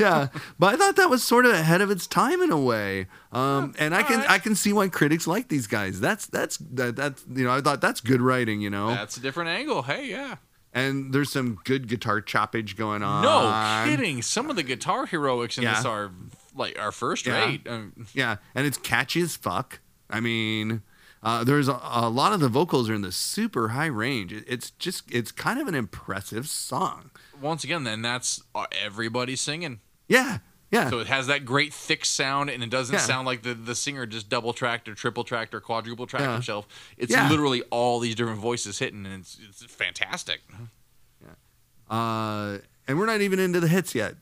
Speaker 1: yeah, but I thought that was sort of ahead of its time in a way. Um, and I can
Speaker 2: Oh, alright.
Speaker 1: I can see why critics like these guys. That's that's that, that's you know I thought that's good writing, you know.
Speaker 2: That's a different angle. Hey, yeah.
Speaker 1: and there's some good guitar choppage going on.
Speaker 2: No kidding. Some of the guitar heroics in this
Speaker 1: Uh, Yeah.
Speaker 2: are like our first
Speaker 1: Yeah.
Speaker 2: rate. Um,
Speaker 1: Yeah, and it's catchy as fuck. I mean, uh, there's a, a lot of the vocals are in the super high range. It, it's just it's kind of an impressive song.
Speaker 2: once again, then that's uh, everybody singing.
Speaker 1: Yeah, yeah.
Speaker 2: So it has that great thick sound, and it doesn't
Speaker 1: Yeah.
Speaker 2: sound like the, the singer just double tracked or triple tracked or quadruple tracked
Speaker 1: Yeah.
Speaker 2: himself. It's
Speaker 1: Yeah.
Speaker 2: literally all these different voices hitting, and it's, it's fantastic.
Speaker 1: uh, and we're not even into the hits yet.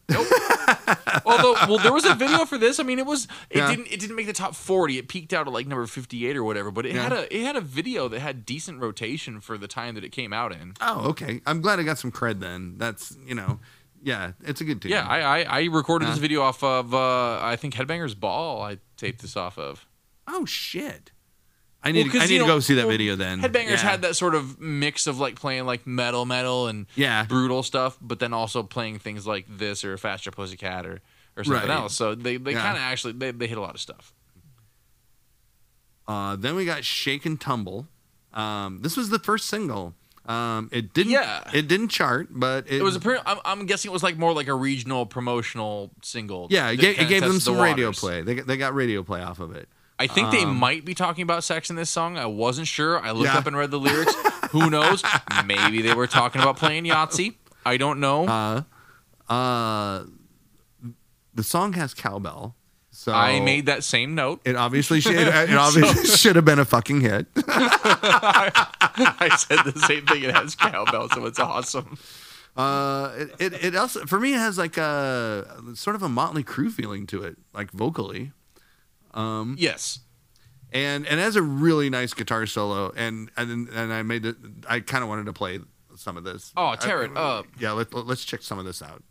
Speaker 2: Although, well, there was a video for this. I mean, it was it
Speaker 1: Yeah.
Speaker 2: didn't it didn't make the top forty. It peaked out at like number fifty eight or whatever. But it had
Speaker 1: Yeah.
Speaker 2: a it had a video that had decent rotation for the time that it came out in.
Speaker 1: Oh, okay. I'm glad I got some cred then. That's you know, yeah, it's a good tune.
Speaker 2: Yeah, I I, I recorded this
Speaker 1: Yeah.
Speaker 2: video off of uh, I think Headbangers Ball. I taped this off of.
Speaker 1: oh shit. I need
Speaker 2: Well,
Speaker 1: to,
Speaker 2: 'cause,
Speaker 1: I need
Speaker 2: you
Speaker 1: to
Speaker 2: know,
Speaker 1: go see that
Speaker 2: well,
Speaker 1: video then.
Speaker 2: Headbangers
Speaker 1: Mm, yeah.
Speaker 2: had that sort of mix of like playing like metal, metal, and
Speaker 1: Yeah.
Speaker 2: brutal stuff, but then also playing things like this or Faster Pussycat or or something
Speaker 1: Right.
Speaker 2: else. So they, they
Speaker 1: Yeah.
Speaker 2: kind of actually they, they hit a lot of stuff.
Speaker 1: Uh, then we got Shake and Tumble. Um, this was the first single. Um, it didn't.
Speaker 2: Yeah.
Speaker 1: It didn't chart, but it,
Speaker 2: It was apparent. I'm, I'm guessing it was like more like a regional promotional single.
Speaker 1: Yeah, it
Speaker 2: that
Speaker 1: gave, it
Speaker 2: kinda
Speaker 1: gave them
Speaker 2: tested
Speaker 1: some
Speaker 2: the
Speaker 1: radio
Speaker 2: waters.
Speaker 1: play. They got, they got radio play off of it.
Speaker 2: I think they
Speaker 1: Um,
Speaker 2: might be talking about sex in this song. I wasn't sure. I looked
Speaker 1: Yeah.
Speaker 2: up and read the lyrics. Who knows? Maybe they were talking about playing Yahtzee. I don't know.
Speaker 1: Uh, uh, the song has cowbell, so
Speaker 2: I made that same note.
Speaker 1: it. Obviously, should, it, it obviously should have been a fucking hit.
Speaker 2: I said the same thing. It has cowbell, so it's awesome.
Speaker 1: Uh, it, it, it also for me it has like a sort of a Motley Crue feeling to it, like vocally,
Speaker 2: Yes.
Speaker 1: and and it has a really nice guitar solo. And and and I made it. I kind of wanted to play some of this.
Speaker 2: Oh, tear it
Speaker 1: I-
Speaker 2: up.
Speaker 1: Yeah, let, let's check some of this out.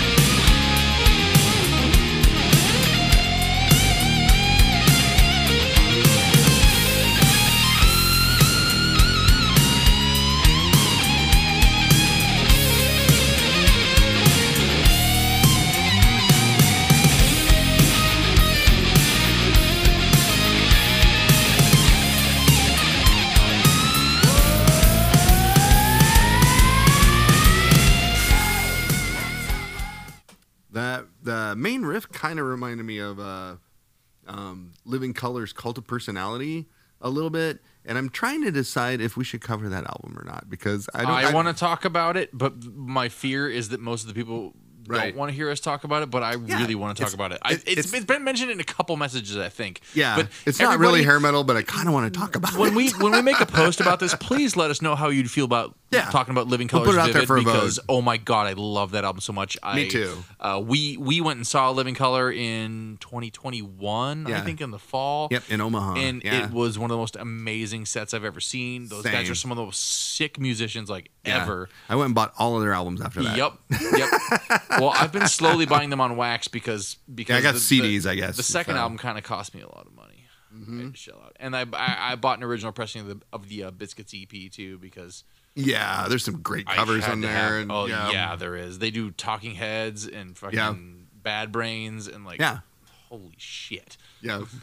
Speaker 4: I
Speaker 1: main riff kind of reminded me of uh, um, Living Color's Cult of Personality a little bit, and I'm trying to decide if we should cover that album or not because I don't.
Speaker 2: I, want to talk about it, but my fear is that most of the people
Speaker 1: Right.
Speaker 2: don't want to hear us talk about it. But I
Speaker 1: Yeah,
Speaker 2: really want to talk
Speaker 1: it's-
Speaker 2: about it. I,
Speaker 1: it-
Speaker 2: it's,
Speaker 1: it's-
Speaker 2: it's been mentioned in a couple messages, I think.
Speaker 1: Yeah,
Speaker 2: but
Speaker 1: it's not really
Speaker 2: everybody-
Speaker 1: hair metal, but I kind of want to talk about
Speaker 2: When
Speaker 1: it.
Speaker 2: we when we make a post about this, please let us know how you'd feel about
Speaker 1: Yeah.
Speaker 2: talking about Living
Speaker 1: We'll
Speaker 2: Colors
Speaker 1: put it out there
Speaker 2: Vivid
Speaker 1: for a vote.
Speaker 2: because oh my god, I love that album so much. I,
Speaker 1: too.
Speaker 2: Uh, we we went and saw Living Color in 2021, I
Speaker 1: Yeah.
Speaker 2: think in the fall.
Speaker 1: Yep, in Omaha.
Speaker 2: And
Speaker 1: Uh, yeah.
Speaker 2: it was one of the most amazing sets I've ever seen. Those guys
Speaker 1: Same.
Speaker 2: are some of the most sick musicians like
Speaker 1: Yeah.
Speaker 2: ever.
Speaker 1: I went and bought all of their albums after that.
Speaker 2: Yep. Yep. well, I've been slowly buying them on wax because because
Speaker 1: Yeah, I got
Speaker 2: the-
Speaker 1: CDs,
Speaker 2: the-
Speaker 1: I guess,
Speaker 2: The second
Speaker 1: so. Mm-hmm.
Speaker 2: album kind of cost me a lot of money. I had to shell out. And I, I I bought an original pressing of the of the uh, Biscuits EP too because
Speaker 1: Yeah, there's some great
Speaker 2: I
Speaker 1: covers
Speaker 2: had
Speaker 1: on
Speaker 2: to
Speaker 1: there.
Speaker 2: have-
Speaker 1: and,
Speaker 2: oh
Speaker 1: yeah.
Speaker 2: yeah. there is. They do Talking Heads and fucking
Speaker 1: Yeah.
Speaker 2: Bad Brains and like
Speaker 1: Yeah.
Speaker 2: holy shit.
Speaker 1: Yeah.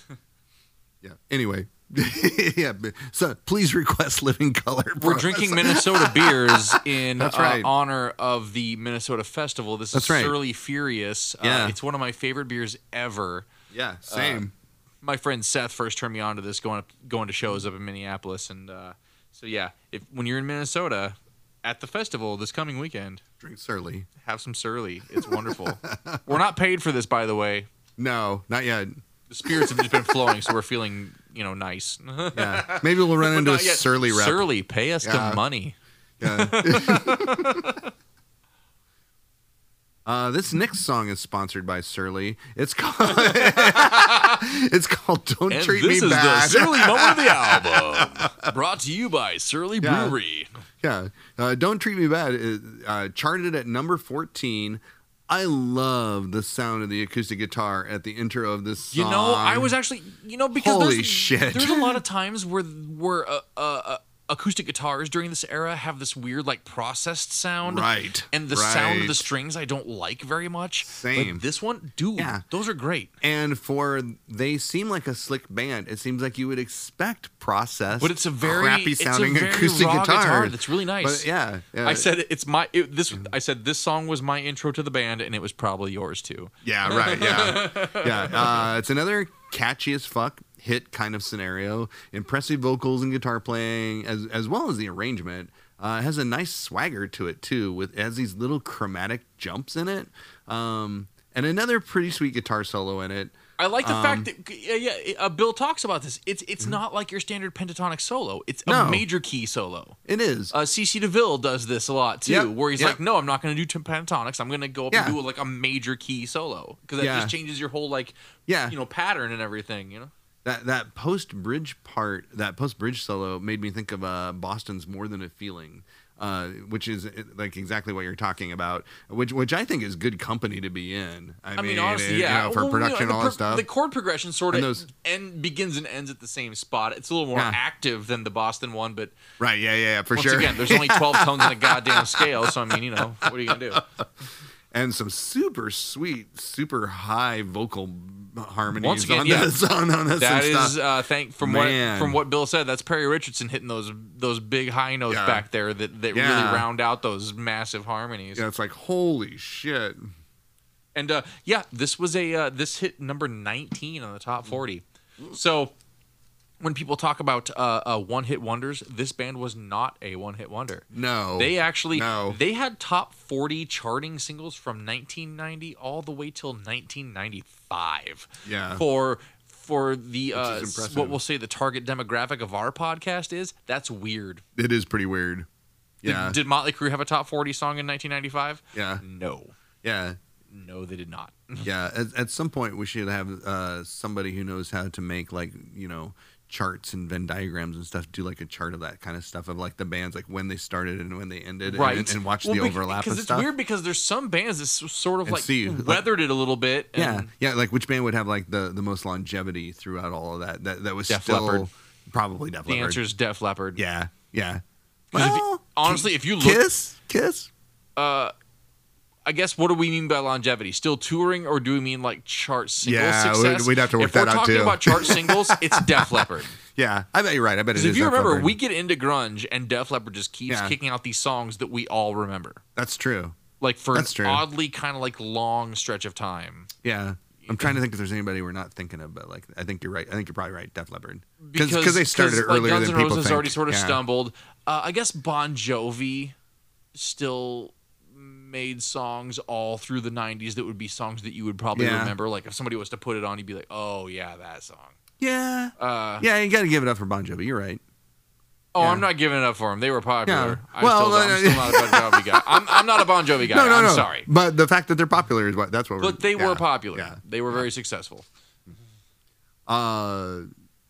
Speaker 1: Yeah. Anyway. yeah. but- So please request Living Color.
Speaker 2: We're
Speaker 1: from
Speaker 2: drinking
Speaker 1: us.
Speaker 2: Minnesota beers in
Speaker 1: That's
Speaker 2: uh,
Speaker 1: right.
Speaker 2: honor of the Minnesota Festival. This
Speaker 1: That's
Speaker 2: is
Speaker 1: right.
Speaker 2: Surly Furious. Uh,
Speaker 1: Yeah.
Speaker 2: it's one of my favorite beers ever.
Speaker 1: Yeah.
Speaker 2: Uh,
Speaker 1: Same.
Speaker 2: my friend Seth first turned me on to this going up, going to shows up in Minneapolis, and uh, so yeah, if when you're in Minnesota at the festival this coming weekend,
Speaker 1: Drink Surly.
Speaker 2: have some Surly. It's wonderful. we're not paid for this, by the way.
Speaker 1: No, not yet.
Speaker 2: The spirits have just been flowing, so we're feeling you know nice.
Speaker 1: Yeah. Maybe we'll run
Speaker 2: But
Speaker 1: into a
Speaker 2: not yet.
Speaker 1: Surly rep.
Speaker 2: Surly, pay us
Speaker 1: Yeah.
Speaker 2: the money.
Speaker 1: Yeah. Uh, this next song is sponsored by Surly. It's called. it's called "Don't
Speaker 2: And
Speaker 1: Treat
Speaker 2: this
Speaker 1: Me
Speaker 2: is
Speaker 1: Bad."
Speaker 2: the Surly moment of the album, brought to you by Surly
Speaker 1: Yeah.
Speaker 2: Brewery.
Speaker 1: Yeah. Uh, Don't Treat Me Bad is uh, charted at number 14. I love the sound of the acoustic guitar at the intro of this song.
Speaker 2: You know, I was actually, you know, because
Speaker 1: Holy
Speaker 2: there's,
Speaker 1: shit.
Speaker 2: there's a lot of times where where uh, uh, uh, acoustic guitars during this era have this weird like processed sound,
Speaker 1: Right,
Speaker 2: And the sound of the
Speaker 1: right.
Speaker 2: strings I don't like very much. But
Speaker 1: Same.
Speaker 2: this one, dude,
Speaker 1: Yeah.
Speaker 2: those are great.
Speaker 1: And for they seem like a slick band. It seems like you would expect process,
Speaker 2: But it's a very
Speaker 1: crappy sounding
Speaker 2: it's a very
Speaker 1: acoustic
Speaker 2: raw
Speaker 1: guitar.
Speaker 2: That's really nice.
Speaker 1: But yeah, yeah.
Speaker 2: I said it's my it, this. I said this song was my intro to the band, and it was probably yours too.
Speaker 1: Yeah, right. Yeah, yeah. Uh, it's another catchy as fuck hit kind of scenario. Impressive vocals and guitar playing, as as well as the arrangement. Uh, it has a nice swagger to it too, with it has these little chromatic jumps in it, um, and another pretty sweet guitar solo in it.
Speaker 2: I like the
Speaker 1: Um,
Speaker 2: fact that yeah, yeah, uh, Bill talks about this. It's it's not like your standard pentatonic solo. It's a
Speaker 1: Mm-hmm. No.
Speaker 2: major key solo.
Speaker 1: It is.
Speaker 2: Uh, CC DeVille does this a lot too,
Speaker 1: Yep,
Speaker 2: where he's
Speaker 1: yep.
Speaker 2: like, "No, I'm not going to do t- pentatonics. I'm going to go up
Speaker 1: Yeah.
Speaker 2: and do like a major key solo because that
Speaker 1: Yeah.
Speaker 2: just changes your whole like,
Speaker 1: Yeah.
Speaker 2: you know, pattern and everything. You know,
Speaker 1: That that post bridge part, that post bridge solo, made me think of uh, Boston's "More Than a Feeling," uh, which is uh, like exactly what you're talking about, which which I think is good company to be in. I,
Speaker 2: I mean, honestly,
Speaker 1: it- you
Speaker 2: yeah,
Speaker 1: know, for
Speaker 2: Well, you know,
Speaker 1: production,
Speaker 2: the
Speaker 1: all
Speaker 2: pro-
Speaker 1: that stuff.
Speaker 2: The chord progression sort of
Speaker 1: And those-
Speaker 2: end begins and ends at the same spot. It's a little more
Speaker 1: Yeah.
Speaker 2: active than the Boston one, but
Speaker 1: right? Yeah, yeah, yeah, for
Speaker 2: once
Speaker 1: sure.
Speaker 2: again, there's only 12 tones in a goddamn scale. So I mean, you know, what are you going to do?
Speaker 1: and some super sweet, super high vocal harmonies
Speaker 2: Once again,
Speaker 1: on
Speaker 2: yeah.
Speaker 1: this on, on this
Speaker 2: That
Speaker 1: and stuff.
Speaker 2: is uh, thank from what
Speaker 1: Man.
Speaker 2: from what Bill said. That's Perry Richardson hitting those those big high notes
Speaker 1: Yeah.
Speaker 2: back there that that
Speaker 1: Yeah.
Speaker 2: really round out those massive harmonies.
Speaker 1: yeah, it's like holy shit.
Speaker 2: And uh, yeah, this was a uh, this hit number 19 on the top 40. So when people talk about uh, uh, one hit wonders, this band was not a one hit wonder.
Speaker 1: No,
Speaker 2: They actually
Speaker 1: no.
Speaker 2: they had top 40 charting singles from 1990 all the way till 1995.
Speaker 1: Yeah.
Speaker 2: For for the uh,
Speaker 1: is impressive.
Speaker 2: what we'll say the target demographic of our podcast is, that's weird.
Speaker 1: it is pretty weird.
Speaker 2: Did-
Speaker 1: Yeah,
Speaker 2: Did, Motley Crue have a top 40 song in 1995?
Speaker 1: Yeah.
Speaker 2: No.
Speaker 1: yeah.
Speaker 2: No, they did not.
Speaker 1: yeah at, at some point we should have uh, somebody who knows how to make like you know charts and venn diagrams and stuff do like a chart of that kind of stuff of like the bands like when they started and when they ended and-
Speaker 2: right
Speaker 1: and, and watch
Speaker 2: Well,
Speaker 1: the
Speaker 2: bec-
Speaker 1: overlap
Speaker 2: because
Speaker 1: and
Speaker 2: it's
Speaker 1: stuff
Speaker 2: weird because there's some bands that s- sort of
Speaker 1: And
Speaker 2: like
Speaker 1: see, like-
Speaker 2: weathered it a little bit and
Speaker 1: yeah yeah like which band would have like the the most longevity throughout all of that that, that was
Speaker 2: Def
Speaker 1: still
Speaker 2: Leppard.
Speaker 1: probably Def
Speaker 2: the
Speaker 1: Leppard
Speaker 2: answer is Def Leppard
Speaker 1: yeah yeah
Speaker 2: 'Cause if you-
Speaker 1: Well,
Speaker 2: honestly if you look
Speaker 1: kiss kiss
Speaker 2: Uh, I guess what do we mean by longevity still touring or do we mean like chart single
Speaker 1: Yeah, we'd-
Speaker 2: success
Speaker 1: we'd have to work
Speaker 2: if we're
Speaker 1: that out,
Speaker 2: talking
Speaker 1: too.
Speaker 2: about chart singles it's Def Leppard
Speaker 1: yeah I bet you're right I bet it is
Speaker 2: because if you
Speaker 1: Def
Speaker 2: remember
Speaker 1: Leppard.
Speaker 2: we get into grunge and Def Leppard just keeps
Speaker 1: Yeah.
Speaker 2: kicking out these songs that we all remember
Speaker 1: that's true
Speaker 2: like for
Speaker 1: That's
Speaker 2: an
Speaker 1: true.
Speaker 2: oddly kind of like long stretch of time.
Speaker 1: Yeah. I'm trying to think if there's anybody we're not thinking of, but like I think you're right. I think you're probably right. Def Leppard because they started
Speaker 2: 'cause, like,
Speaker 1: earlier
Speaker 2: Guns
Speaker 1: than
Speaker 2: N'
Speaker 1: people
Speaker 2: Roses
Speaker 1: think.
Speaker 2: already sort of
Speaker 1: Yeah.
Speaker 2: stumbled. Uh, I guess Bon Jovi still made songs all through the '90s that would be songs that you would probably
Speaker 1: Yeah.
Speaker 2: remember. Like if somebody was to put it on, you'd be like, "Oh yeah, that song."
Speaker 1: Yeah,
Speaker 2: Uh,
Speaker 1: yeah. You got to give it up for Bon Jovi. You're right.
Speaker 2: Oh,
Speaker 1: Yeah.
Speaker 2: I'm not giving it up for them. They were popular.
Speaker 1: Yeah.
Speaker 2: I
Speaker 1: Well,
Speaker 2: still, I'm
Speaker 1: no, no.
Speaker 2: still not a Bon Jovi guy. I'm, I'm not a Bon Jovi guy.
Speaker 1: no, no,
Speaker 2: I'm
Speaker 1: no.
Speaker 2: sorry.
Speaker 1: But the fact that they're popular is what that's what.
Speaker 2: But
Speaker 1: we're,
Speaker 2: they were
Speaker 1: yeah.
Speaker 2: popular.
Speaker 1: Yeah.
Speaker 2: They were very successful.
Speaker 1: Uh,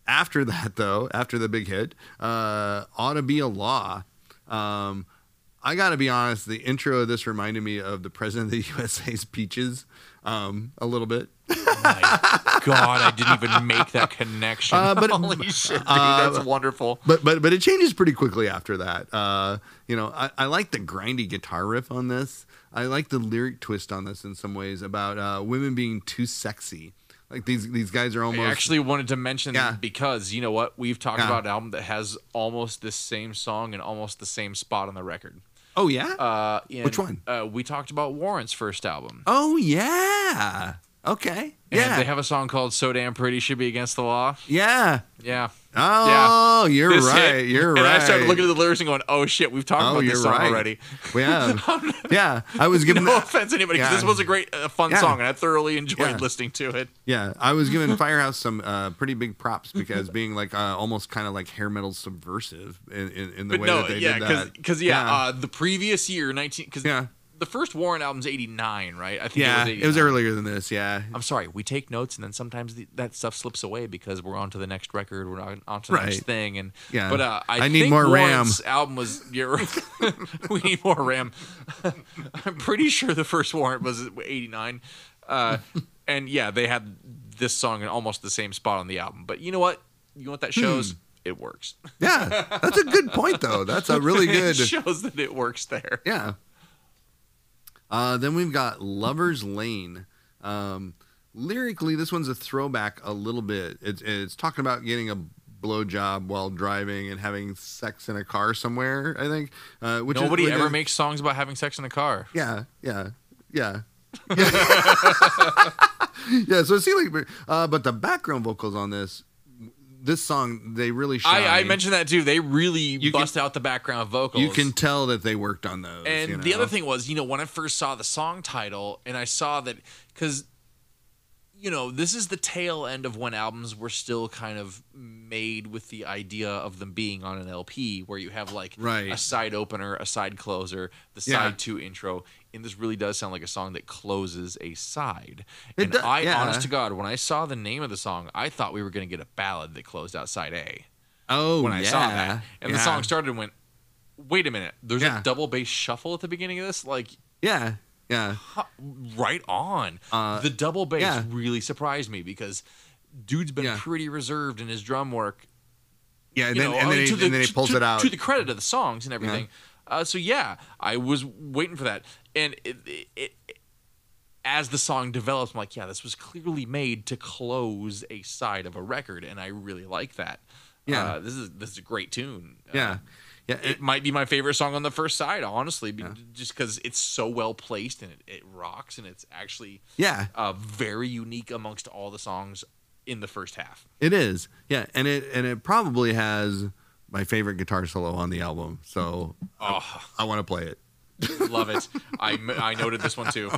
Speaker 1: after that, though, after the big hit, uh, ought to be a law. Um, I got to be honest. The intro of this reminded me of the president of the USA's peaches um, a little bit.
Speaker 2: My God, I didn't even make that connection.
Speaker 1: Uh, but-
Speaker 2: Holy shit, dude,
Speaker 1: uh,
Speaker 2: that's wonderful.
Speaker 1: but but but it changes pretty quickly after that. Uh, you know, I, I like the grindy guitar riff on this. I like the lyric twist on this in some ways about uh, women being too sexy. Like these these guys are
Speaker 2: I
Speaker 1: almost
Speaker 2: actually wanted to mention
Speaker 1: Yeah.
Speaker 2: because you know what we've talked
Speaker 1: Yeah.
Speaker 2: about an album that has almost this same song and almost the same spot on the record.
Speaker 1: Oh yeah.
Speaker 2: Uh, and,
Speaker 1: Which one?
Speaker 2: Uh, we talked about Warren's first album.
Speaker 1: oh yeah. Okay.
Speaker 2: And
Speaker 1: Yeah.
Speaker 2: they have a song called "So Damn Pretty" should be against the law.
Speaker 1: yeah.
Speaker 2: Yeah.
Speaker 1: Oh, you're
Speaker 2: This
Speaker 1: right.
Speaker 2: hit.
Speaker 1: You're
Speaker 2: And
Speaker 1: right.
Speaker 2: I started looking at the lyrics and going, "Oh shit, we've talked
Speaker 1: Oh,
Speaker 2: about
Speaker 1: you're
Speaker 2: this song
Speaker 1: right.
Speaker 2: already."
Speaker 1: We have. yeah. I was giving
Speaker 2: No
Speaker 1: that.
Speaker 2: offense, to anybody, 'cause
Speaker 1: Yeah.
Speaker 2: this was a great, uh, fun
Speaker 1: Yeah.
Speaker 2: song, and I thoroughly enjoyed
Speaker 1: Yeah.
Speaker 2: listening to it.
Speaker 1: Yeah, I was giving Firehouse some uh, pretty big props because being like uh, almost kind of like hair metal subversive in, in, in the
Speaker 2: But
Speaker 1: way
Speaker 2: no,
Speaker 1: that they
Speaker 2: yeah,
Speaker 1: did
Speaker 2: because
Speaker 1: that.
Speaker 2: yeah, Uh, the previous year, nineteen, because
Speaker 1: Yeah.
Speaker 2: the first Warren album's eighty nine, right? I think
Speaker 1: yeah,
Speaker 2: it was,
Speaker 1: it was
Speaker 2: 89.
Speaker 1: earlier than this. Yeah,
Speaker 2: I'm sorry, we take notes, and then sometimes the, that stuff slips away because we're on to the next record, we're on, on to the next
Speaker 1: Right.
Speaker 2: thing, and
Speaker 1: Yeah.
Speaker 2: But uh, I,
Speaker 1: I need
Speaker 2: think
Speaker 1: more RAM.
Speaker 2: Warren's Album was your. we need more RAM. I'm pretty sure the first Warren was '89, uh, and yeah, they had this song in almost the same spot on the album. But you know what? You know what
Speaker 1: Hmm.
Speaker 2: that shows? It works.
Speaker 1: yeah, that's a good point though. That's a really
Speaker 2: it
Speaker 1: good.
Speaker 2: shows that it works there.
Speaker 1: Yeah. Uh, then we've got Lover's Lane. Um, lyrically, this one's a throwback a little bit. It's, it's talking about getting a blowjob while driving and having sex in a car somewhere. I think. Uh, which is-
Speaker 2: Nobody
Speaker 1: which
Speaker 2: ever
Speaker 1: is-
Speaker 2: makes songs about having sex in the car.
Speaker 1: Yeah, yeah, yeah. yeah, so it seemed like, uh, but the background vocals on this, this song, they really shine.
Speaker 2: I, I mentioned that too. They really
Speaker 1: can-
Speaker 2: bust out the background vocals.
Speaker 1: you can tell that they worked on those.
Speaker 2: And
Speaker 1: you know?
Speaker 2: the other thing was, you know, when I first saw the song title and I saw that, because, you know, this is the tail end of when albums were still kind of made with the idea of them being on an LP, where you have like
Speaker 1: Right.
Speaker 2: a side opener, a side closer, the
Speaker 1: Yeah.
Speaker 2: side two intro. And this really does sound like a song that closes a side.
Speaker 1: It
Speaker 2: and
Speaker 1: do-
Speaker 2: I,
Speaker 1: yeah.
Speaker 2: honest to God, when I saw the name of the song, I thought we were going to get a ballad that closed out side A
Speaker 1: oh,
Speaker 2: when I
Speaker 1: yeah.
Speaker 2: saw that. And the
Speaker 1: yeah.
Speaker 2: song started and went, wait a minute, there's
Speaker 1: Yeah.
Speaker 2: a double bass shuffle at the beginning of this? Like,
Speaker 1: Yeah, yeah,
Speaker 2: huh, right on.
Speaker 1: Uh,
Speaker 2: the double bass
Speaker 1: yeah.
Speaker 2: really surprised me because dude's been
Speaker 1: Yeah.
Speaker 2: pretty reserved in his drum work.
Speaker 1: yeah. And
Speaker 2: you
Speaker 1: then,
Speaker 2: know,
Speaker 1: and,
Speaker 2: I
Speaker 1: then
Speaker 2: mean,
Speaker 1: he,
Speaker 2: to the-
Speaker 1: and then he
Speaker 2: to-
Speaker 1: pulls
Speaker 2: to-
Speaker 1: it out.
Speaker 2: To the credit of the songs and everything. Uh, so, yeah, I was waiting for that. And it, it, it- as the song develops, I'm like, yeah, this was clearly made to close a side of a record. And I really like that.
Speaker 1: Yeah.
Speaker 2: Uh, this is this is a great tune. Uh,
Speaker 1: yeah, yeah.
Speaker 2: it
Speaker 1: it-
Speaker 2: might be my favorite song on the first side, honestly, be- just because it's so well placed and it, it rocks and it's actually
Speaker 1: yeah,
Speaker 2: uh, very unique amongst all the songs in the first half.
Speaker 1: it is. Yeah, and it and it probably has my favorite guitar solo on the album. So
Speaker 2: Oh,
Speaker 1: I want to play it.
Speaker 2: love it. I, m- I noted this one too.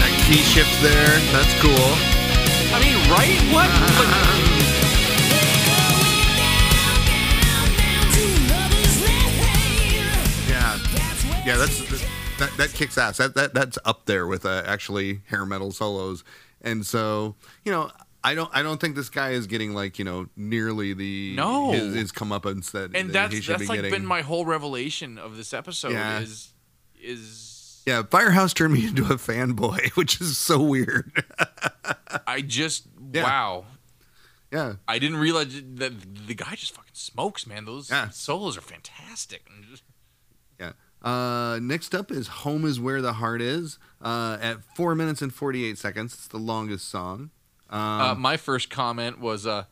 Speaker 1: That key shift there. That's cool.
Speaker 2: I mean, right? What? Like,
Speaker 1: Yeah, yeah,
Speaker 3: Yeah,
Speaker 1: that's that, that kicks ass. That that that's up there with uh, actually hair metal solos. And so you know, I don't. I don't think this guy is getting like you know nearly the
Speaker 2: No.
Speaker 1: his, his comeuppance that
Speaker 2: and
Speaker 1: that he
Speaker 2: that's
Speaker 1: should
Speaker 2: that's
Speaker 1: be
Speaker 2: like
Speaker 1: getting.
Speaker 2: been my whole revelation of this episode
Speaker 1: Yeah.
Speaker 2: is is
Speaker 1: yeah, Firehouse turned me into a fanboy, which is so weird.
Speaker 2: I just
Speaker 1: Yeah.
Speaker 2: wow.
Speaker 1: yeah,
Speaker 2: I didn't realize that the guy just fucking smokes, man. Those
Speaker 1: Yeah.
Speaker 2: solos are fantastic.
Speaker 1: yeah. Uh, next up is "Home Is Where the Heart Is" uh, at four minutes and forty-eight seconds. It's the longest song. Um,
Speaker 2: uh, my first comment was, uh,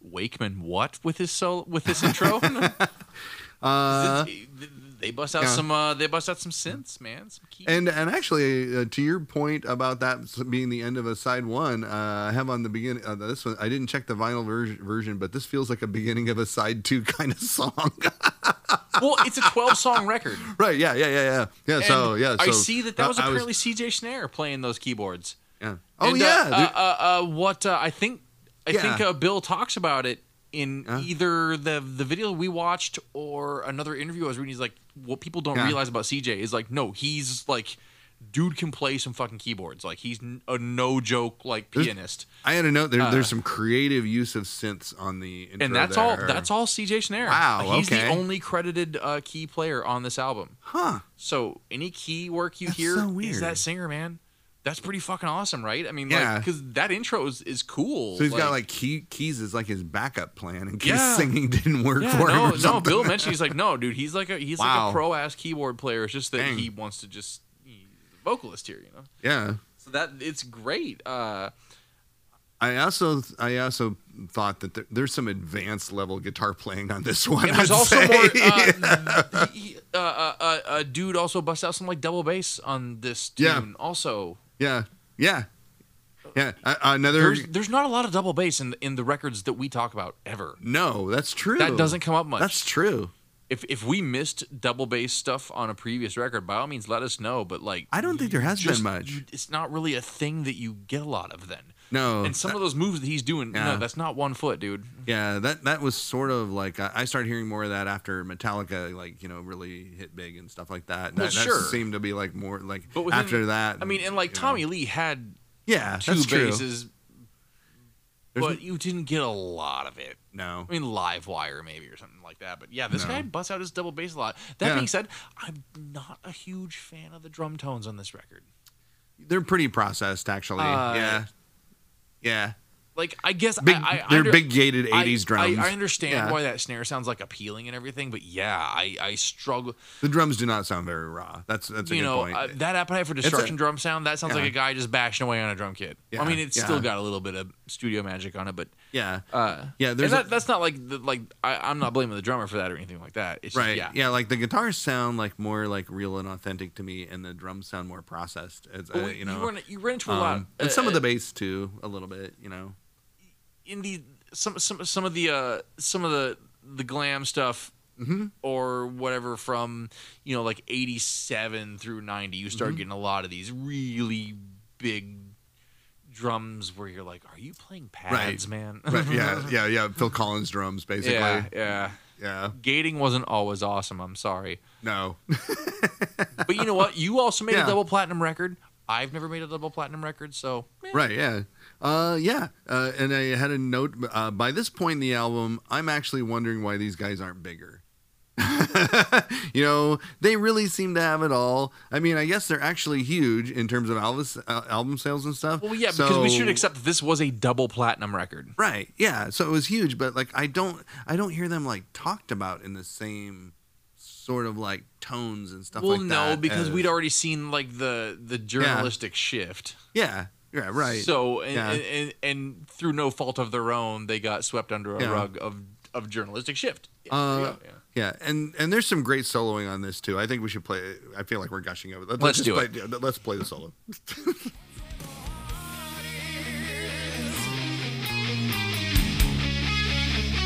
Speaker 2: "Wakeman, what with his solo with his intro?" they bust out
Speaker 1: Uh, yeah.
Speaker 2: some. Uh, they bust out some synths, man. Some keys.
Speaker 1: And and actually, uh, to your point about that s- being the end of a side one, uh, I have on the beginning uh, this one. I didn't check the vinyl ver- version, but this feels like a beginning of a side two kind of song.
Speaker 2: well, it's a twelve song record.
Speaker 1: right? Yeah, yeah, yeah, yeah, yeah. so
Speaker 2: And
Speaker 1: yeah,
Speaker 2: I
Speaker 1: so,
Speaker 2: see that that was
Speaker 1: I- I
Speaker 2: apparently C.J. Snare playing those keyboards.
Speaker 1: yeah. Oh
Speaker 2: And, uh,
Speaker 1: yeah,
Speaker 2: uh,
Speaker 1: there-
Speaker 2: uh, uh, what uh, I think, I
Speaker 1: Yeah.
Speaker 2: think uh, Bill talks about it in
Speaker 1: Huh?
Speaker 2: either the the video we watched or another interview I was reading. He's like, what people don't
Speaker 1: Yeah.
Speaker 2: realize about CJ is like, no, he's like, dude can play some fucking keyboards. Like he's n- a no joke like pianist,
Speaker 1: I had a note. There, there's some creative use of synths on the intro
Speaker 2: uh, and that's all.
Speaker 1: there.
Speaker 2: That's all CJ Snare.
Speaker 1: Wow,
Speaker 2: he's
Speaker 1: okay.
Speaker 2: the only credited uh, key player on this album.
Speaker 1: Huh?
Speaker 2: So any key work you
Speaker 1: That's
Speaker 2: hear
Speaker 1: so
Speaker 2: is
Speaker 1: weird.
Speaker 2: that singer, man. That's pretty fucking awesome, right? I mean,
Speaker 1: Yeah.
Speaker 2: like, because that intro is, is cool.
Speaker 1: So he's got like key, keys as like his backup plan in case
Speaker 2: Yeah.
Speaker 1: singing didn't work
Speaker 2: Yeah,
Speaker 1: for
Speaker 2: no,
Speaker 1: him. Or
Speaker 2: no.
Speaker 1: something.
Speaker 2: Bill mentioned he's like, no, dude, he's like a he's like
Speaker 1: Wow.
Speaker 2: a pro ass keyboard player. It's just that
Speaker 1: Dang.
Speaker 2: he wants to just he's a vocalist here, you know.
Speaker 1: Yeah.
Speaker 2: So that it's great. Uh,
Speaker 1: I also I also thought that there, there's some advanced level guitar playing on this one.
Speaker 2: and there's
Speaker 1: I'd
Speaker 2: also
Speaker 1: say.
Speaker 2: more. Uh, he- uh, uh, uh, uh, dude also busts out some like double bass on this tune.
Speaker 1: Yeah.
Speaker 2: Also,
Speaker 1: yeah, yeah, yeah. Uh, another
Speaker 2: there's there's not a lot of double bass in in the records that we talk about ever.
Speaker 1: no, that's true.
Speaker 2: That doesn't come up much.
Speaker 1: That's true.
Speaker 2: if if we missed double bass stuff on a previous record, by all means, let us know. But like,
Speaker 1: I don't think there has
Speaker 2: just-
Speaker 1: been much.
Speaker 2: It's not really a thing that you get a lot of then.
Speaker 1: No,
Speaker 2: and some of those moves that he's doing,
Speaker 1: Yeah.
Speaker 2: no, that's not one foot, dude.
Speaker 1: yeah, that that was sort of like I I started hearing more of that after Metallica, like you know, really hit big and stuff like that. And
Speaker 2: Well,
Speaker 1: that, that
Speaker 2: sure.
Speaker 1: seemed to be like more like
Speaker 2: But within-
Speaker 1: after that.
Speaker 2: I mean, and like
Speaker 1: you know.
Speaker 2: Tommy Lee had
Speaker 1: yeah,
Speaker 2: two
Speaker 1: Ah, that's true.
Speaker 2: bases,
Speaker 1: There's
Speaker 2: but you didn't get a lot of it.
Speaker 1: no,
Speaker 2: I mean, live wire maybe or something like that. But yeah, this
Speaker 1: No.
Speaker 2: guy busts out his double bass a lot. That
Speaker 1: Yeah.
Speaker 2: being said, I'm not a huge fan of the drum tones on this record.
Speaker 1: they're pretty processed actually.
Speaker 2: Uh,
Speaker 1: yeah, yeah.
Speaker 2: Like, I guess
Speaker 1: Big,
Speaker 2: I, I
Speaker 1: they're
Speaker 2: under-
Speaker 1: big gated
Speaker 2: I-
Speaker 1: '80s drums.
Speaker 2: I, I understand
Speaker 1: Yeah.
Speaker 2: why that snare sounds like appealing and everything, but yeah, I, I struggle.
Speaker 1: The drums do not sound very raw. That's that's a
Speaker 2: you
Speaker 1: good
Speaker 2: know,
Speaker 1: point.
Speaker 2: uh, that appetite for destruction drum sound, that sounds
Speaker 1: yeah.
Speaker 2: like a guy just bashing away on a drum kit.
Speaker 1: Yeah,
Speaker 2: I mean, it's still
Speaker 1: yeah.
Speaker 2: got a little bit of studio magic on it, but
Speaker 1: yeah,
Speaker 2: uh,
Speaker 1: yeah.
Speaker 2: and
Speaker 1: There's
Speaker 2: that,
Speaker 1: a-
Speaker 2: that's not like the, like I, I'm not blaming the drummer for that or anything like that. It's
Speaker 1: right.
Speaker 2: just,
Speaker 1: Yeah.
Speaker 2: yeah.
Speaker 1: like the guitars sound like more like real and authentic to me, and the drums sound more processed. It's,
Speaker 2: But
Speaker 1: uh,
Speaker 2: we-
Speaker 1: you know,
Speaker 2: run, you run into a
Speaker 1: um,
Speaker 2: lot,
Speaker 1: and
Speaker 2: uh,
Speaker 1: some of
Speaker 2: uh,
Speaker 1: the bass too, a little bit. You know,
Speaker 2: in the some some some of the uh some of the the glam stuff
Speaker 1: Mm-hmm.
Speaker 2: or whatever from you know like 87 through 90 you
Speaker 1: Mm-hmm.
Speaker 2: start getting a lot of these really big drums where you're like are you playing pads man
Speaker 1: right? Yeah, yeah, yeah. Phil Collins drums, basically.
Speaker 2: yeah
Speaker 1: Yeah,
Speaker 2: yeah gating wasn't always awesome i'm sorry
Speaker 1: no.
Speaker 2: but you know what you also made
Speaker 1: Yeah.
Speaker 2: a double platinum record i've never made a double platinum record so eh.
Speaker 1: Right, yeah. Uh, yeah, uh, and I had a note. Uh, by this point in the album, I'm actually wondering why these guys aren't bigger. you know, they really seem to have it all. I mean, I guess they're actually huge in terms of Elvis, uh, album sales and stuff.
Speaker 2: well yeah because we
Speaker 1: So-
Speaker 2: should accept that this was a double platinum record
Speaker 1: Right, yeah. So it was huge, but like I don't, I don't hear them like talked about in the same sort of like tones and stuff
Speaker 2: well
Speaker 1: like that.
Speaker 2: no because
Speaker 1: as-
Speaker 2: we'd already seen like the the journalistic shift
Speaker 1: yeah, yeah, right.
Speaker 2: so and,
Speaker 1: Yeah.
Speaker 2: and, and and through no fault of their own they got swept under a
Speaker 1: Yeah.
Speaker 2: rug of of journalistic shift Yeah,
Speaker 1: Uh,
Speaker 2: yeah, yeah.
Speaker 1: Yeah, and and there's some great soloing on this too. I think we should play. I feel like we're gushing over.
Speaker 2: Let's
Speaker 1: just
Speaker 2: do
Speaker 1: play,
Speaker 2: it.
Speaker 1: yeah, Let's play the solo.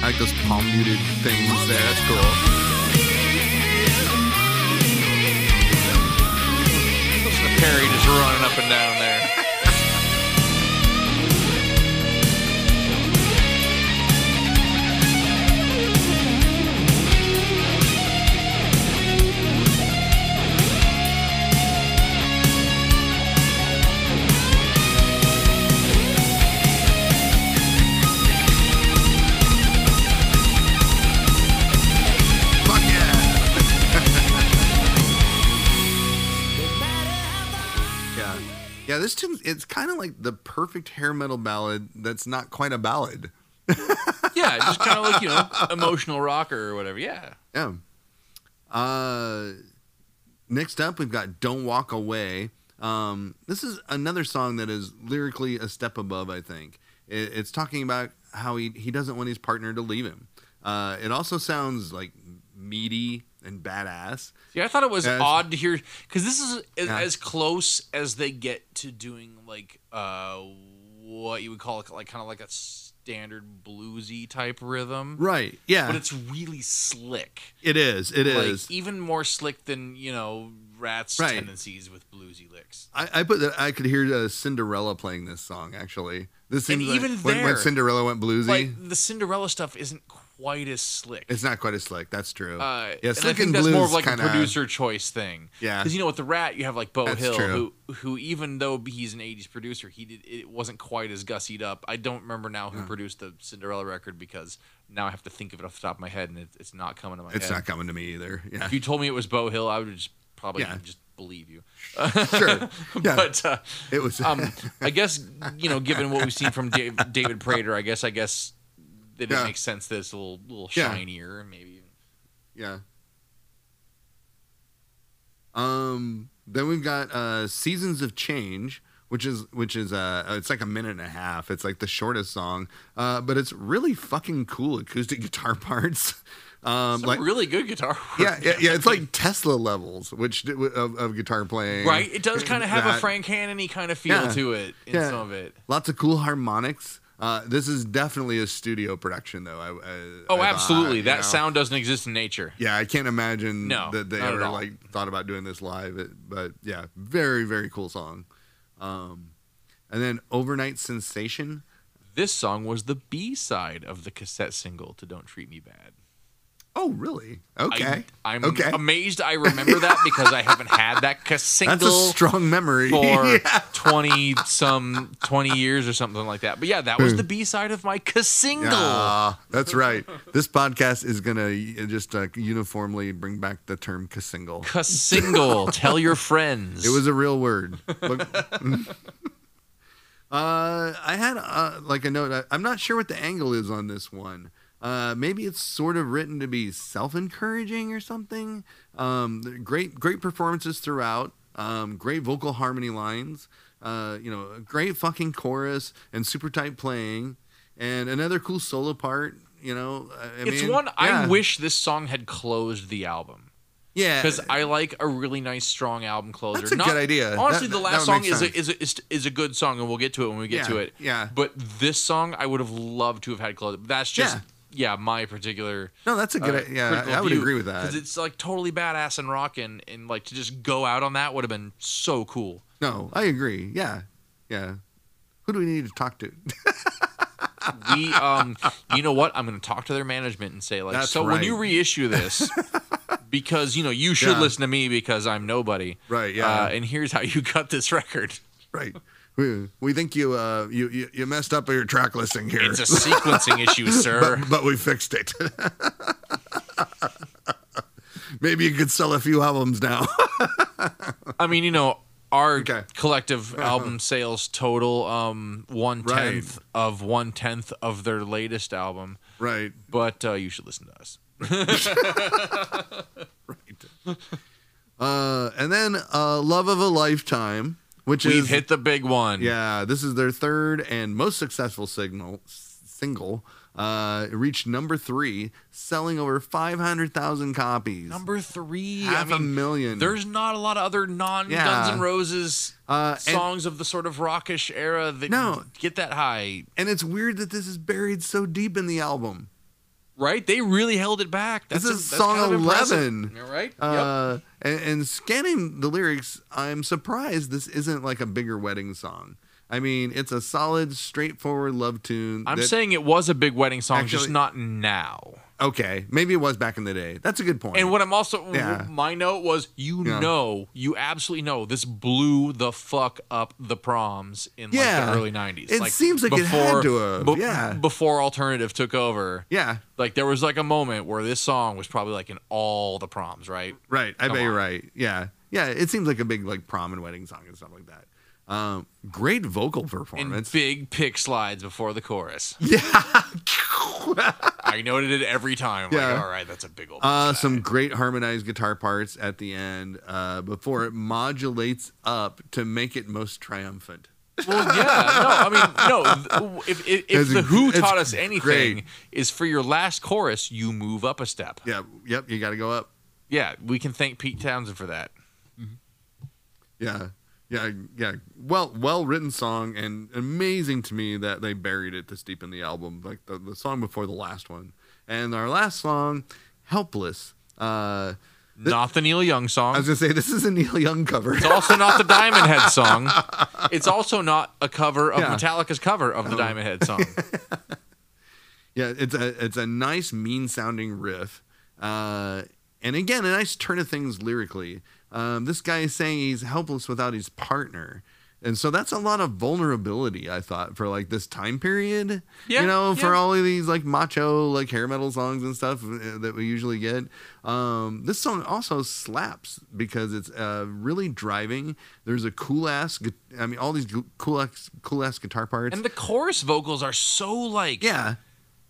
Speaker 1: I like those palm muted things there. That's cool.
Speaker 2: Listen to Perry just running up and down there
Speaker 1: Yeah, this tune it's kind of like the perfect hair metal ballad that's not quite a ballad.
Speaker 2: Yeah, just kind of like you know, emotional rocker or whatever. Yeah.
Speaker 1: Yeah. Uh, next up, we've got "Don't Walk Away." Um, this is another song that is lyrically a step above. I think it, it's talking about how he he doesn't want his partner to leave him. Uh, it also sounds like meaty and badass.
Speaker 2: Yeah, I thought it was
Speaker 1: Yeah, it's-
Speaker 2: odd to hear because this is as,
Speaker 1: Yeah.
Speaker 2: as close as they get to doing like uh what you would call like kind of like a standard bluesy type rhythm,
Speaker 1: Right. Yeah.
Speaker 2: but it's really slick.
Speaker 1: it is. It
Speaker 2: like e-
Speaker 1: is.
Speaker 2: even more slick than you know Rat's
Speaker 1: Right.
Speaker 2: tendencies with bluesy licks.
Speaker 1: I, I put that I could hear uh, Cinderella playing this song. Actually, this
Speaker 2: And
Speaker 1: seems like
Speaker 2: even
Speaker 1: when, when
Speaker 2: there-
Speaker 1: Cinderella went bluesy.
Speaker 2: Like the Cinderella stuff isn't quite as slick.
Speaker 1: it's not quite as slick. That's true.
Speaker 2: Uh,
Speaker 1: yeah,
Speaker 2: and
Speaker 1: slick
Speaker 2: I think
Speaker 1: and
Speaker 2: that's
Speaker 1: blues
Speaker 2: more of like
Speaker 1: kinda,
Speaker 2: a producer choice thing.
Speaker 1: Yeah.
Speaker 2: because you know with the Rat, you have like Bo
Speaker 1: That's
Speaker 2: Hill,
Speaker 1: true.
Speaker 2: who who even though he's an '80s producer, he did it wasn't quite as gussied up. I don't remember now who produced the Cinderella record because now I have to think of it off the top of my head, and it, it's not coming to my
Speaker 1: It's
Speaker 2: head.
Speaker 1: not coming to me either. Yeah,
Speaker 2: If you told me it was Bo Hill, I would just probably
Speaker 1: Yeah.
Speaker 2: just believe you.
Speaker 1: sure. Yeah,
Speaker 2: But uh,
Speaker 1: it was.
Speaker 2: um, I guess you know, given what we've seen from Dave, David Prater, I guess I guess that
Speaker 1: Yeah.
Speaker 2: it makes sense that it's a little little
Speaker 1: Yeah.
Speaker 2: shinier, maybe. even-
Speaker 1: yeah. Um. Then we've got uh, Seasons of Change, which is which is uh, it's like a minute and a half. It's like the shortest song, uh, but it's really fucking cool acoustic guitar parts. Um,
Speaker 2: Some
Speaker 1: like
Speaker 2: really good guitar. Work.
Speaker 1: yeah, yeah, yeah, it's like Tesla levels, which of, of guitar playing.
Speaker 2: Right, it does kind of have
Speaker 1: That-
Speaker 2: a Frank Hannany kind of feel
Speaker 1: Yeah.
Speaker 2: to it in
Speaker 1: Yeah.
Speaker 2: some of it.
Speaker 1: Lots of cool harmonics. Uh, this is definitely a studio production, though. I, I-
Speaker 2: Oh,
Speaker 1: I thought,
Speaker 2: absolutely,
Speaker 1: you
Speaker 2: that
Speaker 1: know.
Speaker 2: sound doesn't exist in nature.
Speaker 1: Yeah, I can't imagine
Speaker 2: No,
Speaker 1: that they
Speaker 2: not at
Speaker 1: ever
Speaker 2: all.
Speaker 1: like thought about doing this live. It, but yeah, very very cool song. Um, and then overnight sensation.
Speaker 2: This song was the B side of the cassette single to "Don't Treat Me Bad."
Speaker 1: Oh, really? Okay,
Speaker 2: I, am
Speaker 1: okay.
Speaker 2: amazed I remember that because I haven't had that ca-
Speaker 1: That's a
Speaker 2: single
Speaker 1: strong memory.
Speaker 2: for twenty some twenty years or something like that. But yeah, that was the B side of my ca- single.
Speaker 1: Hmm. Yeah, that's right. This podcast is gonna uh, just uh, uniformly bring back the term "single."
Speaker 2: Ca- single. Tell your friends.
Speaker 1: It was a real word. Look- uh, I had uh, like a note. I, I'm not sure what the angle is on this one. Uh, maybe it's sort of written to be self-encouraging or something. Um, the great, great performances throughout. Um, great vocal harmony lines. Uh, you know, a great fucking chorus and super tight playing, and another cool solo part. You know, I- I
Speaker 2: It's
Speaker 1: mean,
Speaker 2: one I
Speaker 1: yeah.
Speaker 2: wish this song had closed the album.
Speaker 1: yeah,
Speaker 2: because I like a really nice strong album closer.
Speaker 1: That's a good idea.
Speaker 2: Honestly,
Speaker 1: That-
Speaker 2: the
Speaker 1: that
Speaker 2: last
Speaker 1: would
Speaker 2: song
Speaker 1: make
Speaker 2: is a,
Speaker 1: sense.
Speaker 2: is, a, is is a good song, and we'll get to it when we get
Speaker 1: Yeah,
Speaker 2: to it.
Speaker 1: yeah.
Speaker 2: But this song, I would have loved to have had close. That's just
Speaker 1: Yeah.
Speaker 2: yeah, my particular.
Speaker 1: no, that's a good.
Speaker 2: uh,
Speaker 1: i- yeah,
Speaker 2: critical
Speaker 1: I, I would
Speaker 2: view,
Speaker 1: agree with that.
Speaker 2: 'cause it's like totally badass and rockin', and like to just go out on that would have been so cool.
Speaker 1: No, I agree. Yeah, yeah. Who do we need to talk to?
Speaker 2: We, um, you know what? I'm gonna talk to their management and say like,
Speaker 1: That's
Speaker 2: so when you
Speaker 1: right.
Speaker 2: reissue this, because you know you should
Speaker 1: Yeah.
Speaker 2: listen to me because I'm nobody,
Speaker 1: Right, yeah.
Speaker 2: Uh, and here's how you cut this record.
Speaker 1: right. We, we think you uh you, you you messed up your track listing here,
Speaker 2: It's a sequencing issue, sir.
Speaker 1: but, but we fixed it. Maybe you could sell a few albums now.
Speaker 2: I mean, you know, our
Speaker 1: Okay. Uh-huh.
Speaker 2: collective album sales total um one tenth of one tenth of their latest album.
Speaker 1: right.
Speaker 2: But uh, you should listen to us.
Speaker 1: Uh, and then uh, Love of a Lifetime, which
Speaker 2: We've
Speaker 1: is
Speaker 2: hit the big one.
Speaker 1: Yeah, this is their third and most successful signal s- single. Uh, it reached number three, selling over five hundred thousand copies.
Speaker 2: Number three.
Speaker 1: Half
Speaker 2: I
Speaker 1: a
Speaker 2: mean,
Speaker 1: million.
Speaker 2: There's not a lot of other non Guns
Speaker 1: Yeah.
Speaker 2: N' Roses
Speaker 1: Uh, and-
Speaker 2: songs of the sort of rockish era that
Speaker 1: No.
Speaker 2: get that high.
Speaker 1: And it's weird that this is buried so deep in the album.
Speaker 2: Right? They really held it back. That's
Speaker 1: This
Speaker 2: a-
Speaker 1: is
Speaker 2: that's
Speaker 1: song
Speaker 2: kind of impressive.
Speaker 1: 11.
Speaker 2: Yeah, Right? yep.
Speaker 1: Uh, and, and scanning the lyrics, I'm surprised this isn't like a bigger wedding song. I mean, it's a solid, straightforward love tune.
Speaker 2: I'm
Speaker 1: that-
Speaker 2: saying it was a big wedding song, just
Speaker 1: Actually-
Speaker 2: not now.
Speaker 1: okay, maybe it was back in the day. That's a good point.
Speaker 2: And what I'm also
Speaker 1: Yeah.
Speaker 2: my note was you
Speaker 1: Yeah.
Speaker 2: know, you absolutely know this blew the fuck up the proms in like
Speaker 1: Yeah.
Speaker 2: the early 90s.
Speaker 1: It
Speaker 2: like
Speaker 1: seems like it had to have,
Speaker 2: be-
Speaker 1: yeah.
Speaker 2: Before alternative took over.
Speaker 1: yeah,
Speaker 2: Like there was like a moment where this song was probably like in all the proms, right?
Speaker 1: right. I
Speaker 2: Come
Speaker 1: bet you're
Speaker 2: on.
Speaker 1: right. Yeah, yeah. It seems like a big like prom and wedding song and stuff like that. Um, great vocal
Speaker 2: And
Speaker 1: performance.
Speaker 2: big pick slides before the chorus.
Speaker 1: yeah.
Speaker 2: I noted it every time. I'm
Speaker 1: Yeah.
Speaker 2: Like, all right, that's a big old. pick
Speaker 1: Uh,
Speaker 2: slide."
Speaker 1: some great harmonized guitar parts at the end uh, before it modulates up to make it most triumphant.
Speaker 2: Well, yeah, no, I mean, no. th- If if, if
Speaker 1: It's-
Speaker 2: the Who
Speaker 1: it's
Speaker 2: taught us anything
Speaker 1: great.
Speaker 2: is for your last chorus, you move up a step. Yeah,
Speaker 1: Yeah, yep, you got to go up.
Speaker 2: we can thank Pete Townsend for that.
Speaker 1: Yeah, yeah, yeah. Well, well written song, and amazing to me that they buried it this deep in the album, like the, the song before the last one. And our last song, "Helpless." Uh,
Speaker 2: Not the Neil Young song.
Speaker 1: I was gonna say this is a Neil Young cover.
Speaker 2: It's also not the Diamond Head song. It's also not a cover of
Speaker 1: Yeah.
Speaker 2: Metallica's cover of the Diamond Head song.
Speaker 1: Yeah, it's a it's a nice mean sounding riff, uh, and again a nice turn of things lyrically. Um, this guy is saying he's helpless without his partner, and so that's a lot of vulnerability. I thought for like this time period,
Speaker 2: Yeah,
Speaker 1: you know, for
Speaker 2: yeah.
Speaker 1: all of these like macho like hair metal songs and stuff uh, that we usually get. Um, this song also slaps because it's uh, really driving. There's a cool ass, gu- I mean, all these gu- cool ass cool ass guitar parts.
Speaker 2: And the chorus vocals are so like
Speaker 1: yeah,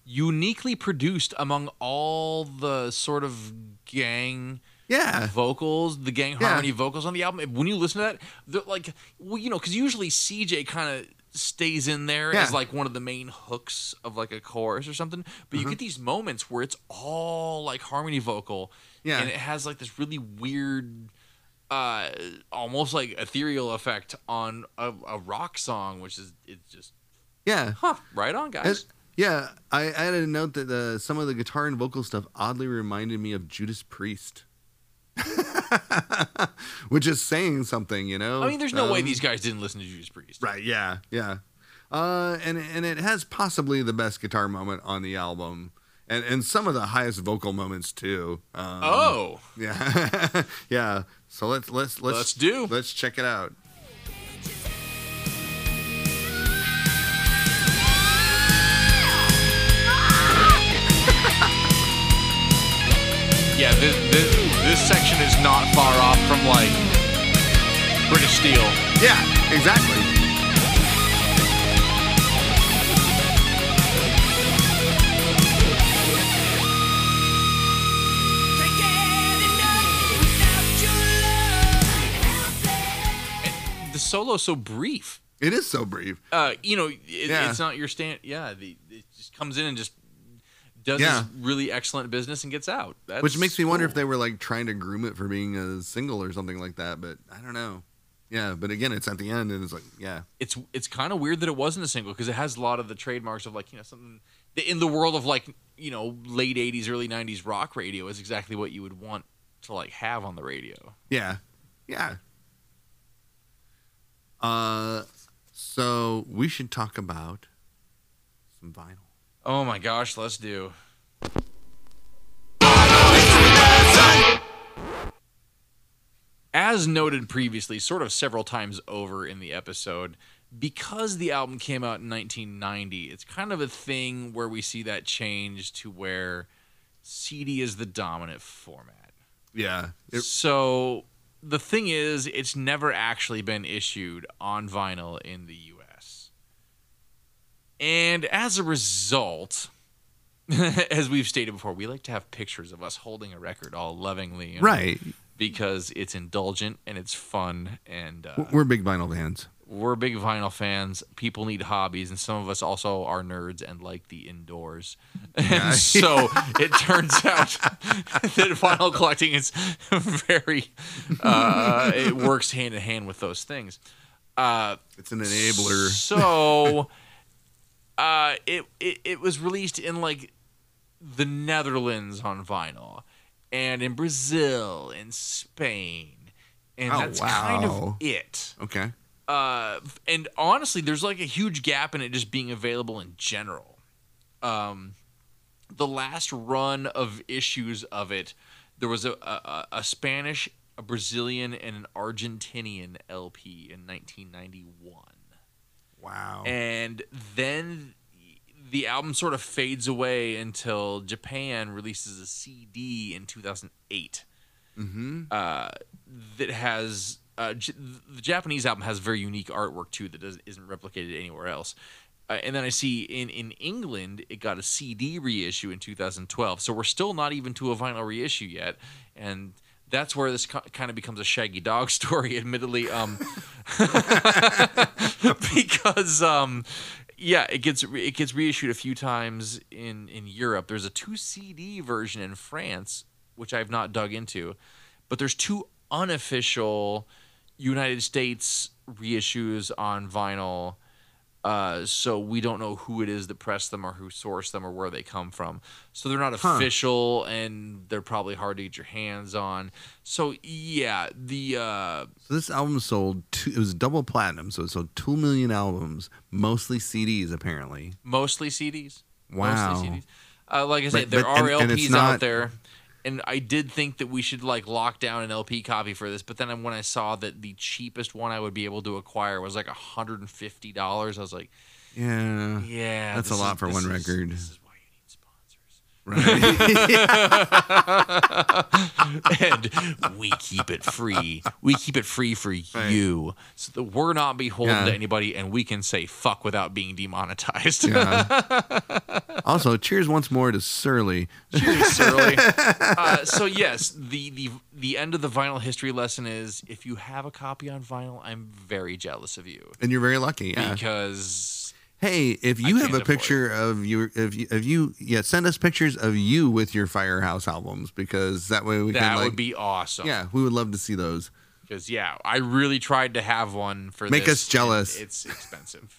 Speaker 2: uniquely produced among all the sort of gang
Speaker 1: yeah.
Speaker 2: vocals, the gang
Speaker 1: Yeah.
Speaker 2: harmony vocals on the album. When you listen to that, they're like, well, you know, because usually CJ kind of stays in there
Speaker 1: Yeah.
Speaker 2: as like one of the main hooks of like a chorus or something. But
Speaker 1: Mm-hmm.
Speaker 2: you get these moments where it's all like harmony vocal,
Speaker 1: Yeah.
Speaker 2: and it has like this really weird. Uh, almost like ethereal effect on a, a rock song, which is it's just
Speaker 1: Yeah.
Speaker 2: huh, right on, guys.
Speaker 1: It- yeah, I, I had a note that uh, some of the guitar and vocal stuff oddly reminded me of Judas Priest, which is saying something, you know.
Speaker 2: I mean, there's no way
Speaker 1: Um,
Speaker 2: these guys didn't listen to Judas Priest.
Speaker 1: Right. Yeah. Yeah. Uh, and and it has possibly the best guitar moment on the album, and and some of the highest vocal moments too. Um,
Speaker 2: Oh,
Speaker 1: Yeah. yeah. So let's let's let's
Speaker 2: Let's do.
Speaker 1: Let's check it out.
Speaker 2: Yeah, this, this, this section is not far off from like British Steel.
Speaker 1: Yeah. Exactly.
Speaker 2: The solo's so brief.
Speaker 1: It is so brief.
Speaker 2: Uh, you know, it,
Speaker 1: Yeah.
Speaker 2: it's not your stand. Yeah, the, it just comes in and just does
Speaker 1: Yeah.
Speaker 2: this really excellent business and gets out. That's
Speaker 1: Which makes me wonder if
Speaker 2: cool.
Speaker 1: they were like trying to groom it for being a single or something like that, but I don't know. Yeah, but again, it's at the end and it's like, yeah,
Speaker 2: it's it's kind of weird that it wasn't a single because it has a lot of the trademarks of like you know something in the world of like you know late '80s, early '90s rock radio is exactly what you would want to like have on the radio.
Speaker 1: yeah, yeah. Uh, so we should talk about some vinyl.
Speaker 2: Oh my gosh, let's do. As noted previously, sort of several times over in the episode, because the album came out in 1990, it's kind of a thing where we see that change to where CD is the dominant format.
Speaker 1: Yeah, it-
Speaker 2: so the thing is, it's never actually been issued on vinyl in the US. And as a result, as we've stated before, we like to have pictures of us holding a record all lovingly. you know,
Speaker 1: right.
Speaker 2: Because it's indulgent and it's fun. And uh,
Speaker 1: W- We're big vinyl fans.
Speaker 2: we're big vinyl fans. People need hobbies. And some of us also are nerds and like the indoors.
Speaker 1: Yeah.
Speaker 2: And so it turns out that vinyl collecting is very uh, it works hand in hand with those things. Uh,
Speaker 1: It's an enabler.
Speaker 2: so uh, it, it it was released in like the Netherlands on vinyl, and in Brazil, in Spain, and
Speaker 1: Oh,
Speaker 2: that's kind of
Speaker 1: wow.
Speaker 2: it.
Speaker 1: Okay.
Speaker 2: Uh, and honestly, there's like a huge gap in it just being available in general. Um, the last run of issues of it, there was a, a, a Spanish, a Brazilian, and an Argentinian LP in 1991
Speaker 1: Wow.
Speaker 2: and then the album sort of fades away until Japan releases a CD in 2008
Speaker 1: hmm
Speaker 2: uh, that has uh, J- the Japanese album has very unique artwork too that doesn't, isn't replicated anywhere else. Uh, and then I see in in England it got a CD reissue in 2012, so we're still not even to a vinyl reissue yet, and that's where this kind of becomes a Shaggy Dog story, admittedly, um, because um, yeah, it gets re- it gets reissued a few times in in Europe. There's a two CD version in France, which I've not dug into, but there's two unofficial United States reissues on vinyl. Uh, so we don't know who it is that pressed them or who sourced them or where they come from. So they're not
Speaker 1: Huh.
Speaker 2: official and they're probably hard to get your hands on. So yeah, the uh,
Speaker 1: So this album sold two, it was double platinum, so it sold two million albums, mostly CDs apparently.
Speaker 2: mostly CDs.
Speaker 1: Wow.
Speaker 2: Mostly CDs. Uh, like I said,
Speaker 1: But-
Speaker 2: there
Speaker 1: but-
Speaker 2: are
Speaker 1: and- and it's
Speaker 2: LPs out
Speaker 1: not-
Speaker 2: there, and I did think that we should like lock down an LP copy for this. But then when I saw that the cheapest one I would be able to acquire was like hundred and fifty dollars, I was like,
Speaker 1: Yeah.
Speaker 2: yeah,
Speaker 1: That's a
Speaker 2: this
Speaker 1: lot
Speaker 2: is-
Speaker 1: for
Speaker 2: this
Speaker 1: one
Speaker 2: is-
Speaker 1: record.
Speaker 2: This is why you need sponsors.
Speaker 1: Right.
Speaker 2: and we keep it free. We keep it free for you, so that we're not beholden
Speaker 1: Yeah.
Speaker 2: to anybody, and we can say fuck without being demonetized.
Speaker 1: also, cheers once more to Surly.
Speaker 2: Cheers, Surly. uh, so yes, the, the the end of the vinyl history lesson is if you have a copy on vinyl, I'm very jealous of you
Speaker 1: And you're very lucky. Yeah.
Speaker 2: because
Speaker 1: Hey, if
Speaker 2: I
Speaker 1: you have
Speaker 2: can't
Speaker 1: a
Speaker 2: afford
Speaker 1: picture of your if you if you yeah, send us pictures of you with your firehouse albums because that way we
Speaker 2: that
Speaker 1: can like
Speaker 2: would be awesome.
Speaker 1: Yeah, we would love to see those.
Speaker 2: because yeah, I really tried to have one for
Speaker 1: Make
Speaker 2: this,
Speaker 1: us jealous.
Speaker 2: and It's expensive.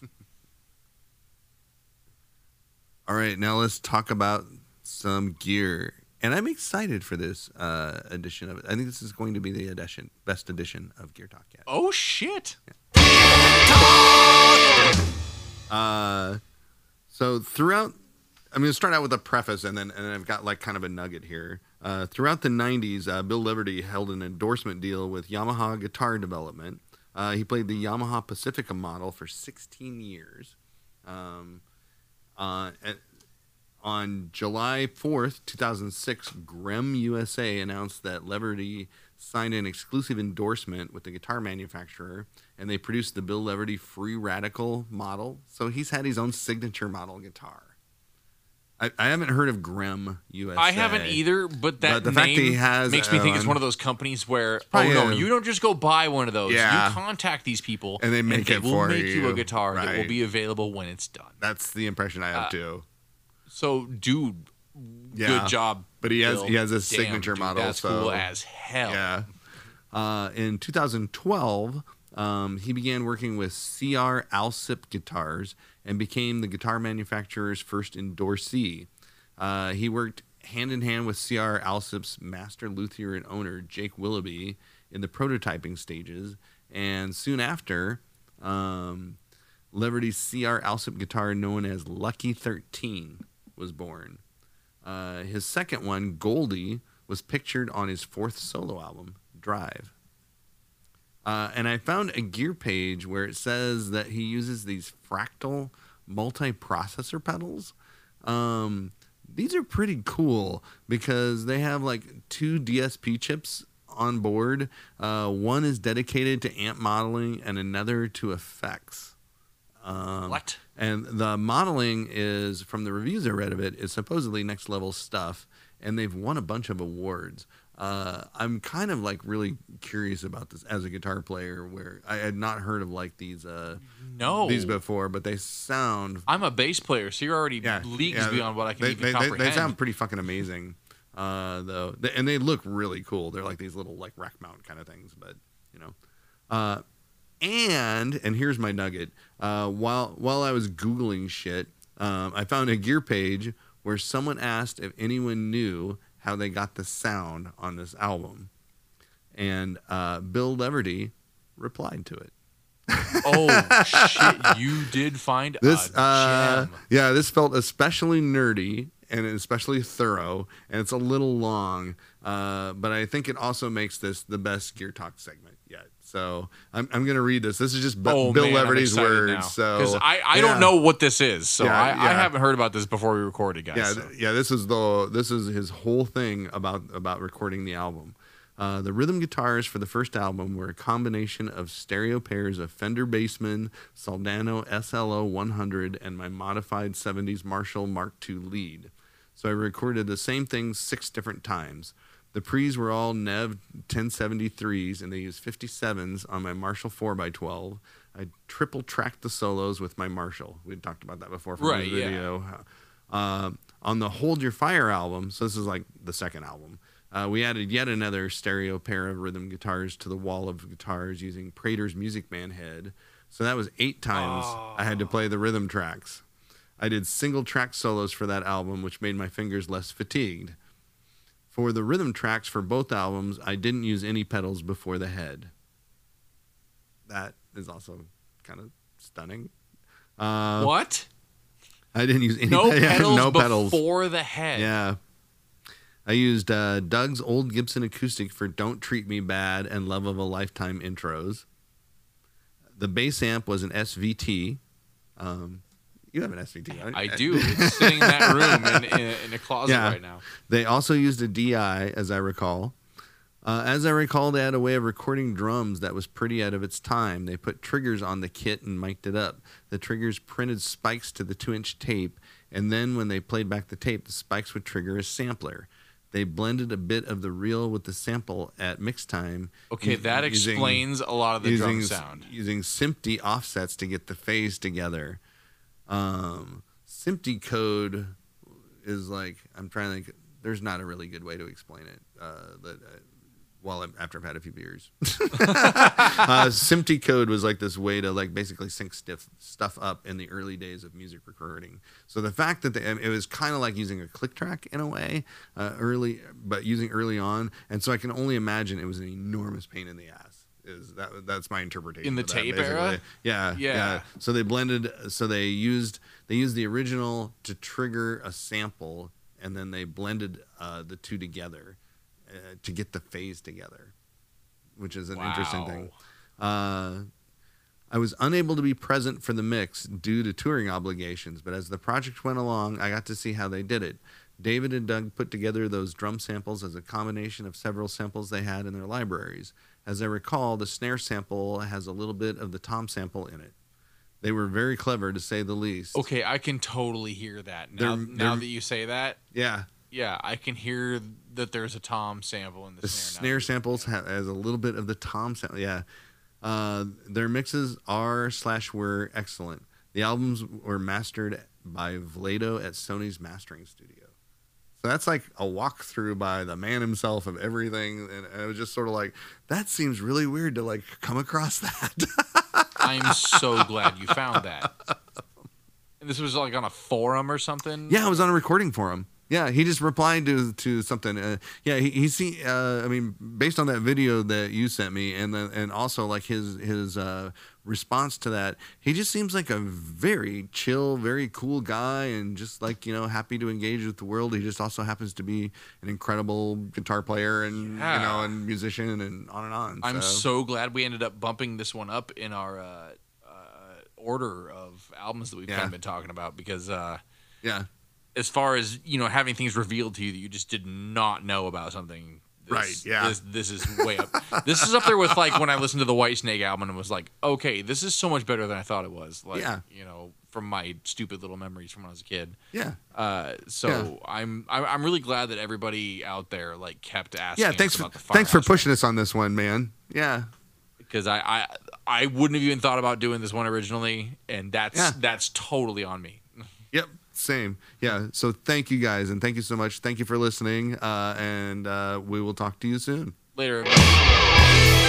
Speaker 1: All right, now let's talk about some gear. And I'm excited for this uh, edition of it. I think this is going to be the edition, best edition of Gear Talk yet.
Speaker 2: oh shit!
Speaker 1: Uh, so throughout, I'm going to start out with a preface, and then and I've got like kind of a nugget here. Uh, throughout the '90s, uh, Bill Liberty held an endorsement deal with Yamaha Guitar Development. Uh, he played the Yamaha Pacifica model for 16 years. Um, uh, at- on July 4th, 2006, Grem USA announced that Liberty signed an exclusive endorsement with the guitar manufacturer, and they produced the Bill Liberty Free Radical model. So he's had his own signature model guitar. I, I haven't heard of Grem USA.
Speaker 2: I haven't either, but that
Speaker 1: But the
Speaker 2: name
Speaker 1: fact that he has
Speaker 2: makes me think it's
Speaker 1: one-
Speaker 2: one of those companies where oh
Speaker 1: probably
Speaker 2: no,
Speaker 1: a-
Speaker 2: you don't just go buy one of those.
Speaker 1: Yeah.
Speaker 2: You contact these people,
Speaker 1: And they make it
Speaker 2: will
Speaker 1: for
Speaker 2: make you. a
Speaker 1: you.
Speaker 2: guitar that will
Speaker 1: Right.
Speaker 2: be available when it's done.
Speaker 1: That's the impression I have
Speaker 2: Uh,
Speaker 1: too.
Speaker 2: So, dude,
Speaker 1: Yeah.
Speaker 2: good job.
Speaker 1: But he has-
Speaker 2: Bill.
Speaker 1: he has his
Speaker 2: Damn,
Speaker 1: signature
Speaker 2: dude,
Speaker 1: model,
Speaker 2: That's
Speaker 1: so-
Speaker 2: cool as hell.
Speaker 1: Yeah. Uh, in 2012, um, he began working with CR Alsip Guitars and became the guitar manufacturer's first endorsee. Uh, he worked hand in hand with CR Alsip's master luthier and owner, Jake Willoughby, in the prototyping stages. And soon after, um, Liberty's CR Alsip guitar, known as Lucky 13, was born. Uh, his second one, Goldie, was pictured on his fourth solo album, Drive. Uh, and I found a gear page where it says that he uses these fractal multi-processor pedals. Um, these are pretty cool because they have like two DSP chips on board. Uh, one is dedicated to amp modeling and another to effects. Um,
Speaker 2: What?
Speaker 1: and the modeling is from the reviews I read of it is supposedly next level stuff, and they've won a bunch of awards. Uh, I'm kind of like really curious about this as a guitar player, where I had not heard of like these uh,
Speaker 2: No.
Speaker 1: these before, but they sound
Speaker 2: I'm a bass player, so you're already
Speaker 1: yeah,
Speaker 2: leagues
Speaker 1: yeah,
Speaker 2: beyond what I can
Speaker 1: they,
Speaker 2: even
Speaker 1: they, they-
Speaker 2: comprehend.
Speaker 1: They, sound pretty fucking amazing, uh, though, They- and they look really cool. They're like these little like rack mount kind of things, but you know. Uh, and and here's my nugget. Uh, while while I was googling shit, um, I found a gear page where someone asked if anyone knew how they got the sound on this album, and uh, Bill Leverty replied to it.
Speaker 2: oh shit! You did find
Speaker 1: This,
Speaker 2: a
Speaker 1: uh,
Speaker 2: gem.
Speaker 1: yeah, this felt especially nerdy and especially thorough, and it's a little long, uh, but I think it also makes this the best Gear Talk segment yet. So I'm, I'm gonna read this. This is just B-
Speaker 2: oh,
Speaker 1: Bill
Speaker 2: man, I'm
Speaker 1: Leverty's
Speaker 2: excited
Speaker 1: words.
Speaker 2: now.
Speaker 1: So
Speaker 2: 'Cause I, I
Speaker 1: yeah.
Speaker 2: don't know what this is, so
Speaker 1: Yeah,
Speaker 2: I, I
Speaker 1: yeah.
Speaker 2: haven't heard about this before we recorded, guys.
Speaker 1: Yeah,
Speaker 2: so.
Speaker 1: th- yeah. This is the this is his whole thing about about recording the album. Uh, the rhythm guitars for the first album were a combination of stereo pairs of Fender Bassman, Soldano SLO 100, and my modified 70s Marshall Mark II lead. So I recorded the same thing six different times. The pre's were all Nev 1073s, and they used 57s on my Marshall 4x12. I triple tracked the solos with my Marshall. We talked about that before from
Speaker 2: Right,
Speaker 1: the
Speaker 2: yeah.
Speaker 1: video. Uh, on the Hold Your Fire album, so this is like the second album, uh, we added yet another stereo pair of rhythm guitars to the wall of guitars using Prater's Music Man head. So that was eight times I had to play the rhythm tracks. I did single track solos for that album, which made my fingers less fatigued. For the rhythm tracks for both albums, I didn't use any pedals before the head. That is also kind of stunning. Uh,
Speaker 2: what?
Speaker 1: I didn't use any
Speaker 2: No
Speaker 1: yeah,
Speaker 2: pedals
Speaker 1: no pedals.
Speaker 2: before the head.
Speaker 1: Yeah. I used uh, Doug's old Gibson acoustic for Don't Treat Me Bad and Love of a Lifetime intros. The bass amp was an SVT. Um, you have an SVT, right?
Speaker 2: I do. It's sitting in that room in, in, in a closet
Speaker 1: Yeah.
Speaker 2: right now.
Speaker 1: They also used a DI, as I recall. Uh, as I recall, they had a way of recording drums that was pretty out of its time. They put triggers on the kit and mic'd it up. The triggers printed spikes to the two inch tape, and then when they played back the tape, the spikes would trigger a sampler. They blended a bit of the reel with the sample at mix time.
Speaker 2: Okay,
Speaker 1: u-
Speaker 2: that
Speaker 1: using-
Speaker 2: explains a lot of the drum
Speaker 1: s-
Speaker 2: sound.
Speaker 1: Using SMPTE offsets to get the phase together. Um, SMPTE code is like I'm trying to think. There's not a really good way to explain it. Uh, that uh, well, I'm, after I've had a few beers, uh, SMPTE code was like this way to like basically sync stiff stuff up in the early days of music recording. So the fact that they, it was kind of like using a click track in a way, uh, early, but using early on, and so I can only imagine it was an enormous pain in the ass. Is that that's my interpretation
Speaker 2: In the
Speaker 1: of that,
Speaker 2: tape era?
Speaker 1: basically. Yeah,
Speaker 2: Yeah.
Speaker 1: So they blended. So they used they used the original to trigger a sample, and then they blended uh, the two together uh, to get the phase together, which is an interesting thing. Uh, I was unable to be present for the mix due to touring obligations, but as the project went along, I got to see how they did it. David and Doug put together those drum samples as a combination of several samples they had in their libraries. As I recall, the snare sample has a little bit of the tom sample in it. They were very clever, to say the least.
Speaker 2: Okay, I can totally hear that now.
Speaker 1: They're-
Speaker 2: now
Speaker 1: they're-
Speaker 2: that you say that,
Speaker 1: Yeah,
Speaker 2: yeah, I can hear that there's a tom sample in the,
Speaker 1: the
Speaker 2: snare.
Speaker 1: snare samples ha- has a little bit of the tom sound. Yeah, uh, their mixes are slash were excellent. The albums were mastered by Vlado at Sony's mastering studio. So that's like a walkthrough by the man himself of everything, and, and I was just sort of like, that seems really weird to like come across that.
Speaker 2: I'm so glad you found that. And this was like on a forum or something.
Speaker 1: Yeah, I was on a recording for him. Yeah, he just replied to to something. Uh, yeah, he, he see. Uh, I mean, based on that video that you sent me, and then and also like his his uh, response to that, he just seems like a very chill, very cool guy, and just like you know happy to engage with the world. He just also happens to be an incredible guitar player and
Speaker 2: Yeah.
Speaker 1: you know and musician and on and on.
Speaker 2: I'm so glad we ended up bumping this one up in our uh, uh, order of albums that we've
Speaker 1: Yeah.
Speaker 2: kind of been talking about because uh,
Speaker 1: yeah.
Speaker 2: as far as you know, having things revealed to you that you just did not know about something. This,
Speaker 1: Right, yeah.
Speaker 2: This, this is way up. this is up there with like when I listened to the White Snake album and was like, okay, this is so much better than I thought it was. Like,
Speaker 1: Yeah.
Speaker 2: you know, from my stupid little memories from when I was a kid.
Speaker 1: Yeah.
Speaker 2: Uh, so I'm I'm I'm really glad that everybody out there like kept asking.
Speaker 1: Yeah. Thanks.
Speaker 2: us
Speaker 1: For,
Speaker 2: about the
Speaker 1: thanks for pushing us on this one, man. Yeah.
Speaker 2: because I, I I wouldn't have even thought about doing this one originally, and that's
Speaker 1: Yeah.
Speaker 2: that's totally on me.
Speaker 1: Yep. Same. Yeah. So thank you guys and thank you so much. Thank you for listening. Uh, and uh, we will talk to you soon.
Speaker 2: Later. everybody.